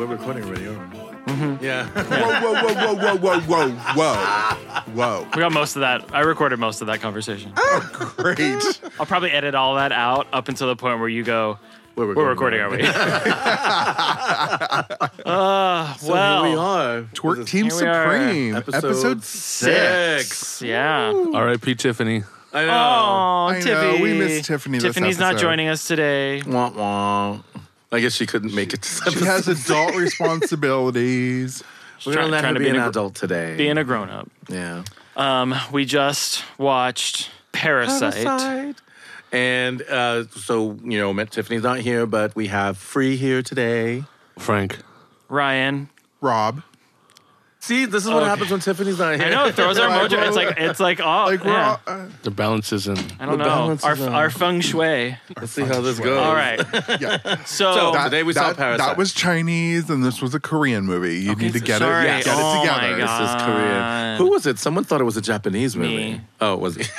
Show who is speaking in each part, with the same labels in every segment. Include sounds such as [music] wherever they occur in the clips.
Speaker 1: you.
Speaker 2: [laughs] Yeah.
Speaker 3: Whoa, whoa, whoa, whoa, whoa, whoa, whoa, whoa, whoa.
Speaker 4: We got most of that. I recorded most of that conversation.
Speaker 3: Great.
Speaker 4: I'll probably edit all that out up until the point where you go,
Speaker 1: We're
Speaker 4: we're recording, are we? [laughs] uh,
Speaker 2: So
Speaker 4: well,
Speaker 2: here we are.
Speaker 3: Twerk Team
Speaker 4: Here we are.
Speaker 3: Supreme,
Speaker 2: Episode
Speaker 3: six.
Speaker 2: Six.
Speaker 4: yeah.
Speaker 5: R.I.P. Tiffany.
Speaker 2: I know.
Speaker 4: Oh,
Speaker 3: I know,
Speaker 4: Tiffy.
Speaker 3: we missed Tiffany this
Speaker 4: Tiffany's not
Speaker 3: episode.
Speaker 4: joining us today.
Speaker 2: Wah, wah. I guess she couldn't make it to
Speaker 3: She has adult responsibilities.
Speaker 2: We're going
Speaker 4: Try-
Speaker 2: to let
Speaker 4: trying
Speaker 2: her
Speaker 4: to
Speaker 2: be
Speaker 4: be
Speaker 2: an
Speaker 4: an-
Speaker 2: adult today.
Speaker 4: Being a grown up.
Speaker 2: yeah.
Speaker 4: Um, we just watched Parasite.
Speaker 2: And uh, so, you know, Matt Tiffany's not here, but we have Free here today.
Speaker 5: Frank.
Speaker 4: Ryan.
Speaker 3: Rob,
Speaker 2: See, this is what happens when Tiffany's not here.
Speaker 4: I know it throws our
Speaker 3: Like,
Speaker 4: mojo.
Speaker 3: well,
Speaker 4: It's like it's like oh
Speaker 3: like we're
Speaker 4: yeah.
Speaker 3: all, uh,
Speaker 5: The balance isn't.
Speaker 4: I don't
Speaker 2: The
Speaker 4: know
Speaker 2: balance
Speaker 4: our
Speaker 2: is off.
Speaker 4: our feng shui.
Speaker 2: Let's see how this goes.
Speaker 4: All right, [laughs]
Speaker 3: yeah.
Speaker 4: so,
Speaker 2: That- Today we saw
Speaker 3: that,
Speaker 2: Parasite.
Speaker 3: That was Chinese, and this was a Korean movie. You need to get
Speaker 4: sorry.
Speaker 3: it,
Speaker 4: Yes.
Speaker 3: get it
Speaker 4: Oh my
Speaker 3: together.
Speaker 4: God.
Speaker 2: This is Korean. Who was it? Someone thought it was a Japanese movie.
Speaker 4: Me.
Speaker 2: Oh, was it?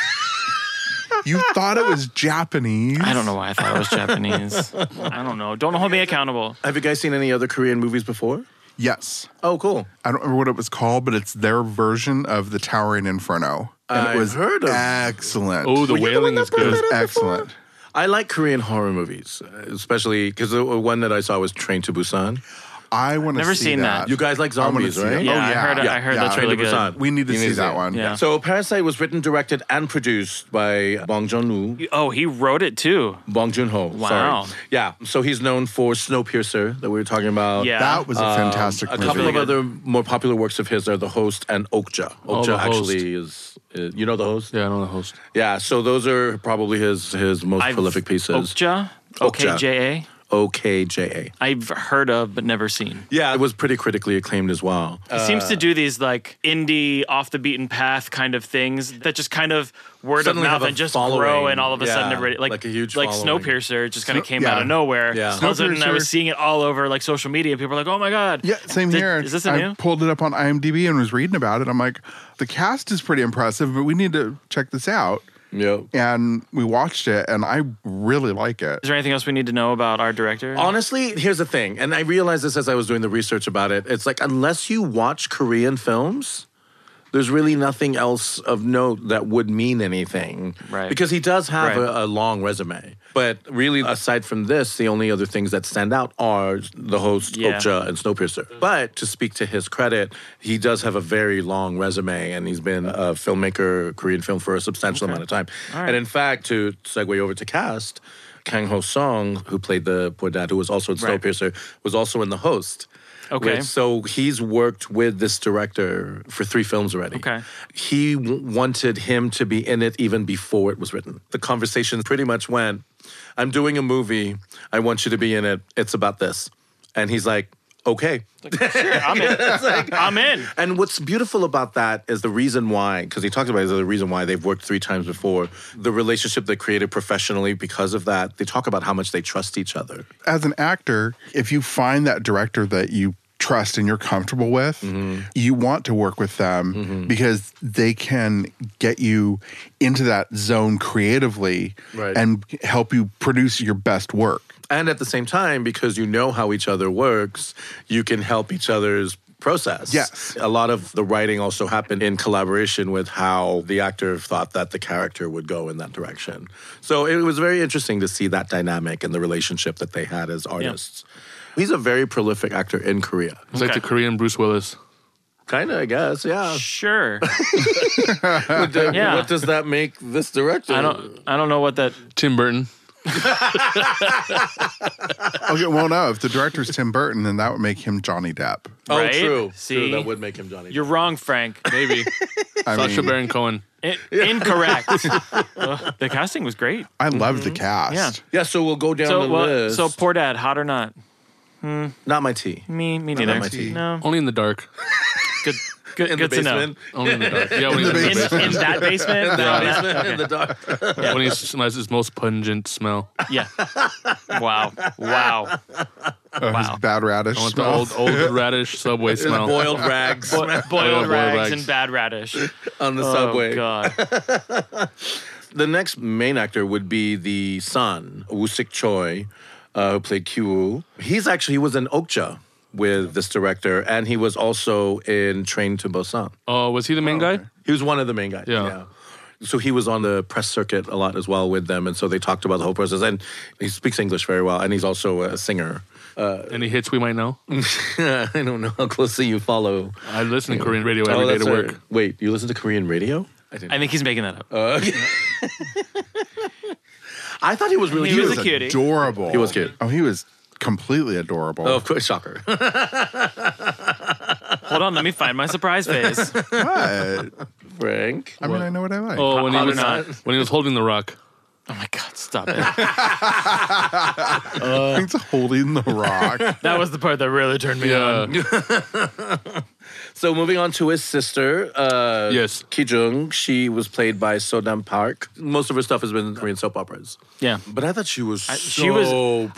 Speaker 3: You thought it was Japanese.
Speaker 4: I don't know why I thought it was [laughs] Japanese. I don't know. Don't hold me accountable.
Speaker 2: Have you guys seen any other Korean movies before?
Speaker 3: Yes.
Speaker 2: Oh, cool.
Speaker 3: I don't remember what it was called, but it's their version of the Towering Inferno. And
Speaker 2: I've
Speaker 3: it was
Speaker 2: heard of-
Speaker 3: excellent.
Speaker 5: Oh, the wailing is
Speaker 3: it
Speaker 5: good.
Speaker 3: was [laughs] excellent.
Speaker 2: I like Korean horror movies, uh, especially because the uh, one that I saw was Train to Busan.
Speaker 3: I want to
Speaker 4: Never
Speaker 3: see
Speaker 4: seen that.
Speaker 3: that.
Speaker 2: You guys like
Speaker 3: I wanna
Speaker 2: zombies,
Speaker 3: see
Speaker 2: right?
Speaker 3: that.
Speaker 4: Yeah,
Speaker 3: oh yeah,
Speaker 4: I heard, I
Speaker 3: yeah,
Speaker 4: heard
Speaker 3: yeah.
Speaker 4: that's really good.
Speaker 3: We need to
Speaker 2: You
Speaker 3: see that one.
Speaker 4: Yeah.
Speaker 2: So Parasite was written, directed, and produced by Bong Joon-ho.
Speaker 4: Oh, he wrote it too.
Speaker 2: Bong Joon-ho.
Speaker 4: Wow.
Speaker 2: Sorry. Yeah. So he's known for Snowpiercer that we were talking about.
Speaker 4: Yeah.
Speaker 3: That was a fantastic
Speaker 2: A
Speaker 3: movie.
Speaker 2: couple of
Speaker 4: good.
Speaker 2: other more popular works of his are The Host and Okja. Okja
Speaker 5: Oh, The Host.
Speaker 2: actually is, uh, you know The Host?
Speaker 5: Yeah, I don't know the host.
Speaker 2: Yeah, so those are probably his his most
Speaker 4: I've-
Speaker 2: prolific pieces.
Speaker 4: Okja.
Speaker 2: Okja.
Speaker 4: OKJA.
Speaker 2: OKJA.
Speaker 4: I've heard of but never seen.
Speaker 2: Yeah, Uh, it was pretty critically acclaimed as well.
Speaker 4: He seems to do these like indie, off the beaten path kind of things that just kind of word of
Speaker 2: Suddenly have
Speaker 4: mouth
Speaker 2: a
Speaker 4: and just
Speaker 2: following.
Speaker 4: grow, and all of a
Speaker 2: Yeah,
Speaker 4: sudden everybody like
Speaker 2: like a huge
Speaker 4: like
Speaker 2: following.
Speaker 4: Snowpiercer just kind of came
Speaker 3: yeah.
Speaker 4: out of nowhere.
Speaker 2: Yeah.
Speaker 4: All of a sudden, I was
Speaker 3: Snowpiercer.
Speaker 4: seeing it all over like social media. People were like, "Oh my god!"
Speaker 3: Yeah, same
Speaker 4: Did-
Speaker 3: here.
Speaker 4: Is this a
Speaker 3: I
Speaker 4: new?
Speaker 3: pulled it up on IMDb and was reading about it. I'm like, the cast is pretty impressive, but we need to check this out.
Speaker 2: Yep.
Speaker 3: And we watched it, and I really like it.
Speaker 4: Is there anything else we need to know about our director?
Speaker 2: Honestly, here's the thing, and I realized this as I was doing the research about it. It's like unless you watch Korean films, there's really nothing else of note that would mean anything.
Speaker 4: Right.
Speaker 2: Because he does have
Speaker 4: Right.
Speaker 2: a, a long resume. But really, aside from this, the only other things that stand out are the host,
Speaker 4: Yeah.
Speaker 2: Okja, and Snowpiercer. But to speak to his credit, he does have a very long resume, and he's been a filmmaker, Korean film, for a substantial amount of time.
Speaker 4: All right.
Speaker 2: And in fact, to segue over to cast, Kang Ho Song, who played the poor dad, who was also in
Speaker 4: Right.
Speaker 2: Snowpiercer, was also in The Host.
Speaker 4: Okay.
Speaker 2: which- so he's worked with this director for three films already.
Speaker 4: Okay.
Speaker 2: He w- wanted him to be in it even before it was written. The conversation pretty much went, I'm doing a movie. I want you to be in it. It's about this. And he's like, okay.
Speaker 4: I'm in.
Speaker 2: [laughs]
Speaker 4: I'm in.
Speaker 2: And what's beautiful about that is the reason why, because he talked about it, is the reason why they've worked three times before, the relationship they created professionally because of that. They talk about how much they trust each other.
Speaker 3: As an actor, if you find that director that you trust and you're comfortable with, you want to work with them because they can get you into that zone creatively
Speaker 2: Right.
Speaker 3: and help you produce your best work.
Speaker 2: And at the same time, because you know how each other works, you can help each other's process.
Speaker 3: Yes.
Speaker 2: A lot of the writing also happened in collaboration with how the actor thought that the character would go in that direction. So it was very interesting to see that dynamic and the relationship that they had as artists. He's a very prolific actor in Korea.
Speaker 5: It's like
Speaker 4: Okay.
Speaker 5: the Korean Bruce Willis.
Speaker 2: Kind of, I guess, yeah.
Speaker 4: Sure. Yeah.
Speaker 2: yeah. What does that make this director?
Speaker 4: I don't. I don't know what that.
Speaker 5: Tim Burton.
Speaker 3: Okay, well, no, if the director's Tim Burton, then that would make him Johnny Depp.
Speaker 2: Oh,
Speaker 4: right?
Speaker 2: true.
Speaker 4: See?
Speaker 2: true. That would make him Johnny.
Speaker 4: You're wrong,
Speaker 2: [laughs]
Speaker 4: Frank.
Speaker 5: [laughs] Maybe.
Speaker 3: I
Speaker 5: Sacha
Speaker 3: mean,
Speaker 5: Baron Cohen.
Speaker 4: In-
Speaker 2: [laughs]
Speaker 4: Incorrect. Ugh, the casting was great.
Speaker 3: I love the cast.
Speaker 4: Yeah.
Speaker 2: yeah, so we'll go down
Speaker 4: So,
Speaker 2: the
Speaker 4: well,
Speaker 2: list.
Speaker 4: so poor dad, hot or not?
Speaker 2: not my tea.
Speaker 4: Me, me
Speaker 2: not
Speaker 4: neither.
Speaker 2: my tea.
Speaker 4: No,
Speaker 5: Only in the dark.
Speaker 2: [laughs]
Speaker 4: good, good,
Speaker 2: In
Speaker 4: good
Speaker 2: the
Speaker 4: to know.
Speaker 2: basement.
Speaker 5: Only in the dark. Yeah, when he's
Speaker 3: the
Speaker 5: in the
Speaker 4: In,
Speaker 3: basement.
Speaker 5: basement.
Speaker 4: in that basement, They're on [laughs]
Speaker 2: [laughs]
Speaker 4: that-
Speaker 2: In the dark.
Speaker 5: When he smells his most pungent smell.
Speaker 4: yeah. Wow,
Speaker 2: [laughs]
Speaker 4: wow.
Speaker 3: Oh, his bad radish
Speaker 5: I want the
Speaker 3: smell.
Speaker 5: old, old radish subway smell.
Speaker 2: [laughs] Boiled rags
Speaker 4: Bo- boiled
Speaker 5: boiled
Speaker 4: rags,
Speaker 5: rags.
Speaker 4: and bad radish.
Speaker 2: on the [laughs]
Speaker 4: Oh
Speaker 2: subway.
Speaker 4: God.
Speaker 2: The next main actor would be the son, Woo Sik Choi, uh, who played Kyu. He's actually he was in Okja. with this director, and he was also in Train to Busan.
Speaker 5: Oh, was he the main guy?
Speaker 2: He was one of the main guys.
Speaker 5: Yeah.
Speaker 2: So he was on the press circuit a lot as well with them, and so they talked about the whole process. And he speaks English very well, and he's also a singer.
Speaker 5: Any hits we might know?
Speaker 2: [laughs] I don't know how closely you follow.
Speaker 5: I listen to Korean radio every
Speaker 2: Oh,
Speaker 5: day
Speaker 2: that's
Speaker 5: to
Speaker 2: right.
Speaker 5: work.
Speaker 2: Wait, you listen to Korean radio? I didn't.
Speaker 4: I think he's making that up.
Speaker 2: Uh, I thought he was really
Speaker 4: He
Speaker 2: cute.
Speaker 4: was a cutie.
Speaker 3: adorable. He
Speaker 2: was cute.
Speaker 3: Oh, he was completely adorable.
Speaker 2: Oh, of course, shocker.
Speaker 4: Hold on, let me find my
Speaker 2: [laughs]
Speaker 4: surprise face.
Speaker 3: But,
Speaker 2: Frank.
Speaker 3: I mean, I know what I like. [laughs]
Speaker 5: Oh, when he
Speaker 4: Probably
Speaker 2: [laughs]
Speaker 5: was
Speaker 4: not.
Speaker 5: when he was holding the rock.
Speaker 4: Oh my god, stop it.
Speaker 3: Frank's holding the rock.
Speaker 4: That was the part that really turned me on.
Speaker 5: Yeah.
Speaker 2: So moving on to his sister, uh,
Speaker 5: yes.
Speaker 2: Ki Jung. She was played by Sodam Park. Most of her stuff has been Korean soap operas.
Speaker 4: Yeah.
Speaker 2: But I thought she was so
Speaker 4: she was-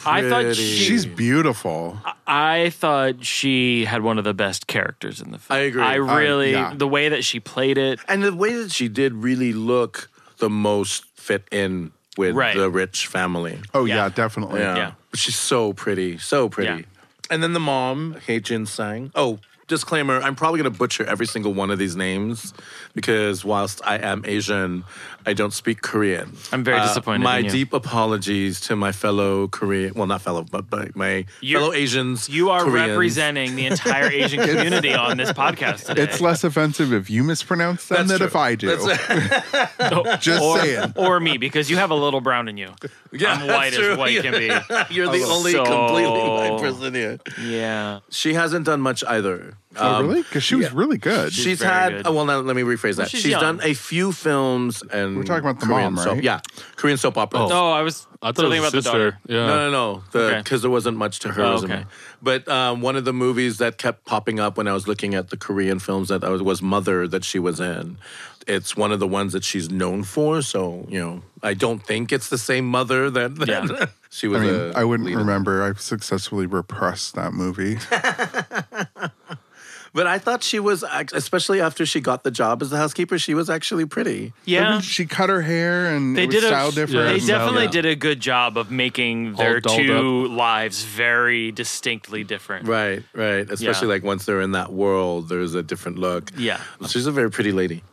Speaker 4: I thought
Speaker 2: pretty.
Speaker 4: she-
Speaker 3: She's beautiful.
Speaker 4: I thought she had one of the best characters in the film.
Speaker 2: I agree.
Speaker 4: I
Speaker 2: I-
Speaker 4: really
Speaker 3: yeah.
Speaker 4: the way that she played it.
Speaker 2: and the way that she did really look the most fit in with
Speaker 4: Right.
Speaker 2: the rich family.
Speaker 3: Oh yeah,
Speaker 4: Yeah.
Speaker 3: definitely.
Speaker 2: Yeah.
Speaker 4: Yeah.
Speaker 2: She's so pretty, so pretty.
Speaker 4: Yeah.
Speaker 2: And then the mom, Hei Jin Sang. Oh, disclaimer, I'm probably going to butcher every single one of these names because whilst I am Asian, I don't speak Korean. Uh,
Speaker 4: I'm very disappointed
Speaker 2: My
Speaker 4: in you.
Speaker 2: deep apologies to my fellow Korean, well, not fellow, but my, my
Speaker 4: You're-
Speaker 2: fellow Asians.
Speaker 4: You are
Speaker 2: Koreans.
Speaker 4: representing the
Speaker 2: [laughs]
Speaker 4: entire Asian community on this podcast today.
Speaker 3: It's less offensive if you mispronounce them
Speaker 2: That's
Speaker 3: than
Speaker 2: true.
Speaker 3: if I do. [laughs] Just
Speaker 4: or, um,
Speaker 3: saying.
Speaker 4: or me because you have a little brown in you.
Speaker 2: [laughs] Yeah,
Speaker 4: I'm white
Speaker 2: that's true.
Speaker 4: as white can be.
Speaker 2: [laughs] You're the only
Speaker 4: So-
Speaker 2: completely white person here.
Speaker 4: Yeah.
Speaker 2: She hasn't done much either.
Speaker 3: Oh,
Speaker 2: Um,
Speaker 3: really? Because she was really good.
Speaker 2: She's,
Speaker 4: very
Speaker 2: had.
Speaker 4: good.
Speaker 2: Oh, well, now let me rephrase that.
Speaker 4: she's
Speaker 2: She's,
Speaker 4: young.
Speaker 2: done a few films, and
Speaker 3: We're talking about the
Speaker 2: Korean
Speaker 3: mom,
Speaker 2: soap-
Speaker 3: right?
Speaker 2: yeah, Korean soap opera.
Speaker 4: No, I was
Speaker 5: I thought
Speaker 4: something
Speaker 5: it
Speaker 4: about
Speaker 5: was
Speaker 4: the
Speaker 5: his sister.
Speaker 4: daughter.
Speaker 5: Yeah.
Speaker 2: No, no, no,
Speaker 4: Oh. Okay.
Speaker 2: because there wasn't much to her
Speaker 4: Oh,
Speaker 2: resume.
Speaker 4: okay.
Speaker 2: But um, one of the movies that kept popping up when I was looking at the Korean films that I was, was Mother that she was in. It's one of the ones that she's known for. So you know, I don't think it's the same Mother that, that
Speaker 4: Yeah.
Speaker 2: [laughs] she
Speaker 3: I
Speaker 2: was.
Speaker 3: mean,
Speaker 2: a
Speaker 3: I wouldn't
Speaker 2: lead in.
Speaker 3: remember. I successfully repressed that movie.
Speaker 2: But I thought she was, ac- especially after she got the job as the housekeeper, she was actually pretty.
Speaker 4: Yeah.
Speaker 3: [laughs] she cut her hair and
Speaker 4: They
Speaker 3: it was
Speaker 4: did a
Speaker 3: style different.
Speaker 4: they
Speaker 5: so-
Speaker 4: definitely
Speaker 5: Yeah.
Speaker 4: did a good job of making their
Speaker 5: dolled
Speaker 4: two lives very distinctly different.
Speaker 2: Right, right. Especially like once they're in that world, there's a different look.
Speaker 4: Yeah.
Speaker 2: She's a very pretty lady.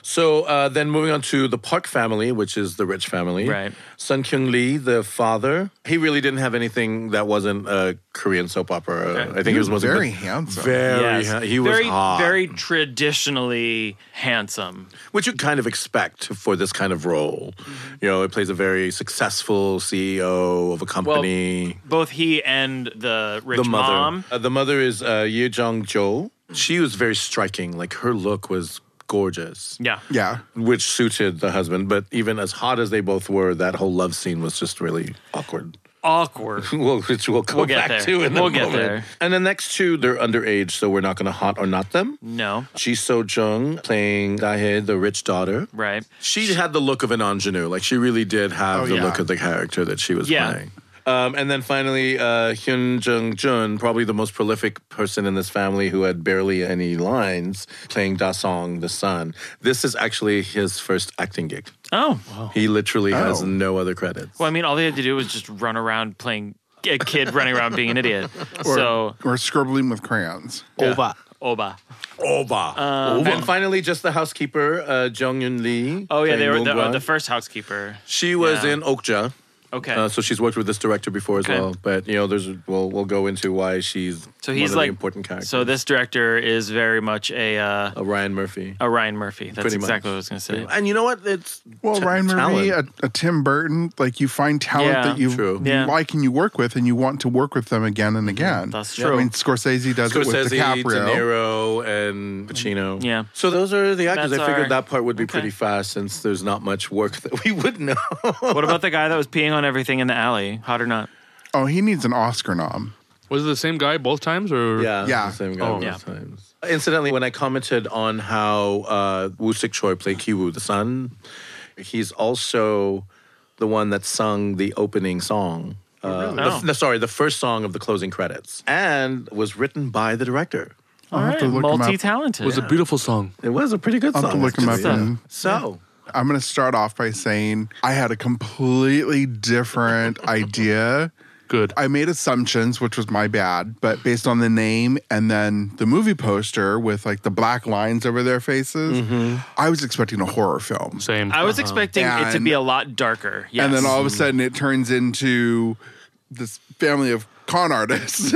Speaker 2: So uh, then moving on to the Park family, which is the rich family.
Speaker 4: Right.
Speaker 2: Sun Kyung Lee, the father, he really didn't have anything that wasn't a Korean soap opera. I think he, was mostly
Speaker 3: very handsome.
Speaker 2: Very,
Speaker 4: Yes.
Speaker 2: ha- Oh, he was
Speaker 4: very,
Speaker 2: hot.
Speaker 4: very traditionally handsome.
Speaker 2: which you kind of expect for this kind of role.
Speaker 4: Mm-hmm.
Speaker 2: You know, it plays a very successful CEO of a company.
Speaker 4: Both he and the rich
Speaker 2: the mother.
Speaker 4: mom.
Speaker 2: Uh, the mother is uh, Ye Jong Jo. She was very striking. Like her look was gorgeous,
Speaker 4: Yeah.
Speaker 3: yeah.
Speaker 2: which suited the husband. But even as hot as they both were, that whole love scene was just really awkward.
Speaker 4: Awkward.
Speaker 2: [laughs] Well, which we'll come
Speaker 4: We'll
Speaker 2: back
Speaker 4: get there.
Speaker 2: to in a
Speaker 4: We'll get
Speaker 2: moment.
Speaker 4: there.
Speaker 2: And the next two, they're underage, so we're not going to hot or not them.
Speaker 4: No.
Speaker 2: Ji So Jung playing Dahe, the rich daughter.
Speaker 4: Right.
Speaker 2: She had the look of an ingenue. Like she really did have
Speaker 3: Oh,
Speaker 2: the
Speaker 3: yeah.
Speaker 2: look of the character that she was
Speaker 4: Yeah.
Speaker 2: playing. Um, and then finally, uh, Hyun Jung Jun, probably the most prolific person in this family who had barely any lines, playing Da Song, the son. This is actually his first acting gig.
Speaker 4: Oh.
Speaker 2: He literally has
Speaker 3: Oh.
Speaker 2: no other credits.
Speaker 4: Well, I mean, all they had to do was just run around playing a kid running around being
Speaker 2: [laughs]
Speaker 4: an idiot. so,
Speaker 3: Or scribbling with crayons.
Speaker 4: Oba. Oba.
Speaker 2: Over. Um, And finally, just the housekeeper, uh, Jung Yun Lee.
Speaker 4: Oh, yeah, they
Speaker 2: playing
Speaker 4: were the,
Speaker 2: Moon
Speaker 4: uh,
Speaker 2: Gwan.
Speaker 4: the first housekeeper.
Speaker 2: She was
Speaker 4: yeah.
Speaker 2: in Okja.
Speaker 4: Okay.
Speaker 2: Uh, so she's worked with this director before as
Speaker 4: Okay.
Speaker 2: well, but you know, there's we'll we'll go into why she's
Speaker 4: so
Speaker 2: one of
Speaker 4: he's
Speaker 2: the
Speaker 4: like
Speaker 2: important character.
Speaker 4: So this director is very much a uh,
Speaker 2: Uh, Ryan Murphy.
Speaker 4: a Ryan Murphy. That's
Speaker 2: Pretty much.
Speaker 4: exactly what I was going to
Speaker 2: [laughs]
Speaker 4: say.
Speaker 2: And you know what? It's
Speaker 3: Well,
Speaker 2: ta-
Speaker 3: Ryan Murphy,
Speaker 2: talent.
Speaker 3: a, a Tim Burton, like you find talent
Speaker 4: Yeah,
Speaker 3: that you,
Speaker 2: true.
Speaker 3: you
Speaker 4: Yeah. Mhm,
Speaker 3: like and you work with, and you want to work with them again and again.
Speaker 4: That's
Speaker 3: I
Speaker 4: true.
Speaker 3: mean, Scorsese does it with
Speaker 2: Scorsese, De
Speaker 3: uh, DiCaprio.
Speaker 2: Niro, and Pacino.
Speaker 4: Mm, Yeah.
Speaker 2: So those are the actors.
Speaker 4: That's
Speaker 2: I figured
Speaker 4: our-
Speaker 2: that part would be
Speaker 4: Okay.
Speaker 2: pretty fast since there's not much work [laughs] that we would know.
Speaker 4: what about the guy that was peeing on everything in the alley? Hot or not?
Speaker 3: Oh, he needs an Oscar nom.
Speaker 5: Was it the same guy both times or
Speaker 2: yeah.
Speaker 3: Yeah.
Speaker 2: the same guy
Speaker 5: Oh.
Speaker 2: both
Speaker 4: Yeah.
Speaker 2: times. Incidentally, when I commented on how uh, Woo Sik Choi played Kiwoo, the son, he's also the one that sung the opening song. Uh,
Speaker 3: really?
Speaker 2: the-
Speaker 4: Oh.
Speaker 2: no, sorry, the first song of the closing credits, and was written by the director.
Speaker 3: I'll have to look him up.
Speaker 4: multi-talented.
Speaker 5: It was a beautiful song.
Speaker 2: It was a pretty good
Speaker 3: I'll
Speaker 2: song.
Speaker 3: have to look him up.
Speaker 2: actually.
Speaker 3: And
Speaker 2: So,
Speaker 3: I'm
Speaker 2: [laughs]
Speaker 3: going to start off by saying I had a completely different idea
Speaker 5: Good.
Speaker 3: I made assumptions, which was my bad, but based on the name and then the movie poster with like the black lines over their faces,
Speaker 4: Mm-hmm.
Speaker 3: I was expecting a horror film.
Speaker 5: Same.
Speaker 4: I was expecting it to
Speaker 3: And-
Speaker 4: be a lot darker. Yes.
Speaker 3: And then all of a sudden it turns into this family of con artists.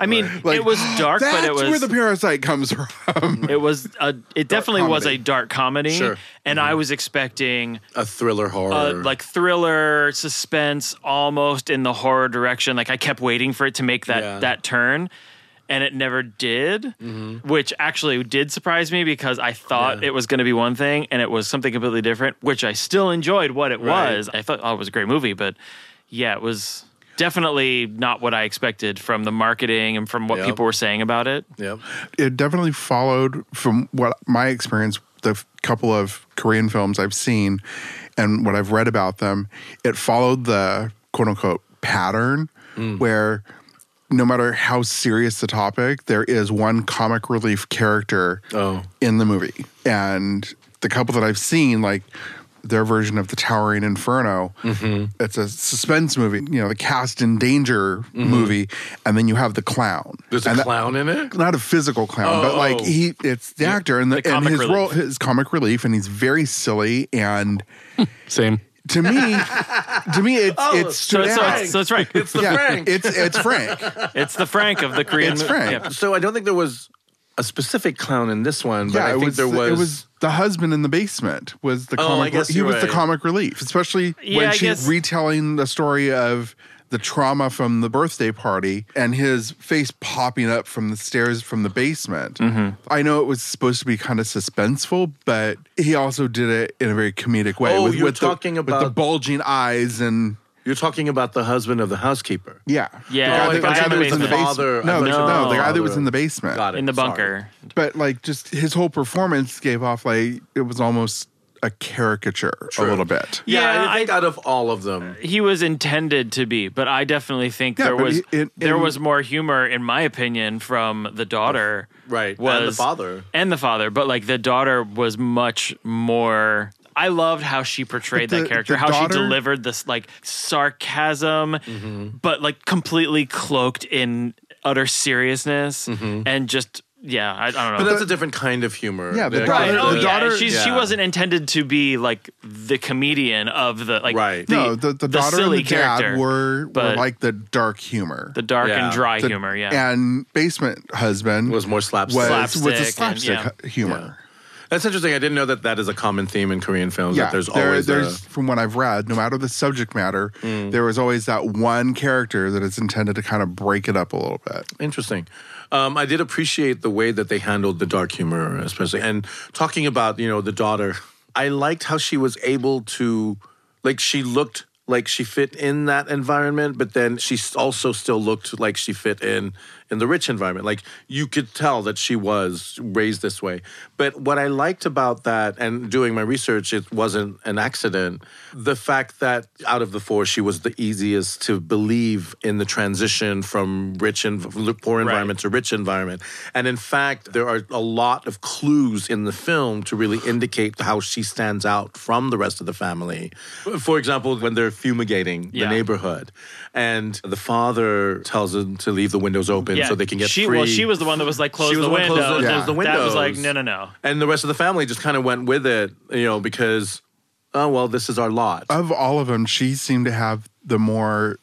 Speaker 4: I mean,
Speaker 3: Like,
Speaker 4: it was dark,
Speaker 3: That's
Speaker 4: but it was
Speaker 3: where the parasite comes from.
Speaker 4: it was a it definitely was a
Speaker 3: comedy.
Speaker 4: dark comedy.
Speaker 2: Sure.
Speaker 4: And I was expecting
Speaker 2: a thriller horror.
Speaker 4: uh, like thriller suspense almost in the horror direction like i kept waiting for it to make that
Speaker 2: Yeah.
Speaker 4: that turn and it never did
Speaker 2: Mm-hmm.
Speaker 4: which actually did surprise me because i thought it was going to be one thing and it was something completely different which i still enjoyed what it
Speaker 2: Right.
Speaker 4: was i thought oh, it was a great movie but yeah it was definitely not what i expected from the marketing and from what
Speaker 2: Yep.
Speaker 4: people were saying about it
Speaker 2: yep.
Speaker 3: it definitely followed from what my experience the f- couple of korean films i've seen and what i've read about them it followed the quote unquote pattern
Speaker 2: Mm.
Speaker 3: where no matter how serious the topic there is one comic relief character
Speaker 2: Oh.
Speaker 3: in the movie and the couple that i've seen like their version of the towering inferno
Speaker 2: Mm-hmm.
Speaker 3: it's a suspense movie you know the cast in danger movie and then you have the clown
Speaker 2: There's a
Speaker 3: And that-
Speaker 2: clown in it.
Speaker 3: not a physical clown,
Speaker 2: Oh,
Speaker 3: but like
Speaker 2: oh.
Speaker 3: he, it's the actor and, the,
Speaker 4: the
Speaker 3: and
Speaker 4: comic
Speaker 3: his
Speaker 4: relief.
Speaker 3: role, his comic relief, and he's very silly. And
Speaker 5: Same.
Speaker 3: to me, to
Speaker 4: [laughs]
Speaker 3: me, it's it's
Speaker 4: Oh, so, it's, so,
Speaker 3: out.
Speaker 4: it's, so
Speaker 2: [laughs]
Speaker 4: it's frank it's the,
Speaker 3: yeah,
Speaker 2: Frank.
Speaker 3: It's it's Frank.
Speaker 4: frank of the korean
Speaker 3: It's
Speaker 4: mo-
Speaker 3: Frank.
Speaker 4: yeah.
Speaker 2: So I don't think there was a specific clown in this one, but
Speaker 3: yeah,
Speaker 2: I
Speaker 3: it
Speaker 2: think
Speaker 3: was,
Speaker 2: there was.
Speaker 3: it was the husband in the basement was the
Speaker 2: Oh, I
Speaker 3: comic.
Speaker 2: guess
Speaker 3: he
Speaker 2: you're
Speaker 3: was the
Speaker 2: right.
Speaker 3: comic relief, especially
Speaker 4: Yeah,
Speaker 3: when
Speaker 4: I
Speaker 3: she's
Speaker 4: guess-
Speaker 3: retelling the story of the trauma from the birthday party and his face popping up from the stairs from the basement.
Speaker 2: Mm-hmm.
Speaker 3: I know it was supposed to be kind of suspenseful, but he also did it in a very comedic way.
Speaker 2: Oh, you're talking
Speaker 3: the, with the
Speaker 2: about-
Speaker 3: bulging eyes and
Speaker 2: You're talking about the husband of the housekeeper.
Speaker 3: yeah,
Speaker 4: Yeah, Oh,
Speaker 3: The guy that-
Speaker 4: the guy
Speaker 3: the guy
Speaker 4: in the
Speaker 3: that was in the
Speaker 4: basement.
Speaker 2: Father-
Speaker 3: basement. No,
Speaker 2: I thought you
Speaker 3: the-
Speaker 2: said
Speaker 3: no, the guy that was
Speaker 2: father.
Speaker 3: in the basement.
Speaker 2: Got it.
Speaker 4: in the
Speaker 2: Sorry.
Speaker 4: bunker
Speaker 3: but like just his whole performance gave off like it was almost a caricature a little bit.
Speaker 2: Yeah,
Speaker 4: Yeah,
Speaker 2: I think out of all of them,
Speaker 4: he was intended to be, but I definitely think
Speaker 3: Yeah,
Speaker 4: there
Speaker 3: but
Speaker 4: was
Speaker 3: it- it-
Speaker 4: there
Speaker 3: in-
Speaker 4: was more humor, in my opinion, from the daughter,
Speaker 2: Right, and the
Speaker 4: Was
Speaker 2: father.
Speaker 4: and the father, but like the daughter was much more. I loved how she portrayed
Speaker 3: But the-
Speaker 4: that character,
Speaker 3: the
Speaker 4: how
Speaker 3: daughter- Mm-hmm.
Speaker 4: she delivered this like sarcasm, but like completely cloaked in utter seriousness
Speaker 3: Mm-hmm.
Speaker 4: and just yeah, I, I don't know.
Speaker 2: but that's a different kind of humor.
Speaker 3: Yeah, the
Speaker 2: They're
Speaker 3: daughter-
Speaker 4: Right.
Speaker 2: kind
Speaker 4: Oh,
Speaker 2: of-
Speaker 3: the
Speaker 4: yeah.
Speaker 3: daughter-
Speaker 4: She's, She
Speaker 2: Yeah.
Speaker 4: wasn't intended to be like the comedian of the like.
Speaker 2: Right.
Speaker 4: The,
Speaker 3: no, the, the, daughter and
Speaker 4: silly
Speaker 3: the dad
Speaker 4: character,
Speaker 3: were, were
Speaker 4: but
Speaker 3: like the dark humor.
Speaker 4: the dark
Speaker 2: Yeah.
Speaker 4: and dry
Speaker 3: The-
Speaker 4: humor. Yeah.
Speaker 3: And basement husband
Speaker 2: Was more slapstick.
Speaker 3: Was, was a
Speaker 4: Slapstick and-
Speaker 3: slapstick
Speaker 4: yeah.
Speaker 3: hu- humor.
Speaker 2: That's interesting. I didn't know that that is a common theme in Korean films.
Speaker 3: Yeah,
Speaker 2: that there's
Speaker 3: there-
Speaker 2: always a- Mm.
Speaker 3: there's- from what I've read, no matter the subject matter, there was always that one character that is intended to kind of break it up a little bit.
Speaker 2: Interesting. Um, I did appreciate the way that they handled the dark humor, especially and talking about you know the daughter. I liked how she was able to, like, she looked like she fit in that environment, but then she s- also still looked like she fit in in the rich environment. Like you could tell that she was raised this way. But what I liked about that, and doing my research, it wasn't an accident. The fact that out of the four, she was the easiest to believe in the transition from rich and poor environment to rich environment. And in fact, there are a lot of clues in the film to really indicate how she stands out from the rest of the family. For example, when they're fumigating
Speaker 4: Yeah.
Speaker 2: the neighborhood, and the father tells them to leave the windows open so they can get
Speaker 4: she,
Speaker 2: free.
Speaker 4: Well, she was the one that was like close
Speaker 2: She was
Speaker 4: the,
Speaker 2: the one
Speaker 4: window.
Speaker 2: close the-
Speaker 3: Yeah.
Speaker 2: close the
Speaker 4: That
Speaker 2: windows.
Speaker 4: was like no, no, no.
Speaker 2: and the rest of the family just kind of went with it, you know, because oh well, this is our lot,
Speaker 3: Of all of them, she seemed to have the more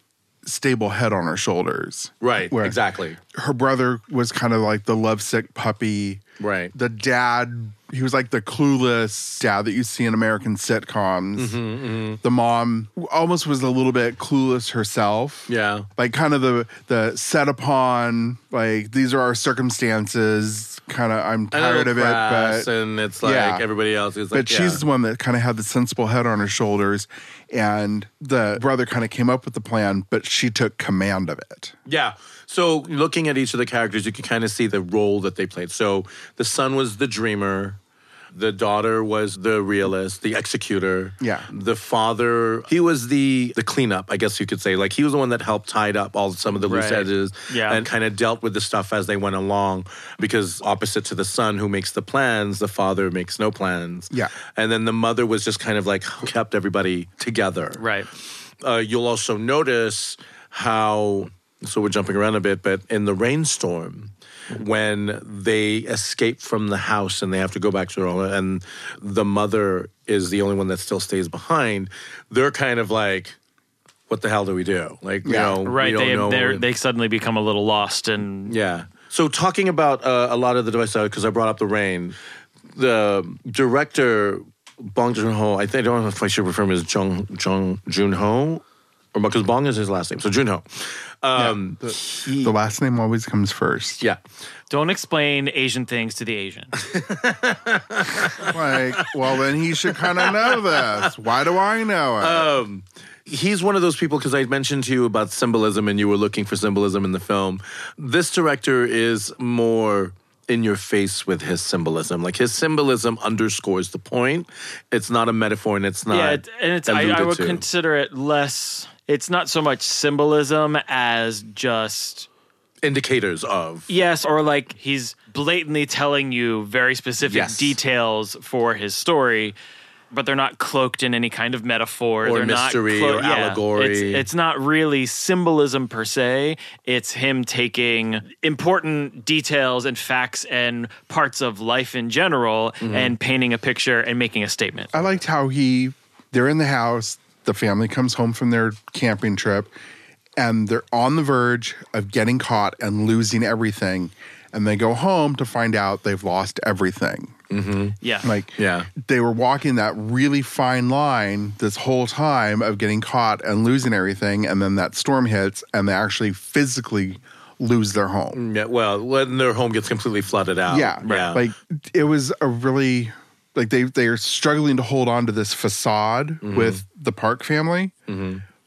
Speaker 3: stable head on her shoulders.
Speaker 2: right?
Speaker 3: Where-
Speaker 2: Exactly,
Speaker 3: her brother was kind of like the lovesick puppy.
Speaker 2: right.
Speaker 3: The dad, he was like the clueless dad that you see in American sitcoms.
Speaker 2: Mm-hmm,
Speaker 3: The mom almost was a little bit clueless herself.
Speaker 2: Yeah.
Speaker 3: Like kind of the the set upon, like these are our circumstances. Kind of I'm
Speaker 2: And it'll
Speaker 3: tired of it,
Speaker 2: crash,
Speaker 3: but
Speaker 2: and it's like
Speaker 3: yeah.
Speaker 2: everybody else is
Speaker 3: but
Speaker 2: like,
Speaker 3: she's the one that kind of had the sensible head on her shoulders, and the brother kind of came up with the plan, but she took command of it.
Speaker 2: yeah. yeah. So looking at each of the characters, you can kind of see the role that they played. So the son was the dreamer. The daughter was the realist, the executor.
Speaker 3: Yeah.
Speaker 2: The father, he was the the cleanup, I guess you could say. Like he was the one that helped tied up all some of the loose
Speaker 4: Right.
Speaker 2: edges
Speaker 4: Yeah.
Speaker 2: and kind of dealt with the stuff as they went along. Because opposite to the son who makes the plans, the father makes no plans.
Speaker 3: Yeah.
Speaker 2: And then the mother was just kind of like kept everybody together.
Speaker 4: Right.
Speaker 2: uh, you'll also notice how so we're jumping around a bit, but in the rainstorm, when they escape from the house and they have to go back to their own, and the mother is the only one that still stays behind, they're kind of like, "What the hell do we do?" Like,
Speaker 3: Yeah.
Speaker 2: you know, we
Speaker 4: right.
Speaker 2: don't
Speaker 4: They
Speaker 2: know.
Speaker 4: they're- they suddenly become a little lost and
Speaker 2: Yeah. So talking about uh, a lot of the devices, because I brought up the rain, the director Bong Joon Ho. I, think I don't know if I should refer him as Jung Jung Jun Ho, or because Bong is his last name. So Jun Ho. Um, yeah.
Speaker 3: The last name always comes first.
Speaker 4: don't explain Asian things to the Asian.
Speaker 3: Like, well, then he should kind of know this. Why do I know it?
Speaker 2: He's one of those people because I mentioned to you about symbolism and you were looking for symbolism in the film. This director is more in your face with his symbolism. Like his symbolism underscores the point. It's not a metaphor and it's not.
Speaker 4: yeah, it, and it's I, I
Speaker 2: alluded
Speaker 4: would
Speaker 2: to.
Speaker 4: consider it less. It's not so much symbolism as just
Speaker 2: indicators of.
Speaker 4: yes, or like he's blatantly telling you very specific
Speaker 2: Yes.
Speaker 4: details for his story. But they're not cloaked in any kind of metaphor
Speaker 2: Or
Speaker 4: they're not
Speaker 2: mystery or allegory.
Speaker 4: It's, it's not really symbolism per se. It's him taking important details and facts and parts of life in general
Speaker 2: Mm-hmm.
Speaker 4: and painting a picture and making a statement.
Speaker 2: Uh,
Speaker 3: I liked how he they're in the house, the family comes home from their camping trip, and they're on the verge of getting caught and losing everything. And they go home to find out they've lost everything.
Speaker 4: yeah,
Speaker 3: Like
Speaker 2: Yeah.
Speaker 3: they were walking that really fine line this whole time of getting caught and losing everything, and then that storm hits and they actually physically lose their home.
Speaker 2: Yeah, well, when their home gets completely flooded out.
Speaker 3: Yeah. Like it was a really like they they are struggling to hold on to this facade
Speaker 2: Mm-hmm.
Speaker 3: with the Park family,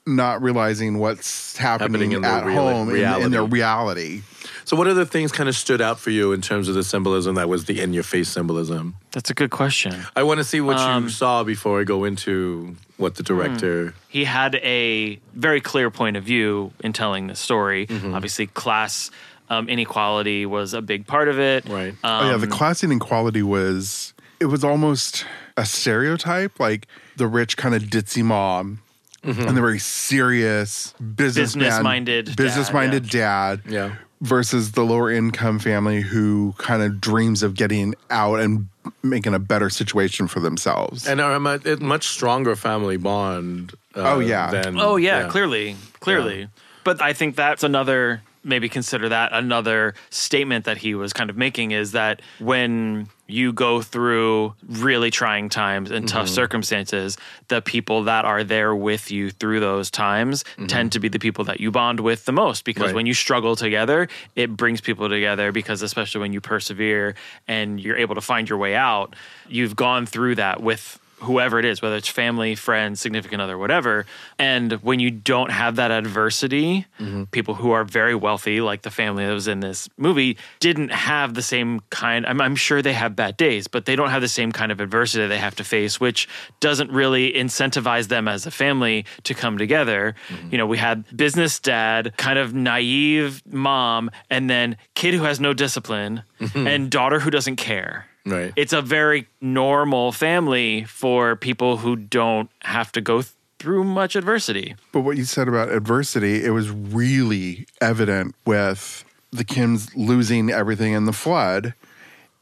Speaker 3: not realizing what's happening,
Speaker 2: Happening in
Speaker 3: at
Speaker 2: their reali-
Speaker 3: home in, in their
Speaker 2: reality.
Speaker 3: reality.
Speaker 2: so what other things kind of stood out for you in terms of the symbolism that was the in your face symbolism?
Speaker 4: that's a good question.
Speaker 2: I want to see what
Speaker 4: Um,
Speaker 2: you saw before I go into what the director.
Speaker 4: he had a very clear point of view in telling this story. Obviously, class um, inequality was a big part of it.
Speaker 2: Right.
Speaker 4: Um,
Speaker 3: oh yeah, the class inequality was it was almost a stereotype, like the rich kind of ditzy mom. And the very serious businessman,
Speaker 4: Mm-hmm. Business-minded dad,
Speaker 3: business-minded dad,
Speaker 2: Yeah.
Speaker 3: versus the lower income family who kind of dreams of getting out and making a better situation for themselves.
Speaker 2: And I'm a, a much stronger family bond. Uh,
Speaker 3: Oh, yeah.
Speaker 2: Than,
Speaker 4: Oh yeah, clearly, clearly. But I think that's another. Maybe consider that another statement that he was kind of making is that when you go through really trying times and tough circumstances, the people that are there with you through those times tend to be the people that you bond with the most because
Speaker 2: Right.
Speaker 4: when you struggle together, it brings people together because especially when you persevere and you're able to find your way out, you've gone through that with whoever it is, whether it's family, friends, significant other, whatever. And when you don't have that adversity, people who are very wealthy, like the family that was in this movie, didn't have the same kind. I'm, I'm sure they have bad days, but they don't have the same kind of adversity they have to face, which doesn't really incentivize them as a family to come together.
Speaker 2: Mm-hmm.
Speaker 4: You know, we had business dad, kind of naive mom, and then kid who has no discipline, and daughter who doesn't care
Speaker 2: Mm-hmm. Right.
Speaker 4: it's a very normal family for people who don't have to go th- through much adversity.
Speaker 3: But what you said about adversity, it was really evident with the Kims losing everything in the flood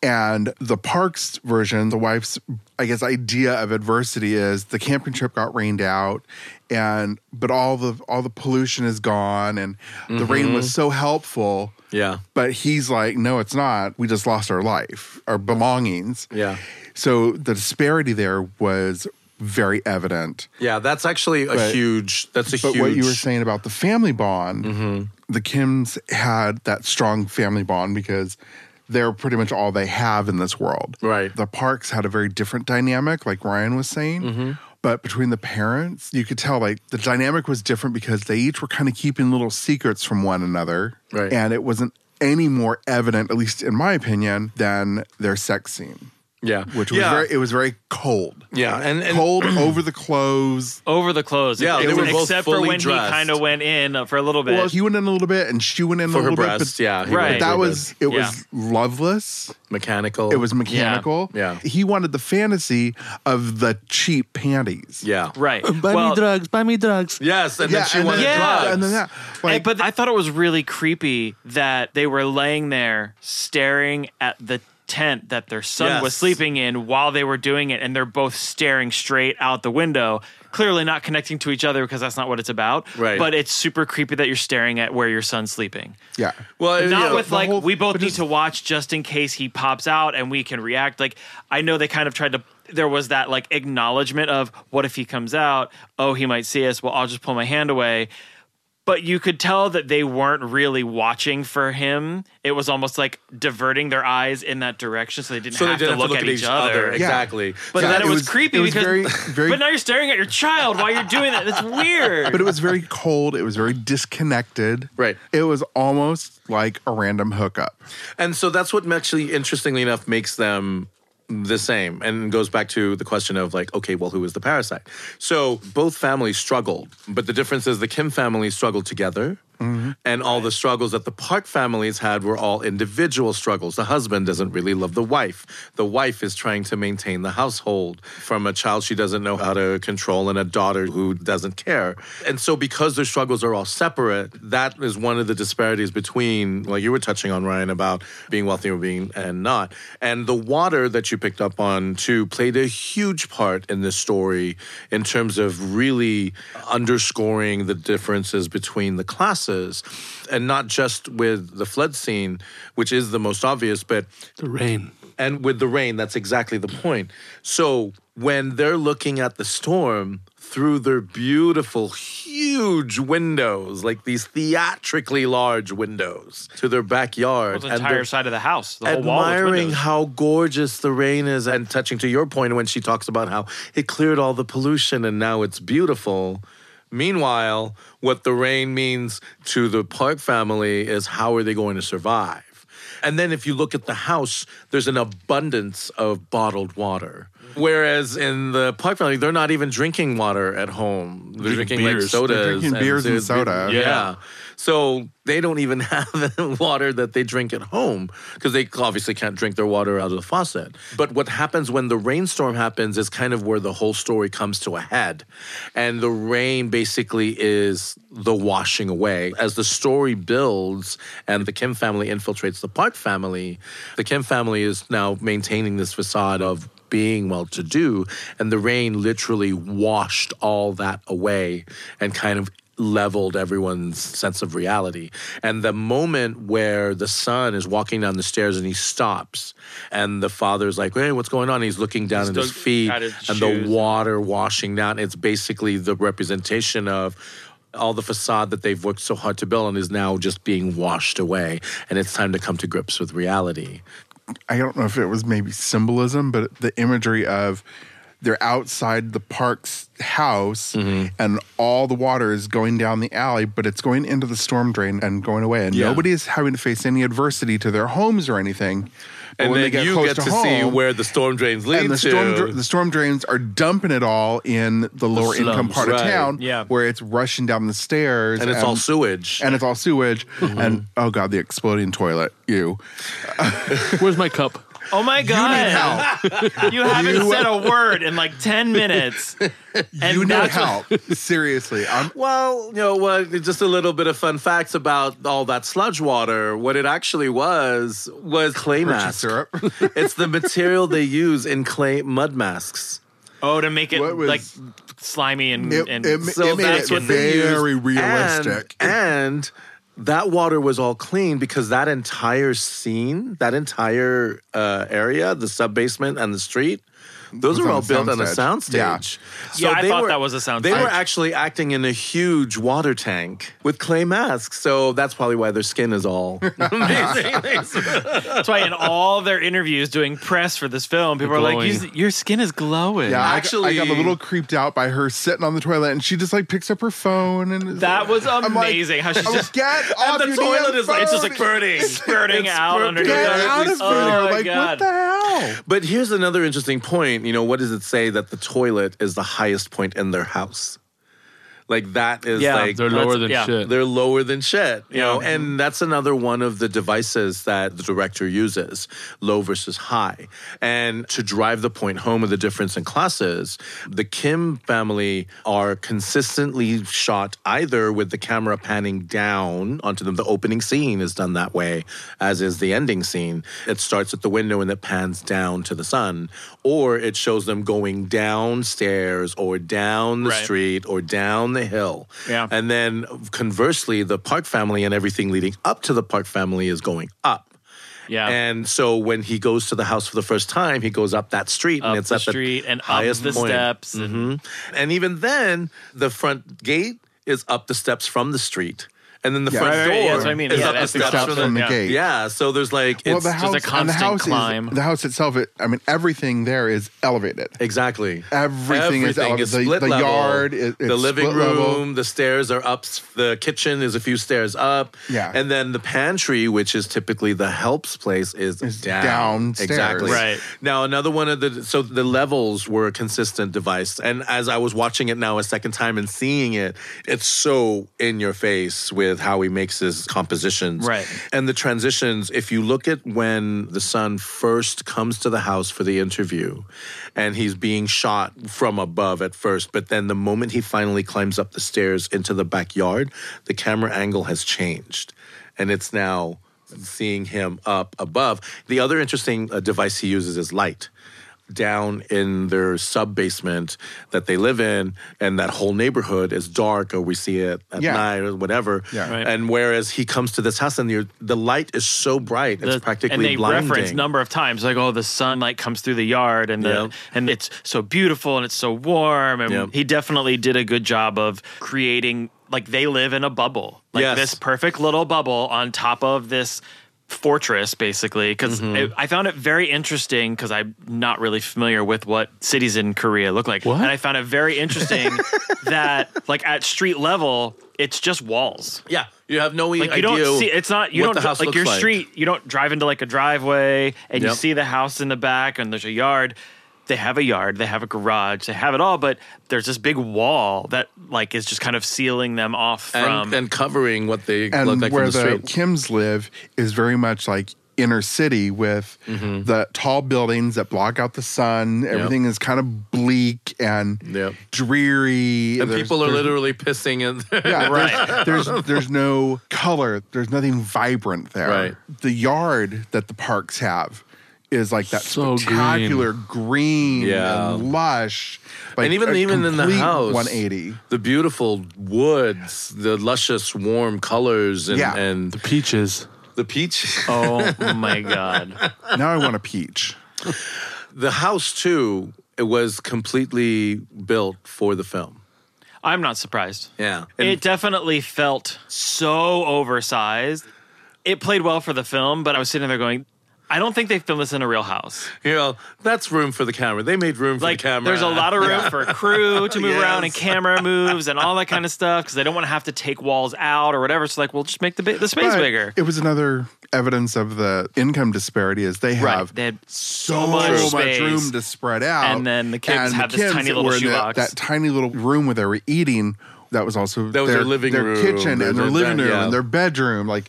Speaker 3: and the Parks version, the wife's I guess idea of adversity is the camping trip got rained out and but all the all the pollution is gone and the rain was so helpful.
Speaker 2: yeah.
Speaker 3: But he's like, no, it's not. We just lost our life, our belongings.
Speaker 2: Yeah.
Speaker 3: So the disparity there was very evident
Speaker 2: Yeah. That's actually a
Speaker 3: But-
Speaker 2: huge. That's a
Speaker 3: but
Speaker 2: huge. Mm-hmm.
Speaker 3: what you were saying about the family bond, the Kims had that strong family bond because they're pretty much all they have in this world.
Speaker 2: Right.
Speaker 3: The Parks had a very different dynamic, like Ryan was saying.
Speaker 2: Mm-hmm.
Speaker 3: But between the parents, you could tell like the dynamic was different because they each were kind of keeping little secrets from one another.
Speaker 2: Right.
Speaker 3: And it wasn't any more evident, at least in my opinion, than their sex scene.
Speaker 2: Yeah.
Speaker 3: which was
Speaker 2: Yeah.
Speaker 3: very it was very cold, [clears throat]
Speaker 2: Yeah, and, and
Speaker 3: cold over the clothes.
Speaker 4: over the clothes.
Speaker 2: Yeah,
Speaker 4: Ex-
Speaker 2: they were both
Speaker 4: except for
Speaker 2: fully
Speaker 4: when
Speaker 2: dressed.
Speaker 4: he kind of went in for a little bit.
Speaker 3: Well, he went in a little bit, and she went in
Speaker 2: [clears throat]
Speaker 3: a
Speaker 2: for her
Speaker 3: little
Speaker 2: breasts.
Speaker 3: bit.
Speaker 2: yeah, he went
Speaker 4: Right.
Speaker 3: but
Speaker 2: through
Speaker 3: that
Speaker 2: the
Speaker 3: was it was loveless.
Speaker 2: mechanical.
Speaker 3: It was mechanical.
Speaker 2: Oh, Yeah.
Speaker 3: He wanted the fantasy of the cheap panties.
Speaker 2: yeah, [laughs]
Speaker 4: right.
Speaker 5: Buy
Speaker 4: well,
Speaker 5: me drugs. Buy me drugs.
Speaker 2: Yes, and
Speaker 3: Yeah.
Speaker 2: then she
Speaker 3: and,
Speaker 2: wanted
Speaker 4: Yeah.
Speaker 3: then,
Speaker 2: drugs.
Speaker 3: and then that.
Speaker 4: Hey,
Speaker 3: Like,
Speaker 4: but I thought it was really creepy that they were laying there staring at the tent that their son
Speaker 2: Yes.
Speaker 4: was sleeping in while they were doing it, and they're both staring straight out the window, clearly not connecting to each other because that's not what it's about.
Speaker 2: Right.
Speaker 4: But it's super creepy that you're staring at where your son's sleeping.
Speaker 3: yeah.
Speaker 2: well, it-
Speaker 4: Not
Speaker 2: yeah,
Speaker 4: with
Speaker 2: the
Speaker 4: like
Speaker 2: whole-
Speaker 4: we both need to watch just in case he pops out and we can react. Like I know they kind of tried to. There was that like acknowledgement of what if he comes out? Oh, he might see us. Well, I'll just pull my hand away. But you could tell that they weren't really watching for him. It was almost like diverting their eyes in that direction, so they didn't,
Speaker 2: So they
Speaker 4: have,
Speaker 2: didn't
Speaker 4: to look at each other.
Speaker 3: Yeah.
Speaker 2: Exactly.
Speaker 4: But
Speaker 3: Yeah,
Speaker 4: then it,
Speaker 3: it
Speaker 4: was,
Speaker 3: was-
Speaker 4: creepy
Speaker 3: it was
Speaker 4: because.
Speaker 3: very- very-
Speaker 4: but now you're staring at your child while you're doing that. That's weird.
Speaker 3: But it was very cold. It was very disconnected.
Speaker 2: Right.
Speaker 3: It was almost like a random hookup.
Speaker 2: And so that's what actually, interestingly enough, makes them the same and goes back to the question of like, okay, well, who is the parasite? So both families struggled, but the difference is the Kim family struggled together.
Speaker 4: Mm-hmm.
Speaker 2: And all the struggles that the Park families had were all individual struggles. The husband doesn't really love the wife. The wife is trying to maintain the household from a child she doesn't know how to control and a daughter who doesn't care. And so, because their struggles are all separate, that is one of the disparities between, like you were touching on, Ryan, about being wealthy or being and not. And the water that you picked up on too played a huge part in this story in terms of really underscoring the differences between the classes and not just with the flood scene, which is the most obvious, but
Speaker 5: The rain.
Speaker 2: and with the rain, that's exactly the point. So when they're looking at the storm through their beautiful, huge windows, like these theatrically large windows to their backyard,
Speaker 4: the
Speaker 2: and they're
Speaker 4: entire side of the house, the whole wall. was
Speaker 2: admiring
Speaker 4: windows.
Speaker 2: how gorgeous the rain is, and touching to your point when she talks about how it cleared all the pollution and now it's beautiful. Meanwhile, what the rain means to the Park family is how are they going to survive? And then if you look at the house, there's an abundance of bottled water. Whereas in the Park family, they're not even drinking water at home. They're
Speaker 5: Drinking
Speaker 2: drinking, like
Speaker 5: beers.
Speaker 2: sodas.
Speaker 3: drinking beers and soda.
Speaker 2: Yeah. So they don't even [laughs] have water that they drink at home because they obviously can't drink their water out of the faucet. But what happens when the rainstorm happens is kind of where the whole story comes to a head. And the rain basically is the washing away. As the story builds and the Kim family infiltrates the Park family, the Kim family is now maintaining this facade of being well to do. And the rain literally washed all that away and kind of leveled everyone's sense of reality. And the moment where the son is walking down the stairs and he stops, and the father's like, Hey, what's going on? He's looking down at his
Speaker 4: dug-
Speaker 2: feet,
Speaker 4: at his
Speaker 2: and the
Speaker 4: shoes.
Speaker 2: water washing down. It's basically the representation of. All the facade that they've worked so hard to build and is now just being washed away, and it's time to come to grips with reality.
Speaker 3: I don't know if it was maybe symbolism, but the imagery of they're outside the park's house
Speaker 2: Mm-hmm.
Speaker 3: and all the water is going down the alley, but it's going into the storm drain and going away. And
Speaker 2: Yeah.
Speaker 3: nobody is having to face any adversity to their homes or anything. But
Speaker 2: and
Speaker 3: when
Speaker 2: then
Speaker 3: they get
Speaker 2: you
Speaker 3: close
Speaker 2: get to,
Speaker 3: to,
Speaker 2: see
Speaker 3: home,
Speaker 2: where the storm drains lead
Speaker 3: and the
Speaker 2: to.
Speaker 3: storm, dr- the storm drains are dumping it all in the lower income
Speaker 2: slums,
Speaker 3: part of
Speaker 2: right.
Speaker 3: town
Speaker 4: Yeah.
Speaker 3: where it's rushing down the stairs
Speaker 2: and it's all sewage. Mm-hmm.
Speaker 3: and it's all sewage and oh god the exploding toilet you
Speaker 5: Where's my cup?
Speaker 4: Oh my god! You haven't
Speaker 3: You-
Speaker 4: said a word in like 10 minutes.
Speaker 2: [laughs]
Speaker 4: And
Speaker 3: you need
Speaker 4: that's what-
Speaker 3: help [laughs] seriously i'm
Speaker 2: Well, you know what? just a little bit of fun facts about all that sludge water. What it actually was was clay mask.
Speaker 3: syrup.
Speaker 2: [laughs] it's the material they use in clay mud masks.
Speaker 4: oh, to make it
Speaker 3: What was-
Speaker 4: like slimy and,
Speaker 3: It-
Speaker 4: and
Speaker 3: it-
Speaker 2: So
Speaker 3: made
Speaker 2: that's
Speaker 3: it
Speaker 2: what they used.
Speaker 3: very realistic.
Speaker 2: And, and that water was all clean because that entire scene, that entire uh, area, the sub basement and the street. Those
Speaker 3: Was
Speaker 2: are
Speaker 3: on
Speaker 2: all
Speaker 3: the
Speaker 2: built on a
Speaker 3: soundstage. Yeah.
Speaker 2: soundstage.
Speaker 4: Yeah, I thought that was a soundstage.
Speaker 2: They
Speaker 4: [laughs]
Speaker 2: were actually acting in a huge water tank with clay masks, so that's probably why their skin is all
Speaker 4: that's why in all their interviews doing press for this film, people are like,
Speaker 5: Glowing.
Speaker 4: "You- "Your skin is glowing."
Speaker 3: yeah, I- I,
Speaker 2: Actually-
Speaker 3: got a little creeped out by her sitting on the toilet, and she just like picks up her phone, and is
Speaker 4: That
Speaker 3: like-
Speaker 4: was
Speaker 3: I'm like,
Speaker 4: amazing how she's
Speaker 3: "Oh,
Speaker 4: just-
Speaker 3: get off
Speaker 2: the
Speaker 3: your
Speaker 2: toilet
Speaker 3: damn
Speaker 2: is like-
Speaker 4: it's just
Speaker 3: phone.
Speaker 4: like spurting, spurting out
Speaker 2: spurting
Speaker 4: underneath.
Speaker 3: get
Speaker 2: out
Speaker 3: out
Speaker 2: every
Speaker 3: of here!
Speaker 4: Oh my
Speaker 3: like what
Speaker 4: god!
Speaker 3: the hell?
Speaker 4: No.
Speaker 2: But here's another interesting point. You know, what does it say that the toilet is the highest point in their house? Like that is
Speaker 4: Yeah,
Speaker 2: like
Speaker 5: They're lower
Speaker 4: Let's-
Speaker 5: than
Speaker 4: yeah.
Speaker 5: shit.
Speaker 2: they're lower than shit, you know.
Speaker 4: Yeah.
Speaker 2: And that's another one of the devices that the director uses, low versus high. And to drive the point home of the difference in classes, the Kim family are consistently shot either with the camera panning down onto them. The opening scene is done that way, as is the ending scene. It starts at the window and it pans down to the sun, or it shows them going downstairs or down the
Speaker 4: Right.
Speaker 2: street or down the hill.
Speaker 4: Yeah.
Speaker 2: And then conversely, the Park family and everything leading up to the Park family is going up.
Speaker 4: Yeah.
Speaker 2: And so when he goes to the house for the first time, he goes up that street
Speaker 4: up
Speaker 2: and it's
Speaker 4: the
Speaker 2: at
Speaker 4: street
Speaker 2: the
Speaker 4: and up
Speaker 2: highest
Speaker 4: the
Speaker 2: point.
Speaker 4: steps. and-
Speaker 2: And even then, the front gate is up the steps from the street. And then the
Speaker 3: Yeah.
Speaker 2: front
Speaker 3: Right,
Speaker 2: door
Speaker 4: right, yeah, that's what I mean.
Speaker 2: is
Speaker 4: Yeah,
Speaker 2: up the
Speaker 4: that's the
Speaker 2: steps
Speaker 3: Stops
Speaker 4: Sure,
Speaker 3: from the
Speaker 4: yeah.
Speaker 3: gate.
Speaker 2: Yeah, so there's like
Speaker 3: Well,
Speaker 2: it's
Speaker 3: the
Speaker 4: a
Speaker 3: house, and the
Speaker 4: constant
Speaker 3: house
Speaker 4: climb.
Speaker 3: Is, the house itself, it, I mean, everything there is elevated.
Speaker 2: Exactly.
Speaker 3: Everything is elevated. The- the yard is- it's
Speaker 2: the living
Speaker 3: split
Speaker 2: room,
Speaker 3: level.
Speaker 2: the stairs are up. The kitchen is a few stairs up.
Speaker 3: Yeah.
Speaker 2: and then the pantry, which is typically the help's place, is, down.
Speaker 3: downstairs.
Speaker 2: Exactly.
Speaker 4: Right.
Speaker 2: Now another one of the so the levels were a consistent device, and as I was watching it now a second time and seeing it, it's so in your face with how he makes his compositions.
Speaker 4: Right.
Speaker 2: And the transitions, if you look at when the son first comes to the house for the interview and he's being shot from above at first, but then the moment he finally climbs up the stairs into the backyard, the camera angle has changed. And it's now seeing him up above. The other interesting uh, device he uses is light down in their sub basement that they live in, and that whole neighborhood is dark, or we see it at
Speaker 3: Yeah.
Speaker 2: night or whatever.
Speaker 3: Yeah. Right.
Speaker 2: And whereas he comes to this house, and you're, the light is so bright, it's
Speaker 4: the-
Speaker 2: practically
Speaker 4: and they
Speaker 2: blinding.
Speaker 4: reference number of times like oh the sunlight comes through the yard and the,
Speaker 2: Yep.
Speaker 4: and it's so beautiful and it's so warm and
Speaker 2: Yep.
Speaker 4: he definitely did a good job of creating like they live in a bubble like
Speaker 2: Yes.
Speaker 4: this perfect little bubble on top of this fortress basically because
Speaker 2: Mm-hmm.
Speaker 4: i found it very interesting because i'm not really familiar with what cities in korea look like
Speaker 5: What?
Speaker 4: and i found it very interesting
Speaker 2: [laughs]
Speaker 4: that like at street level it's just walls
Speaker 2: yeah, you have no
Speaker 4: like
Speaker 2: idea.
Speaker 4: you don't see it's not you
Speaker 2: what
Speaker 4: don't
Speaker 2: the house
Speaker 4: like
Speaker 2: looks
Speaker 4: your
Speaker 2: like.
Speaker 4: street you don't drive into like a driveway and you
Speaker 2: Yep.
Speaker 4: see the house in the back and there's a yard they have a yard they have a garage they have it all but there's this big wall that like is just kind of sealing them off from
Speaker 2: and, and covering what they
Speaker 3: And
Speaker 2: look like from
Speaker 3: where
Speaker 2: the
Speaker 3: the,
Speaker 2: street.
Speaker 3: Kims live is very much like inner city with
Speaker 2: Mm-hmm.
Speaker 3: the tall buildings that block out the sun. Everything is kind of bleak and
Speaker 2: Yep.
Speaker 3: dreary.
Speaker 2: and
Speaker 3: There's-
Speaker 2: people are
Speaker 3: there's-
Speaker 2: literally pissing in there.
Speaker 3: [laughs] Yeah,
Speaker 4: Right.
Speaker 2: [laughs]
Speaker 3: there's, there's there's no color. There's nothing vibrant there.
Speaker 2: Right.
Speaker 3: The yard that the parks have is like that
Speaker 5: So
Speaker 3: spectacular green,
Speaker 2: Yeah.
Speaker 3: and lush. Like
Speaker 2: and even
Speaker 3: a
Speaker 2: even in the
Speaker 3: complete
Speaker 2: house,
Speaker 3: 180.
Speaker 2: the beautiful woods, the luscious warm colors, and,
Speaker 3: Yeah.
Speaker 5: The
Speaker 2: and
Speaker 5: peaches.
Speaker 2: the peach.
Speaker 4: [laughs]
Speaker 2: [laughs]
Speaker 4: oh my god
Speaker 3: Now I want a peach.
Speaker 2: The house too, it was completely built for the film.
Speaker 4: i'm not surprised
Speaker 2: Yeah,
Speaker 4: it definitely felt so oversized it played well for the film but i was sitting there going i don't think they filmed this in a real house
Speaker 2: you know that's room for the camera. They made room for
Speaker 4: like
Speaker 2: the camera.
Speaker 4: there's a lot of room for crew to move around and
Speaker 2: Yes.
Speaker 4: camera moves and all that kind of stuff because they don't want to have to take walls out or whatever. So like, we'll just make the bi- the space
Speaker 3: But
Speaker 4: bigger.
Speaker 3: It was another evidence of the income disparity is they
Speaker 4: Right.
Speaker 3: have
Speaker 4: They had
Speaker 3: so
Speaker 4: much
Speaker 3: much,
Speaker 4: space.
Speaker 3: room to spread out.
Speaker 4: And then the kids have this tiny little
Speaker 3: were in that-
Speaker 4: shoebox.
Speaker 3: That, tiny little room where they were eating. That was also
Speaker 2: That was their living room,
Speaker 3: kitchen,
Speaker 2: their-
Speaker 3: and their
Speaker 2: their
Speaker 3: living
Speaker 2: bed-
Speaker 3: room,
Speaker 2: yeah.
Speaker 3: and their bedroom. Like,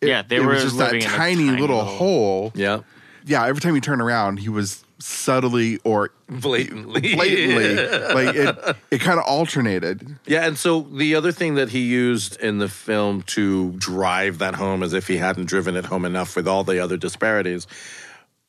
Speaker 3: it,
Speaker 4: Yeah, they
Speaker 3: it
Speaker 4: were
Speaker 3: was just that
Speaker 4: living in a
Speaker 3: tiny,
Speaker 4: tiny
Speaker 3: little
Speaker 4: little-
Speaker 3: hole.
Speaker 2: yeah,
Speaker 3: yeah. Every time you turn around, he was subtly
Speaker 4: [laughs]
Speaker 3: or
Speaker 2: [laughs] blatantly,
Speaker 3: blatantly like it. It kind of alternated.
Speaker 2: Yeah, and so the other thing that he used in the film to drive that home as if he hadn't driven it home enough with all the other disparities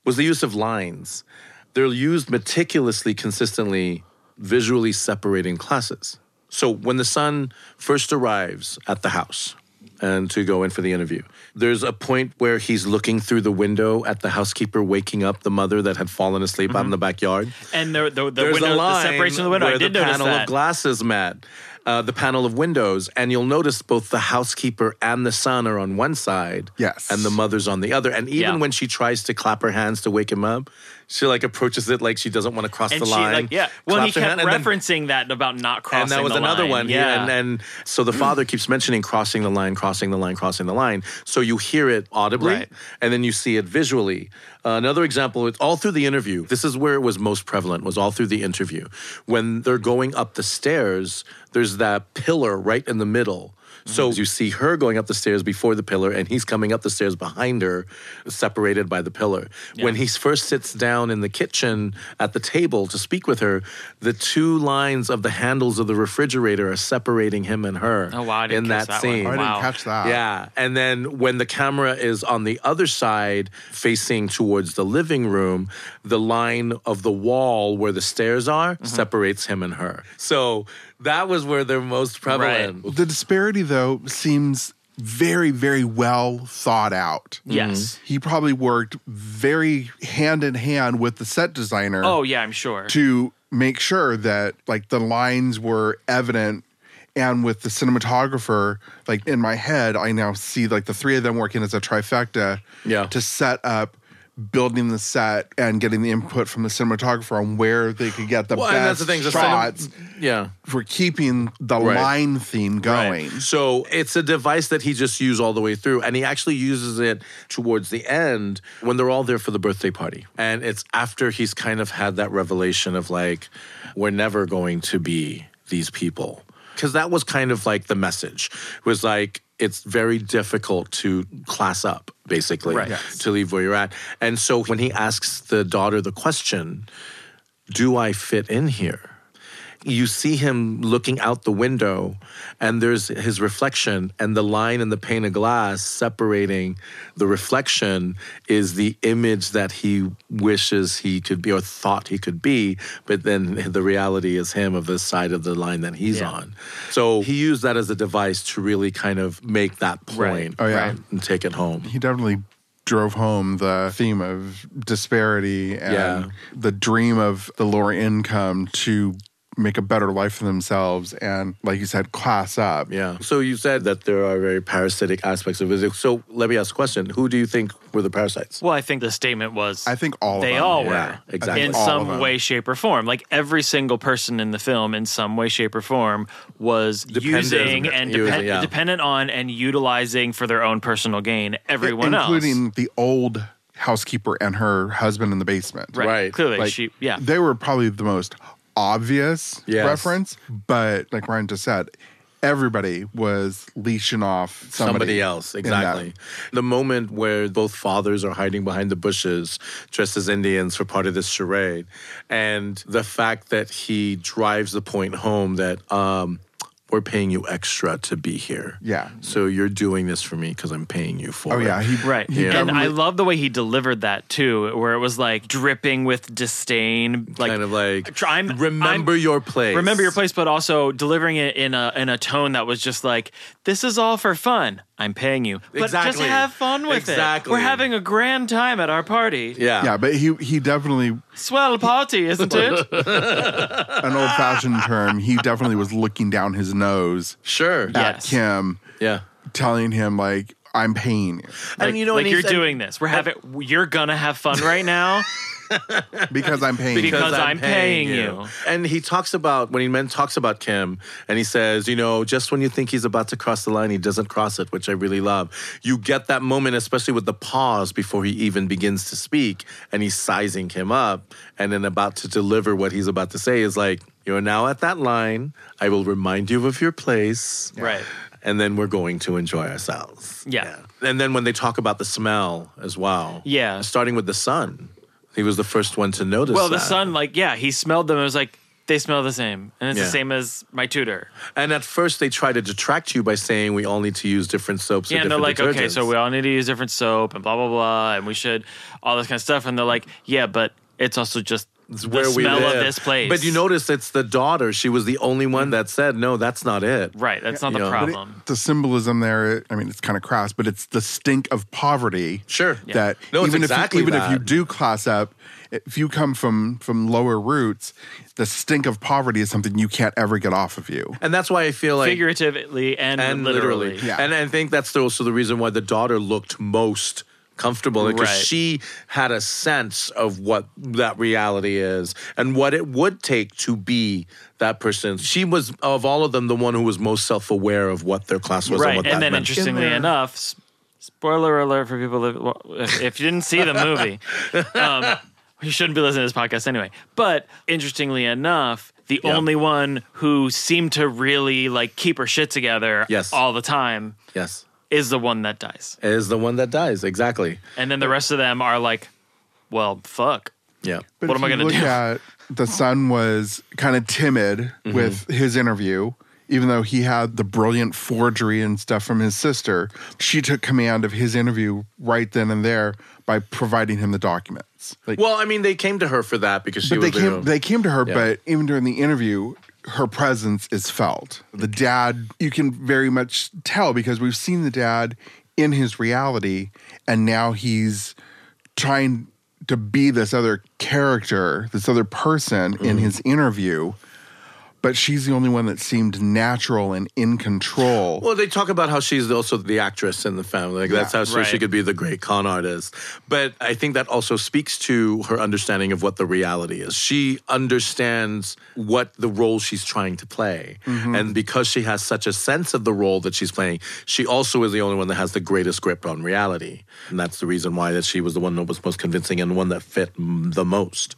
Speaker 2: was the use of lines. They're used meticulously, consistently, visually separating classes. So when the son first arrives at the house and to go in for the interview, there's a point where he's looking through the window at the housekeeper, waking up the mother that had fallen asleep out in the backyard
Speaker 4: and the the, the
Speaker 2: there's
Speaker 4: window,
Speaker 2: a line
Speaker 4: the separation of the window.
Speaker 2: where
Speaker 4: I did
Speaker 2: the
Speaker 4: notice
Speaker 2: panel
Speaker 4: that.
Speaker 2: of glasses met, uh, the panel of windows, and you'll notice both the housekeeper and the son are on one side,
Speaker 3: Yes.
Speaker 2: and the mother's on the other. And even
Speaker 4: Yeah.
Speaker 2: when she tries to clap her hands to wake him up, she like approaches it like she doesn't want to cross
Speaker 4: and
Speaker 2: the
Speaker 4: she
Speaker 2: line.
Speaker 4: like yeah. Well, he
Speaker 2: claps her
Speaker 4: kept
Speaker 2: hand, and then-
Speaker 4: referencing that about not crossing.
Speaker 2: and that was
Speaker 4: the
Speaker 2: another
Speaker 4: line.
Speaker 2: one. He-
Speaker 4: Yeah,
Speaker 2: and, and so the father keeps mentioning crossing the line, crossing the line, crossing the line. So you hear it audibly,
Speaker 4: Right.
Speaker 2: and then you see it visually. Uh, another example, it's all through the interview. This is where it was most prevalent. Was all through the interview when they're going up the stairs. There's that pillar right in the middle.
Speaker 4: Mm-hmm.
Speaker 2: So you see her going up the stairs before the pillar, and he's coming up the stairs behind her, separated by the pillar. When he first sits down in the kitchen at the table to speak with her, the two lines of the handles of the refrigerator are separating him and her.
Speaker 4: Oh, wow, I didn't
Speaker 2: in
Speaker 4: catch
Speaker 2: that,
Speaker 4: that one.
Speaker 2: scene,
Speaker 3: I didn't
Speaker 4: Wow.
Speaker 3: catch that.
Speaker 2: yeah. And then when the camera is on the other side, facing towards the living room, the line of the wall where the stairs are
Speaker 4: Mm-hmm.
Speaker 2: separates him and her. So that was where they're most prevalent.
Speaker 3: The disparity, though, seems very, very well thought out.
Speaker 4: yes.
Speaker 3: He probably worked very hand in hand with the set designer
Speaker 4: Oh yeah, I'm sure.
Speaker 3: to make sure that like the lines were evident and with the cinematographer like in my head i now see like the three of them working as a trifecta
Speaker 2: Yeah.
Speaker 3: to set up building the set and getting the input from the cinematographer on where they could get the
Speaker 2: Well,
Speaker 3: best
Speaker 2: and that's the thing. the cinem-
Speaker 3: shots
Speaker 2: yeah.
Speaker 3: for keeping the
Speaker 2: Right.
Speaker 3: line theme going
Speaker 2: So it's a device that he just used all the way through, and he actually uses it towards the end when they're all there for the birthday party. And it's after he's kind of had that revelation of like, we're never going to be these people. Because that was kind of like the message was like, it's very difficult to class up, basically,
Speaker 4: Right. Yes.
Speaker 2: to leave where you're at. And so when he asks the daughter the question, do I fit in here? You see him looking out the window, and there's his reflection, and the line in the pane of glass separating the reflection is the image that he wishes he could be or thought he could be, but then the reality is him of the side of the line that he's
Speaker 4: Yeah.
Speaker 2: on. So he used that as a device to really kind of make that point
Speaker 4: Right.
Speaker 3: Oh, yeah.
Speaker 2: and take it home.
Speaker 3: he definitely drove home the theme of disparity and
Speaker 2: Yeah.
Speaker 3: the dream of the lower income to make a better life for themselves and like you said class up
Speaker 2: Yeah. So you said that there are very parasitic aspects of physics. So let me ask a question. Who do you think were the parasites?
Speaker 4: well, I think the statement was.
Speaker 3: i think all
Speaker 4: they
Speaker 3: of them.
Speaker 4: all were
Speaker 2: Yeah, exactly.
Speaker 4: in
Speaker 3: All of
Speaker 4: some
Speaker 3: them.
Speaker 4: way shape or form like every single person in the film in some way shape or form was
Speaker 2: Dependent.
Speaker 4: using and
Speaker 2: Using,
Speaker 4: depend-
Speaker 2: yeah.
Speaker 4: dependent on and utilizing for their own personal gain everyone else
Speaker 3: including the old housekeeper and her husband in the basement
Speaker 4: right,
Speaker 2: Right.
Speaker 4: clearly
Speaker 3: Like,
Speaker 4: she yeah
Speaker 3: they were probably the most obvious
Speaker 2: Yes.
Speaker 3: reference but like ryan just said everybody was leashing off somebody,
Speaker 2: Somebody else,
Speaker 3: in that.
Speaker 2: exactly. The moment where both fathers are hiding behind the bushes, dressed as Indians for part of this charade, and the fact that he drives the point home that um, we're paying you extra to be here.
Speaker 3: Yeah.
Speaker 2: So you're doing this for me because I'm paying you for
Speaker 3: oh
Speaker 2: it.
Speaker 3: yeah he,
Speaker 4: Right.
Speaker 3: he
Speaker 4: And I
Speaker 3: definitely-
Speaker 4: love the way he delivered that too, where it was like dripping with disdain, like
Speaker 2: kind of like
Speaker 4: tr- I'm-
Speaker 2: remember
Speaker 4: I'm-
Speaker 2: your place.
Speaker 4: remember your place, but also delivering it in a in a tone that was just like, "This is all for fun. I'm paying you, but just
Speaker 2: Exactly.
Speaker 4: have fun with
Speaker 2: Exactly.
Speaker 4: it. We're having a grand time at our party.
Speaker 2: Yeah.
Speaker 3: yeah but he he definitely
Speaker 4: Swell party, isn't it?
Speaker 3: an old
Speaker 2: [laughs]
Speaker 3: fashioned term, he definitely was looking down his nose
Speaker 2: Sure.
Speaker 4: Yeah.
Speaker 3: at
Speaker 4: Yes.
Speaker 3: Kim,
Speaker 2: Yeah.
Speaker 3: telling him like, "I'm paying you
Speaker 4: Like,
Speaker 2: and you know,
Speaker 4: like
Speaker 2: and
Speaker 4: you're
Speaker 2: he's- and-
Speaker 4: doing this. We're having. You're gonna have fun right
Speaker 2: [laughs]
Speaker 4: now.
Speaker 3: because I'm paying." you.
Speaker 4: Because- I'm paying you.
Speaker 2: And he talks about when he men talks about Kim, and he says, you know, just when you think he's about to cross the line, he doesn't cross it, which I really love. You get that moment, especially with the pause before he even begins to speak, and he's sizing him up, and then about to deliver what he's about to say is like, you are now at that line. I will remind you of your place.
Speaker 4: Right.
Speaker 2: And then we're going to enjoy ourselves.
Speaker 4: Yeah.
Speaker 2: And then when they talk about the smell as well.
Speaker 4: Yeah.
Speaker 2: Starting with the sun. He was the first one to notice.
Speaker 4: Well, the
Speaker 2: that.
Speaker 4: son, like, yeah, he smelled them. and was like, they smell the same, and it's
Speaker 2: Yeah.
Speaker 4: the same as my tutor.
Speaker 2: And at first, they try to detract you by saying we all need to use different soaps.
Speaker 4: Yeah,
Speaker 2: or
Speaker 4: and they're
Speaker 2: different
Speaker 4: like, okay, so
Speaker 2: detergents."
Speaker 4: we all need to use different soap and blah blah blah, and we should all this kind of stuff. And they're like, yeah, but it's also just
Speaker 2: it's where we
Speaker 4: smell of
Speaker 2: live.
Speaker 4: this place. Mm.
Speaker 2: But you notice it's the daughter. She was the only one that said, no, that's not it.
Speaker 4: Right. That's not
Speaker 2: Yeah.
Speaker 4: the
Speaker 2: But it-
Speaker 4: problem.
Speaker 3: the symbolism there, I mean, it's kind of crass, but it's the stink of poverty.
Speaker 2: Sure. Yeah.
Speaker 3: That
Speaker 2: No, it's
Speaker 3: even
Speaker 2: exactly
Speaker 3: if you, even if you
Speaker 2: that.
Speaker 3: do class up, if you come from from lower roots, the stink of poverty is something you can't ever get off of you.
Speaker 2: And that's why I feel like.
Speaker 4: Figuratively and,
Speaker 2: and
Speaker 4: literally.
Speaker 2: literally.
Speaker 3: Yeah.
Speaker 2: And I think that's also the reason why the daughter looked most comfortable because
Speaker 4: Right.
Speaker 2: she had a sense of what that reality is and what it would take to be that person. She was of all of them the one who was most self-aware of what their class was and
Speaker 4: Right.
Speaker 2: what
Speaker 4: And
Speaker 2: that
Speaker 4: then,
Speaker 2: meant.
Speaker 4: interestingly enough, s- spoiler alert for people that- well, if, if you didn't see the
Speaker 2: [laughs]
Speaker 4: movie, um, you shouldn't be listening to this podcast anyway. But interestingly enough, the only one who seemed to really like keep her shit together
Speaker 2: Yes.
Speaker 4: all the time
Speaker 2: yes.
Speaker 4: is the one that dies.
Speaker 2: Is the one that dies. Exactly.
Speaker 4: And then the rest of them are like, well, fuck.
Speaker 2: Yeah.
Speaker 3: But
Speaker 4: What
Speaker 3: if
Speaker 4: am I
Speaker 3: you
Speaker 4: gonna
Speaker 3: look
Speaker 4: do?
Speaker 3: At, the son was kind of timid
Speaker 4: Mm-hmm.
Speaker 3: with his interview, even though he had the brilliant forgery and stuff from his sister. She took command of his interview right then and there by providing him the documents. Like,
Speaker 2: Well, I mean, they came to her for that because she
Speaker 3: but
Speaker 2: was
Speaker 3: they
Speaker 2: the-
Speaker 3: came they came to her
Speaker 2: Yeah.
Speaker 3: but even during the interview her presence is felt the dad you can very much tell because we've seen the dad in his reality and now he's trying to be this other character this other person in his interview but she's the only one that seemed natural and in control
Speaker 2: Well, they talk about how she's also the actress in the family. Like that's
Speaker 3: Yeah,
Speaker 2: how so she
Speaker 4: right.
Speaker 2: could be the great con artist. But I think that also speaks to her understanding of what the reality is. She understands what the role she's trying to play.
Speaker 4: Mm-hmm.
Speaker 2: And because she has such a sense of the role that she's playing, she also is the only one that has the greatest grip on reality. And that's the reason why that she was the one that was most convincing and the one that fit mm, the most.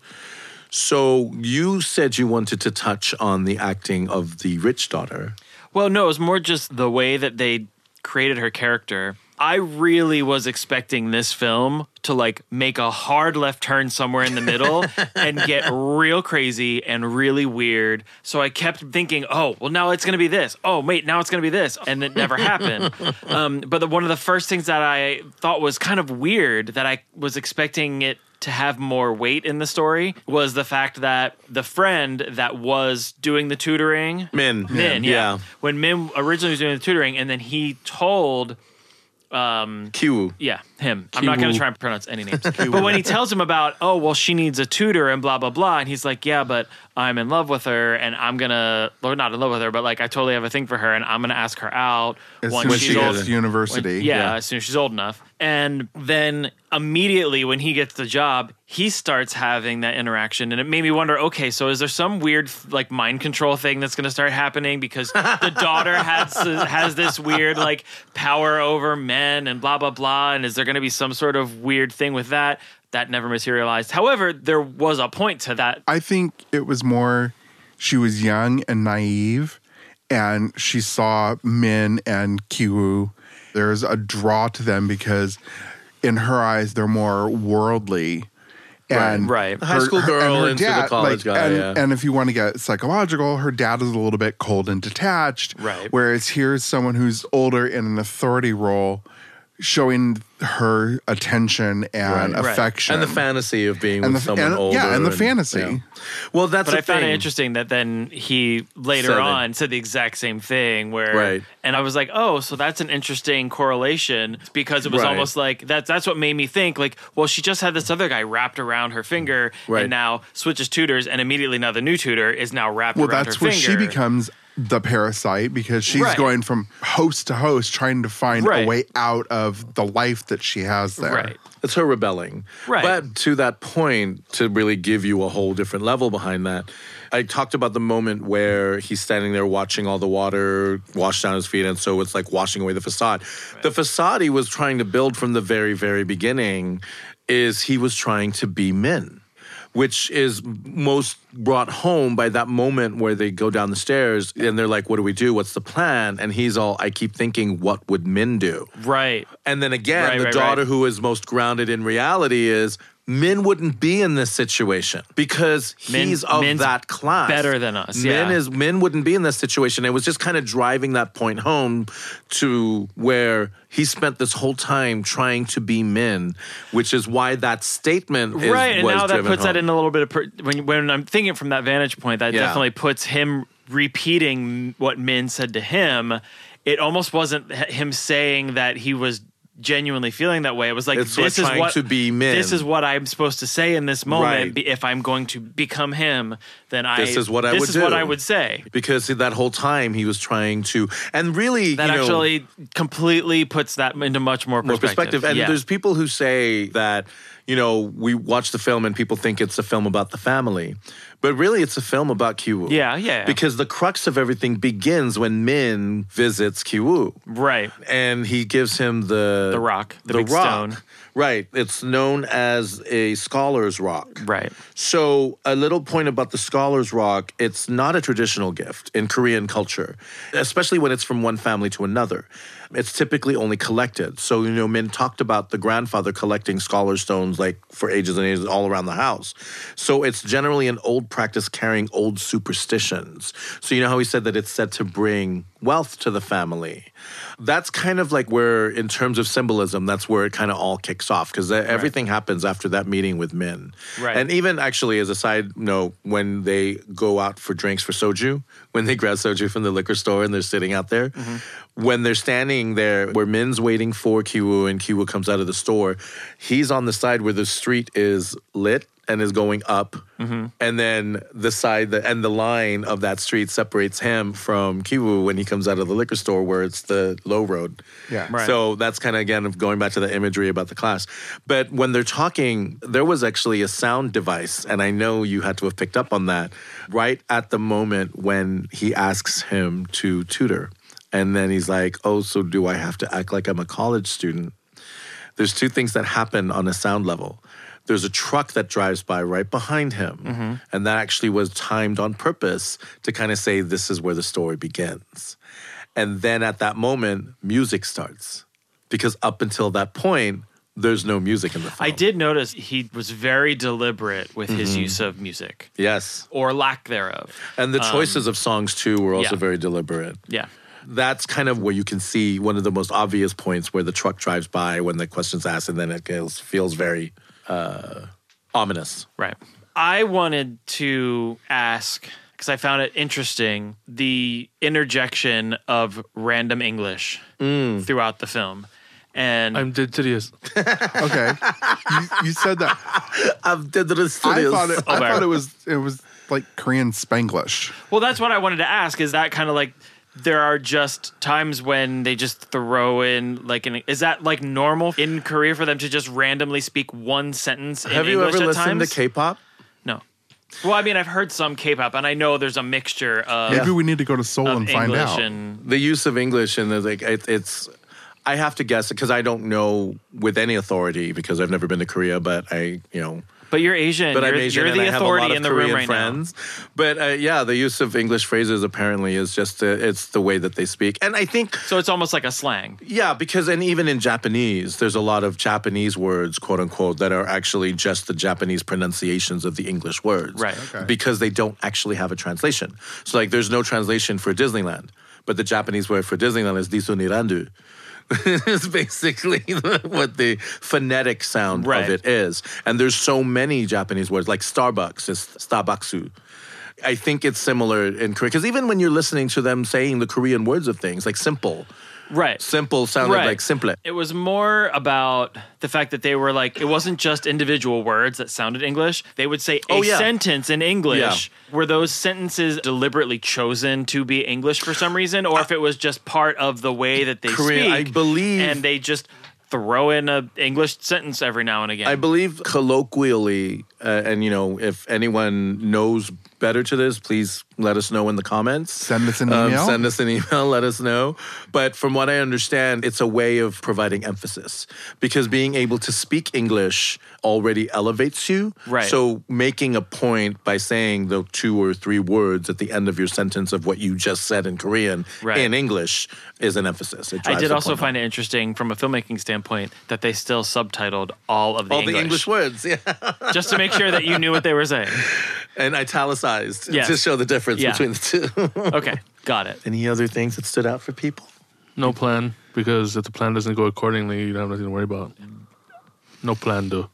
Speaker 2: So you said you wanted to touch on the acting of the rich daughter.
Speaker 4: Well, no, it was more just the way that they created her character. I really was expecting this film to like make a hard left turn somewhere in the middle and get real crazy and really weird. So I kept thinking, oh, well, now it's going to be this. Oh, wait, now it's going to be this. And it never happened. Um, but the, one of the first things that I thought was kind of weird that I was expecting it to have more weight in the story was the fact that the friend that was doing the tutoring
Speaker 2: Min.
Speaker 4: Min, yeah. When Min originally was doing the tutoring, and then he told,
Speaker 2: Q.
Speaker 4: yeah, him. I'm not going to
Speaker 5: Kiwoo.
Speaker 4: try and pronounce any names. but when he tells him about, oh, well, she needs a tutor and blah, blah, blah, and he's like, yeah, but I'm in love with her and I'm going to, or not in love with her, but like, I totally have a thing for her and I'm going to ask her out
Speaker 3: as
Speaker 4: once
Speaker 3: soon as
Speaker 4: she's
Speaker 3: she
Speaker 4: old
Speaker 3: goes to university
Speaker 4: when- yeah, as soon as she's old enough. And then immediately when he gets the job, he starts having that interaction. And it made me wonder okay, so is there some weird like mind control thing that's going to start happening because the daughter has, has this weird like power over men and blah, blah, blah. And is there going to be some sort of weird thing with that? That never materialized. However, there was a point to that.
Speaker 3: I think it was more she was young and naive, and she saw Min and Kiwoo. There's a draw to them because, in her eyes, they're more worldly. And
Speaker 4: Right, right.
Speaker 2: The high school girl
Speaker 3: and her
Speaker 2: into the college guy,
Speaker 3: And,
Speaker 2: yeah.
Speaker 3: and if you want to get psychological, her dad is a little bit cold and detached.
Speaker 4: Right.
Speaker 3: Whereas here's someone who's older in an authority role, showing her attention
Speaker 2: Right.
Speaker 3: and
Speaker 4: Right.
Speaker 3: affection
Speaker 2: And the fantasy of being
Speaker 3: And
Speaker 2: with
Speaker 3: the-
Speaker 2: someone
Speaker 3: and- yeah,
Speaker 2: older.
Speaker 3: and the fantasy.
Speaker 2: Well, that's
Speaker 4: But
Speaker 2: the
Speaker 4: I found
Speaker 2: thing.
Speaker 4: it interesting that then he later
Speaker 2: Said it.
Speaker 4: on said the exact same thing where
Speaker 2: Right.
Speaker 4: and I was like, "Oh, so that's an interesting correlation because it was
Speaker 2: Right.
Speaker 4: almost like that's that's what made me think like, well, she just had this other guy wrapped around her finger
Speaker 2: Right.
Speaker 4: and now switches tutors and immediately now the new tutor is now wrapped
Speaker 3: Well,
Speaker 4: around
Speaker 3: that's
Speaker 4: her
Speaker 3: where
Speaker 4: finger.
Speaker 3: she becomes the parasite because she's
Speaker 4: Right.
Speaker 3: going from host to host trying to find
Speaker 4: Right.
Speaker 3: a way out of the life that she has there.
Speaker 4: Right.
Speaker 2: It's her rebelling.
Speaker 4: Right.
Speaker 2: But to that point, to really give you a whole different level behind that, I talked about the moment where he's standing there watching all the water wash down his feet. And so it's like washing away the facade. The facade he was trying to build from the very, very beginning is he was trying to be men. Which is most brought home by that moment where they go down the stairs and they're like, What do we do? What's the plan? And he's all, I keep thinking, What would men do?
Speaker 4: Right.
Speaker 2: And then again,
Speaker 4: Right,
Speaker 2: the
Speaker 4: right,
Speaker 2: daughter
Speaker 4: right.
Speaker 2: who is most grounded in reality is men wouldn't be in this situation because
Speaker 4: Men-
Speaker 2: he's of
Speaker 4: men's
Speaker 2: that class.
Speaker 4: better than us,
Speaker 2: Men
Speaker 4: yeah.
Speaker 2: is men wouldn't be in this situation. It was just kind of driving that point home to where he spent this whole time trying to be men, which is why that statement is,
Speaker 4: right and
Speaker 2: was
Speaker 4: now that
Speaker 2: driven
Speaker 4: puts that
Speaker 2: home.
Speaker 4: in a little bit of per- when when i'm thinking from that vantage point that
Speaker 2: Yeah.
Speaker 4: definitely puts him repeating what men said to him it almost wasn't h- him saying that he was genuinely feeling that way it was like
Speaker 2: It's
Speaker 4: this
Speaker 2: like
Speaker 4: is
Speaker 2: trying
Speaker 4: what
Speaker 2: to be men.
Speaker 4: this is what i'm supposed to say in this moment
Speaker 2: Right.
Speaker 4: Be- if i'm going to become him then i
Speaker 2: This is what I
Speaker 4: this
Speaker 2: would
Speaker 4: is what
Speaker 2: do.
Speaker 4: i would say
Speaker 2: because that whole time he was trying to, and really,
Speaker 4: that
Speaker 2: you know,
Speaker 4: actually completely puts that into much more
Speaker 2: more
Speaker 4: perspective,
Speaker 2: perspective. And
Speaker 4: Yeah.
Speaker 2: there's people who say that, you know, we watch the film and people think it's a film about the family. But really, it's a film about Kiwu.
Speaker 4: Yeah, yeah.
Speaker 2: Because the crux of everything begins when Min visits Kiwu
Speaker 4: right
Speaker 2: and he gives him the
Speaker 4: The rock, the big stone.
Speaker 2: Right. It's known as a scholar's rock.
Speaker 4: right
Speaker 2: So, a little point about the scholar's rock it's not a traditional gift in Korean culture, especially when it's from one family to another. It's typically only collected. So, you know, Min talked about the grandfather collecting scholar stones like for ages and ages all around the house. So, it's generally an old practice carrying old superstitions. So, you know how he said that it's said to bring wealth to the family. That's kind of like where, in terms of symbolism, that's where it kind of all kicks off because everything happens after that meeting with Min.
Speaker 4: Right.
Speaker 2: And even actually, as a side note, when they go out for drinks for soju, when they grab soju from the liquor store and they're sitting out there, when they're standing there where Min's waiting for Kiwu and Kiwu comes out of the store, he's on the side where the street is lit and is going up. And then the side that, and the line of that street separates him from Kiwu when he comes out of the liquor store where it's the low road.
Speaker 3: Yeah.
Speaker 4: Right.
Speaker 2: So that's kind of again of going back to the imagery about the class. But when they're talking, there was actually a sound device, and I know you had to have picked up on that right at the moment when he asks him to tutor. And then he's like, Oh, so do I have to act like I'm a college student? There's two things that happen on a sound level. There's a truck that drives by right behind him.
Speaker 4: Mm-hmm.
Speaker 2: And that actually was timed on purpose to kind of say, This is where the story begins. And then at that moment, music starts. Because up until that point, there's no music in the film. Mm-hmm.
Speaker 4: I did notice he was very deliberate with his use of music
Speaker 2: Yes.
Speaker 4: or lack thereof.
Speaker 2: And the choices of songs, too, were also
Speaker 4: Um, yeah.
Speaker 2: very deliberate.
Speaker 4: Yeah.
Speaker 2: That's kind of where you can see one of the most obvious points where the truck drives by when the question's asked, and then it feels, feels very uh, ominous.
Speaker 4: Right. I wanted to ask because I found it interesting the interjection of random English
Speaker 2: Mm.
Speaker 4: throughout the film. And
Speaker 5: I'm dead serious.
Speaker 3: Okay,
Speaker 4: [laughs]
Speaker 3: you, you said that.
Speaker 2: I
Speaker 3: I thought
Speaker 2: thought
Speaker 4: [laughs]
Speaker 3: it. I
Speaker 4: Over.
Speaker 3: thought it was. It was like Korean Spanglish.
Speaker 4: well, that's what I wanted to ask is that kind of like there are just times when they just throw in like an is that like normal in Korea for them to just randomly speak one sentence in
Speaker 2: Have you
Speaker 4: English
Speaker 2: ever
Speaker 4: at
Speaker 2: listened
Speaker 4: times?
Speaker 2: to K-pop?
Speaker 4: No. Well, I mean, I've heard some K-pop, and I know there's a mixture of,
Speaker 3: Maybe we need to go to Seoul
Speaker 4: of
Speaker 3: and
Speaker 4: English
Speaker 3: find out.
Speaker 4: and
Speaker 2: the use of English and the, like it, it's. I have to guess because I don't know with any authority because I've never been to Korea, but I you know,
Speaker 4: but you're Asian.
Speaker 2: but
Speaker 4: you're,
Speaker 2: I'm Asian
Speaker 4: you're
Speaker 2: and
Speaker 4: the
Speaker 2: I have a lot
Speaker 4: authority
Speaker 2: of
Speaker 4: in the
Speaker 2: Korean
Speaker 4: room right
Speaker 2: friends. But uh, yeah, the use of English phrases apparently is just uh it's the way that they speak, and I think
Speaker 4: now. So it's almost like a slang.
Speaker 2: yeah, because and even in Japanese, there's a lot of Japanese words, quote unquote, that are actually just the Japanese pronunciations of the English words.
Speaker 4: Right. Okay.
Speaker 2: Because they don't actually have a translation. So like there's no translation for Disneyland, but the Japanese word for Disneyland is Disunirandu. [laughs] it's basically [laughs] what the phonetic sound
Speaker 4: Right.
Speaker 2: of it is. And there's so many Japanese words, like Starbucks is Starbucksu. I think it's similar in Korea. Because even when you're listening to them saying the Korean words of things, like simple,
Speaker 4: Right.
Speaker 2: simple sounded
Speaker 4: Right.
Speaker 2: like simple.
Speaker 4: It was more about the fact that they were like, it wasn't just individual words that sounded English. They would say a
Speaker 2: Oh, yeah.
Speaker 4: sentence in English. Were those sentences deliberately chosen to be English for some reason, or if it was just part of the way that they
Speaker 2: Korean- I
Speaker 4: speak?
Speaker 2: believe-
Speaker 4: and they just throw in a English sentence every now and again.
Speaker 2: I believe colloquially Uh, and you know, if anyone knows better to this, please let us know in the comments. Um,
Speaker 3: Send us an email?
Speaker 2: send us an email. [laughs] Let us know. But from what I understand, it's a way of providing emphasis because being able to speak English already elevates you.
Speaker 4: Right.
Speaker 2: So making a point by saying the two or three words at the end of your sentence of what you just said in Korean
Speaker 4: Right.
Speaker 2: in English is an emphasis. It
Speaker 4: I
Speaker 2: drives
Speaker 4: did
Speaker 2: the
Speaker 4: also
Speaker 2: point home.
Speaker 4: find it interesting from a filmmaking standpoint that they still subtitled all of the,
Speaker 2: all
Speaker 4: English,
Speaker 2: the English words. [laughs] Yeah.
Speaker 4: just to make sure that you knew what they were [laughs] saying.
Speaker 2: and italicized
Speaker 4: Yes.
Speaker 2: to show the difference
Speaker 4: Yeah.
Speaker 2: between the two. [laughs]
Speaker 4: Okay, got it.
Speaker 2: Any other things that stood out for people?
Speaker 5: No plan, because if the plan doesn't go accordingly, you don't have nothing to worry about. No plan, though.